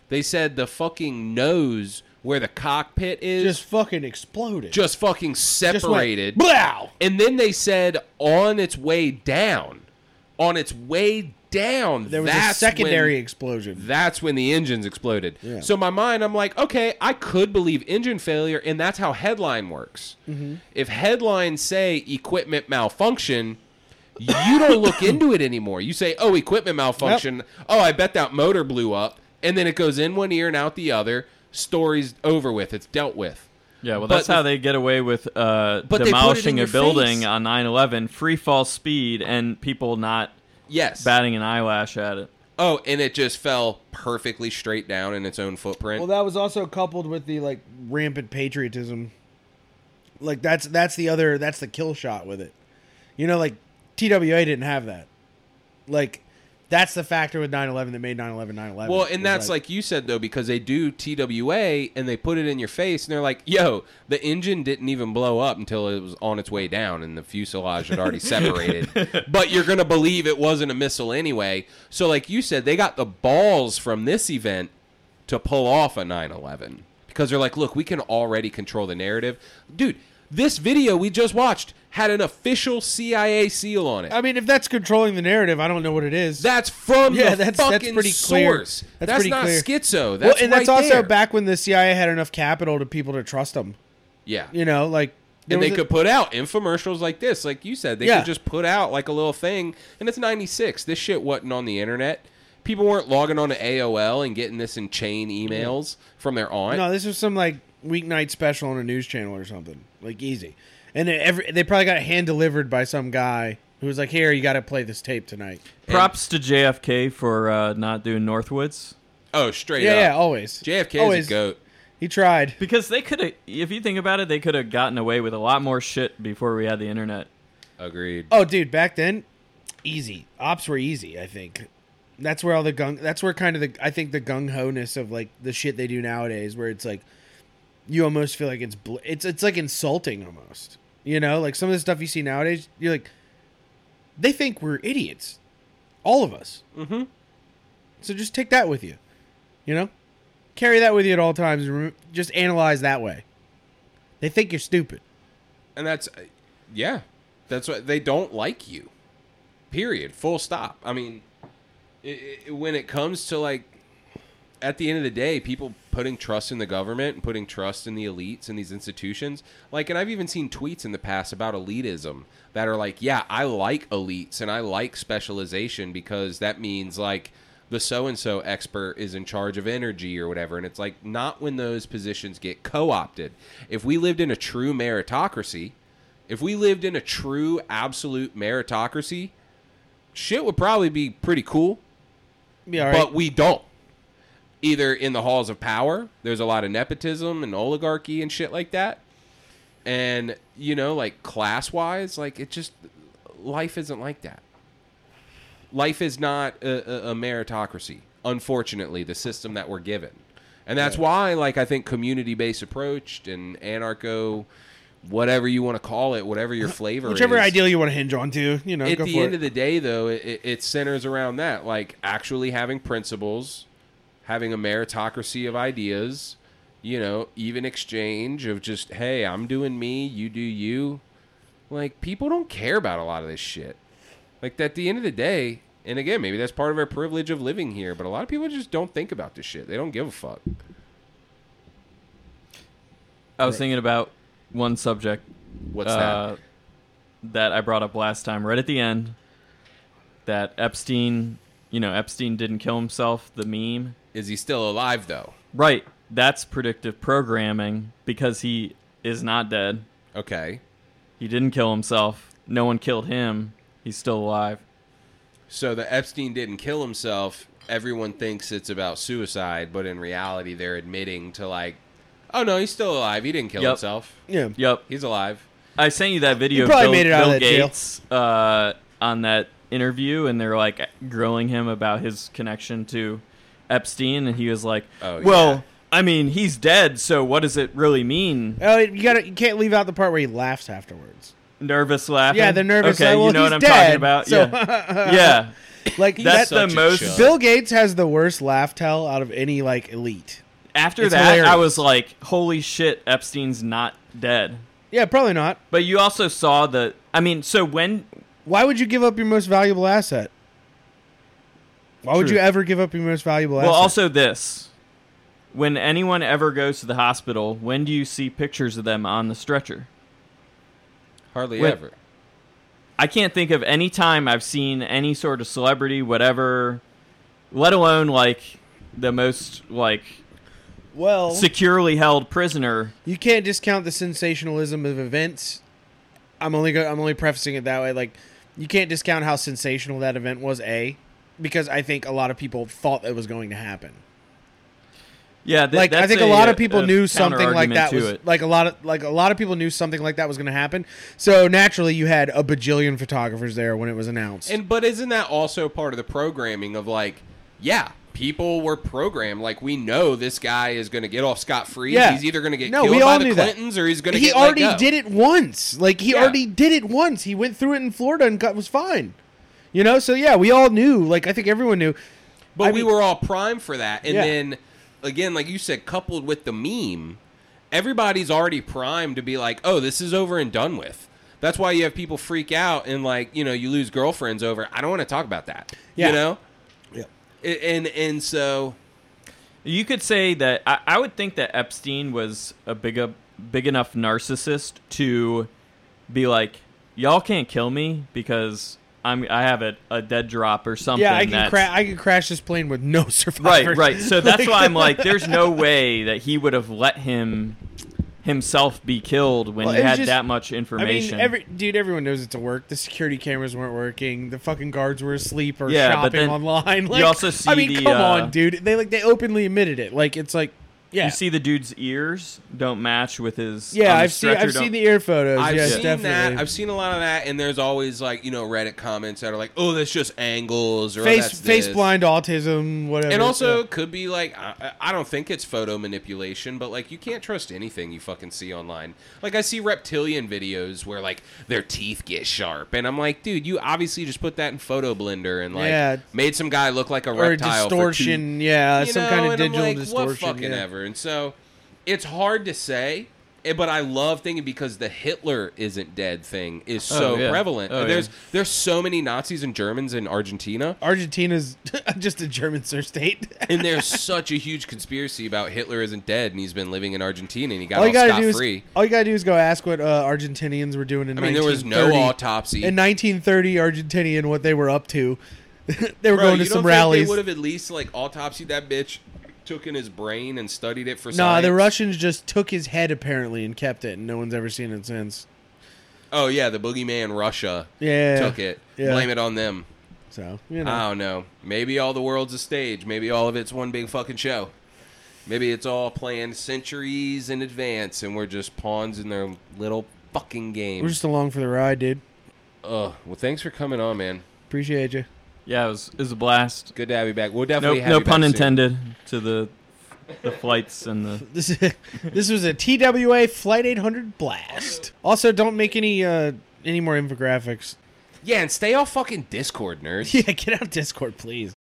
[SPEAKER 4] they said the fucking nose where the cockpit is
[SPEAKER 3] just fucking exploded.
[SPEAKER 4] just fucking
[SPEAKER 3] Just went,
[SPEAKER 4] separated.
[SPEAKER 3] Blow.
[SPEAKER 4] and then they said on its way down, on its way down,
[SPEAKER 3] There was
[SPEAKER 4] that's
[SPEAKER 3] a secondary
[SPEAKER 4] when-
[SPEAKER 3] explosion.
[SPEAKER 4] that's when the engines exploded.
[SPEAKER 3] Yeah.
[SPEAKER 4] So my mind, I'm like, okay, I could believe engine failure, and that's how headline works.
[SPEAKER 3] Mm-hmm.
[SPEAKER 4] If headlines say equipment malfunction, you don't
[SPEAKER 3] <coughs>
[SPEAKER 4] look into it anymore. You say, oh, equipment malfunction. Oh, I bet that motor blew up, and then it goes in one ear and out the other. Story's over with. It's dealt with.
[SPEAKER 7] Yeah, well,
[SPEAKER 4] But
[SPEAKER 7] that's
[SPEAKER 4] the-
[SPEAKER 7] how they get away with
[SPEAKER 4] But
[SPEAKER 7] uh,
[SPEAKER 4] they put it in
[SPEAKER 7] demolishing
[SPEAKER 4] your
[SPEAKER 7] a building
[SPEAKER 4] face.
[SPEAKER 7] on 9/11, free fall speed, and people not
[SPEAKER 4] Yes.
[SPEAKER 7] batting an eyelash at it.
[SPEAKER 4] Oh, and it just fell perfectly straight down in its own footprint.
[SPEAKER 3] Well, that was also coupled with the like rampant patriotism. Like that's that's the other that's the kill shot with it. You know, like TWA didn't have that. Like that's the factor with 9/11 that made 9/11 9/11.
[SPEAKER 4] Well,
[SPEAKER 3] was,
[SPEAKER 4] and that's like, you said though, because they do TWA and they put it in your face, and they're like, "Yo, the engine didn't even blow up until it was on its way down, and the fuselage had already separated." but you're gonna believe it wasn't a missile anyway. So, like you said, they got the balls from this event to pull off a 9/11 because they're like, "Look, we can already control the narrative, dude." This video we just watched had an official CIA seal on it.
[SPEAKER 3] I mean, if that's controlling the narrative, I don't know what it is.
[SPEAKER 4] That's from
[SPEAKER 3] Yeah,
[SPEAKER 4] the
[SPEAKER 3] that's- that's
[SPEAKER 4] fucking
[SPEAKER 3] pretty clear.
[SPEAKER 4] source.
[SPEAKER 3] That's
[SPEAKER 4] That's,
[SPEAKER 3] pretty
[SPEAKER 4] not
[SPEAKER 3] clear.
[SPEAKER 4] schizo. That's
[SPEAKER 3] well, and that's
[SPEAKER 4] right
[SPEAKER 3] also
[SPEAKER 4] there.
[SPEAKER 3] back when the CIA had enough capital to people to trust them.
[SPEAKER 4] Yeah,
[SPEAKER 3] You know, like there
[SPEAKER 4] and they
[SPEAKER 3] was a-
[SPEAKER 4] could put out infomercials like this, like you said. They
[SPEAKER 3] Yeah.
[SPEAKER 4] could just put out like a little thing, and it's '96. This shit wasn't on the internet. People weren't logging on to AOL and getting this in chain emails from their aunt.
[SPEAKER 3] No, this was some like weeknight special on a news channel or something. Like easy. And it- every, they probably got it hand delivered by some guy who was like, "Here, you got to play this tape tonight."
[SPEAKER 7] Props to JFK for uh, not doing Northwoods
[SPEAKER 4] Oh, straight
[SPEAKER 3] Yeah,
[SPEAKER 4] up.
[SPEAKER 3] yeah, always.
[SPEAKER 4] JFK's
[SPEAKER 3] always.
[SPEAKER 4] a goat.
[SPEAKER 3] He tried.
[SPEAKER 7] because they could have. If you think about it, they could have gotten away with a lot more shit before we had the internet.
[SPEAKER 4] Agreed.
[SPEAKER 3] Oh, dude, back then, easy. Ops were easy. I think that's where all the gung. That's where kind of the I think the gung ho ness of like the shit they do nowadays, where it's like you almost feel like it's bl- it's it's like insulting almost. You know, like some of the stuff you see nowadays, you're like, they think we're idiots, all of us. Mm-hmm. So just take that with you. You know, carry that with you at all times. and rem- Just analyze that way. They think you're stupid.
[SPEAKER 4] And that's, uh, yeah, that's what they don't like you. Period. Full stop. I mean, it, it, when it comes to like, at the end of the day, people putting trust in the government and putting trust in the elites and these institutions. Like, and I've even seen tweets in the past about elitism that are like, yeah, I like elites and I like specialization because that means like the so and so expert is in charge of energy or whatever. And it's like, not when those positions get co opted. If we lived in a true meritocracy, if we lived in a true absolute meritocracy, shit would probably be pretty cool,
[SPEAKER 3] Yeah, all right.
[SPEAKER 4] but we don't. Either in the halls of power, there's a lot of nepotism and oligarchy and shit like that. And, you know, like class wise, like it just, life isn't like that. Life is not a, a, a meritocracy, unfortunately, the system that we're given. And that's why, like, I think community based approached and anarcho, whatever you want to call it, whatever your flavor
[SPEAKER 3] Whichever
[SPEAKER 4] is
[SPEAKER 3] ideal you want to hinge on to, you know,
[SPEAKER 4] at
[SPEAKER 3] go
[SPEAKER 4] the
[SPEAKER 3] for
[SPEAKER 4] end
[SPEAKER 3] it.
[SPEAKER 4] of the day though it, it centers around that like actually having principles having a meritocracy of ideas you know even exchange of just hey i'm doing me you do you like people don't care about a lot of this shit like at the end of the day and again maybe that's part of our privilege of living here but a lot of people just don't think about this shit they don't give a fuck
[SPEAKER 7] I was thinking about one subject
[SPEAKER 4] what's
[SPEAKER 7] uh, that I brought up last time, right at the end, that Epstein, you know, Epstein didn't kill himself. The meme,
[SPEAKER 4] that is he still alive though
[SPEAKER 7] right? That's predictive programming because he is not dead.
[SPEAKER 4] okay
[SPEAKER 7] He didn't kill himself. No one killed him. He's still alive.
[SPEAKER 4] So the Epstein didn't kill himself. Everyone thinks it's about suicide, but in reality, they're admitting to like, oh no, he's still alive. He didn't kill
[SPEAKER 7] Yep.
[SPEAKER 4] himself.
[SPEAKER 3] yeah.
[SPEAKER 7] Yep.
[SPEAKER 4] He's alive.
[SPEAKER 7] I sent you that video.
[SPEAKER 3] probably
[SPEAKER 7] of Bill,
[SPEAKER 3] made it out of
[SPEAKER 7] Bill
[SPEAKER 3] that jail.
[SPEAKER 7] Gates uh, on that interview, and they're like grilling him about his connection to Epstein, and he was like,
[SPEAKER 4] Oh,
[SPEAKER 7] "Well,
[SPEAKER 4] yeah.
[SPEAKER 7] I mean, he's dead, so what does it really mean?"
[SPEAKER 3] Oh, you got to you can't leave out the part where he laughs afterwards.
[SPEAKER 7] Nervous laughing.
[SPEAKER 3] Yeah, the nervous.
[SPEAKER 7] Okay,
[SPEAKER 3] like, well,
[SPEAKER 7] you know
[SPEAKER 3] he's
[SPEAKER 7] what I'm
[SPEAKER 3] dead,
[SPEAKER 7] talking about.
[SPEAKER 3] So, <laughs>
[SPEAKER 7] Yeah, yeah.
[SPEAKER 3] like that.
[SPEAKER 7] That's
[SPEAKER 4] such
[SPEAKER 7] the
[SPEAKER 4] a
[SPEAKER 7] most.
[SPEAKER 4] chump.
[SPEAKER 3] Bill Gates has the worst laugh tell out of any like elite.
[SPEAKER 7] after
[SPEAKER 3] It's
[SPEAKER 7] that,
[SPEAKER 3] hilarious.
[SPEAKER 7] I was like, "Holy shit, Epstein's not dead."
[SPEAKER 3] Yeah, probably not.
[SPEAKER 7] But you also saw the. I mean, so when
[SPEAKER 3] Why would you give up your most valuable asset? Why would
[SPEAKER 7] True.
[SPEAKER 3] you ever give up your most valuable
[SPEAKER 7] well,
[SPEAKER 3] asset?
[SPEAKER 7] also this. When anyone ever goes to the hospital, when do you see pictures of them on the stretcher?
[SPEAKER 4] Hardly
[SPEAKER 7] Wait.
[SPEAKER 4] ever.
[SPEAKER 7] I can't think of any time I've seen any sort of celebrity, whatever, let alone like the most like
[SPEAKER 3] well,
[SPEAKER 7] securely held prisoner.
[SPEAKER 3] you can't discount the sensationalism of events. I'm only go- I'm only prefacing it that way. Like, you can't discount how sensational that event was. A, because I think a lot of people thought that was going to happen.
[SPEAKER 7] Yeah, th-
[SPEAKER 3] like I
[SPEAKER 7] that's
[SPEAKER 3] think a, lot of people
[SPEAKER 7] a
[SPEAKER 3] knew something like
[SPEAKER 7] counterargument
[SPEAKER 3] that
[SPEAKER 7] to
[SPEAKER 3] was
[SPEAKER 7] it.
[SPEAKER 3] like a lot of like a lot of people knew something like that was going to happen. So naturally, you had a bajillion photographers there when it was announced.
[SPEAKER 4] And but isn't that also part of the programming of like, yeah, people were programmed like we know this guy is going to get off scot free.
[SPEAKER 3] Yeah.
[SPEAKER 4] he's either going to get
[SPEAKER 3] No,
[SPEAKER 4] killed
[SPEAKER 3] we
[SPEAKER 4] by
[SPEAKER 3] all
[SPEAKER 4] the
[SPEAKER 3] knew that.
[SPEAKER 4] Clintons or he's going to
[SPEAKER 3] he
[SPEAKER 4] get
[SPEAKER 3] already
[SPEAKER 4] let go.
[SPEAKER 3] did it once. Like he
[SPEAKER 4] Yeah.
[SPEAKER 3] already did it once. He went through it in Florida and got, was fine. You know, so yeah, we all knew. Like I think everyone knew.
[SPEAKER 4] But
[SPEAKER 3] I
[SPEAKER 4] we
[SPEAKER 3] mean-
[SPEAKER 4] were all primed for that. And
[SPEAKER 3] Yeah.
[SPEAKER 4] then again, like you said, coupled with the meme, everybody's already primed to be like, "Oh, this is over and done with." That's why you have people freak out and like, you know, you lose girlfriends over. I don't want to talk about that.
[SPEAKER 3] Yeah.
[SPEAKER 4] You know?
[SPEAKER 3] Yeah.
[SPEAKER 4] A- And and so
[SPEAKER 7] You could say that I, I would think that Epstein was a big a big enough narcissist to be like, y'all can't kill me because I'm I have a, a dead drop or something.
[SPEAKER 3] Yeah, I can
[SPEAKER 7] that's-
[SPEAKER 3] cra- I can crash this plane with no <laughs> survivors.
[SPEAKER 7] <laughs> Right, right. So that's
[SPEAKER 3] <laughs>
[SPEAKER 7] why I'm like, there's no way that he would have let him himself be killed when
[SPEAKER 3] Well,
[SPEAKER 7] he
[SPEAKER 3] it was
[SPEAKER 7] had
[SPEAKER 3] just-
[SPEAKER 7] that much
[SPEAKER 3] I mean,
[SPEAKER 7] information.
[SPEAKER 3] every dude, everyone knows it's a work. The security cameras weren't working. The fucking guards were asleep or
[SPEAKER 7] Yeah, but
[SPEAKER 3] shopping
[SPEAKER 7] then
[SPEAKER 3] online. <laughs>
[SPEAKER 7] you
[SPEAKER 3] Like,
[SPEAKER 7] also see
[SPEAKER 3] I mean,
[SPEAKER 7] the,
[SPEAKER 3] come
[SPEAKER 7] uh,
[SPEAKER 3] on, dude. They like they openly admitted it. Like it's like, yeah,
[SPEAKER 7] You see the dude's ears don't match with his.
[SPEAKER 3] yeah.
[SPEAKER 7] on the
[SPEAKER 3] I've seen
[SPEAKER 7] stretcher,
[SPEAKER 3] I've
[SPEAKER 7] don't-
[SPEAKER 3] seen the ear photos.
[SPEAKER 4] I've
[SPEAKER 3] yes,
[SPEAKER 4] seen
[SPEAKER 3] definitely.
[SPEAKER 4] that. I've seen a lot of that, and there's always like you know Reddit comments that are like, "Oh, that's just angles," or
[SPEAKER 3] face
[SPEAKER 4] "That's
[SPEAKER 3] face
[SPEAKER 4] this."
[SPEAKER 3] blind autism, whatever.
[SPEAKER 4] And also,
[SPEAKER 3] Yeah.
[SPEAKER 4] it could be like I, I I don't think it's photo manipulation, but like you can't trust anything you fucking see online. Like I see reptilian videos where like their teeth get sharp, and I'm like, dude, you obviously just put that in Photo Blender and like
[SPEAKER 3] Yeah.
[SPEAKER 4] made some guy look like a
[SPEAKER 3] or a
[SPEAKER 4] reptile for two-
[SPEAKER 3] distortion, yeah,
[SPEAKER 4] you
[SPEAKER 3] some
[SPEAKER 4] know,
[SPEAKER 3] kind of
[SPEAKER 4] and I'm
[SPEAKER 3] digital
[SPEAKER 4] like,
[SPEAKER 3] distortion.
[SPEAKER 4] What fucking
[SPEAKER 3] yeah.
[SPEAKER 4] ever. And so it's hard to say, eh, but I love thinking because the Hitler isn't dead thing is so
[SPEAKER 7] Oh, yeah.
[SPEAKER 4] prevalent.
[SPEAKER 7] Oh, yeah.
[SPEAKER 4] there's there's so many Nazis and Germans in Argentina.
[SPEAKER 3] Argentina's <laughs> just a German sir state.
[SPEAKER 4] And there's such a huge conspiracy about Hitler isn't dead and he's been living in Argentina and he got
[SPEAKER 3] all
[SPEAKER 4] all
[SPEAKER 3] you gotta
[SPEAKER 4] scot
[SPEAKER 3] do is
[SPEAKER 4] free.
[SPEAKER 3] all you gotta do is go ask what uh, Argentinians were doing in.
[SPEAKER 4] I mean, there was no
[SPEAKER 3] 1930.
[SPEAKER 4] autopsy.
[SPEAKER 3] in 1930 Argentinian what they were up to. <laughs> they were
[SPEAKER 4] Bro,
[SPEAKER 3] going to
[SPEAKER 4] you don't
[SPEAKER 3] some
[SPEAKER 4] think
[SPEAKER 3] rallies.
[SPEAKER 4] They would have at least like autopsied that bitch, took in his brain and studied it for.
[SPEAKER 3] Nah, the
[SPEAKER 4] science?
[SPEAKER 3] Russians just took his head apparently and kept it, and no one's ever seen it since.
[SPEAKER 4] Oh yeah, the boogeyman Russia
[SPEAKER 3] Yeah,
[SPEAKER 4] took it.
[SPEAKER 3] Yeah.
[SPEAKER 4] Blame it on them.
[SPEAKER 3] So you know,
[SPEAKER 4] I don't know. Maybe all the world's a stage. Maybe all of it's one big fucking show. Maybe it's all planned centuries in advance, and we're just pawns in their little fucking game.
[SPEAKER 3] we're just along for the ride, dude.
[SPEAKER 4] Ugh. Well, thanks for coming on, man.
[SPEAKER 3] Appreciate you. <laughs>
[SPEAKER 7] Yeah, it was, it was a blast.
[SPEAKER 4] Good to have you back. We'll
[SPEAKER 7] No,
[SPEAKER 4] definitely have
[SPEAKER 7] no
[SPEAKER 4] you
[SPEAKER 7] pun
[SPEAKER 4] back soon.
[SPEAKER 7] intended to the the flights and the.
[SPEAKER 3] This
[SPEAKER 4] <laughs>
[SPEAKER 3] this was a TWA Flight 800 blast. Also, don't make any uh any more infographics. <laughs>
[SPEAKER 4] Yeah, and stay off fucking Discord, nerds.
[SPEAKER 7] <laughs>
[SPEAKER 3] Yeah, get out of Discord, please.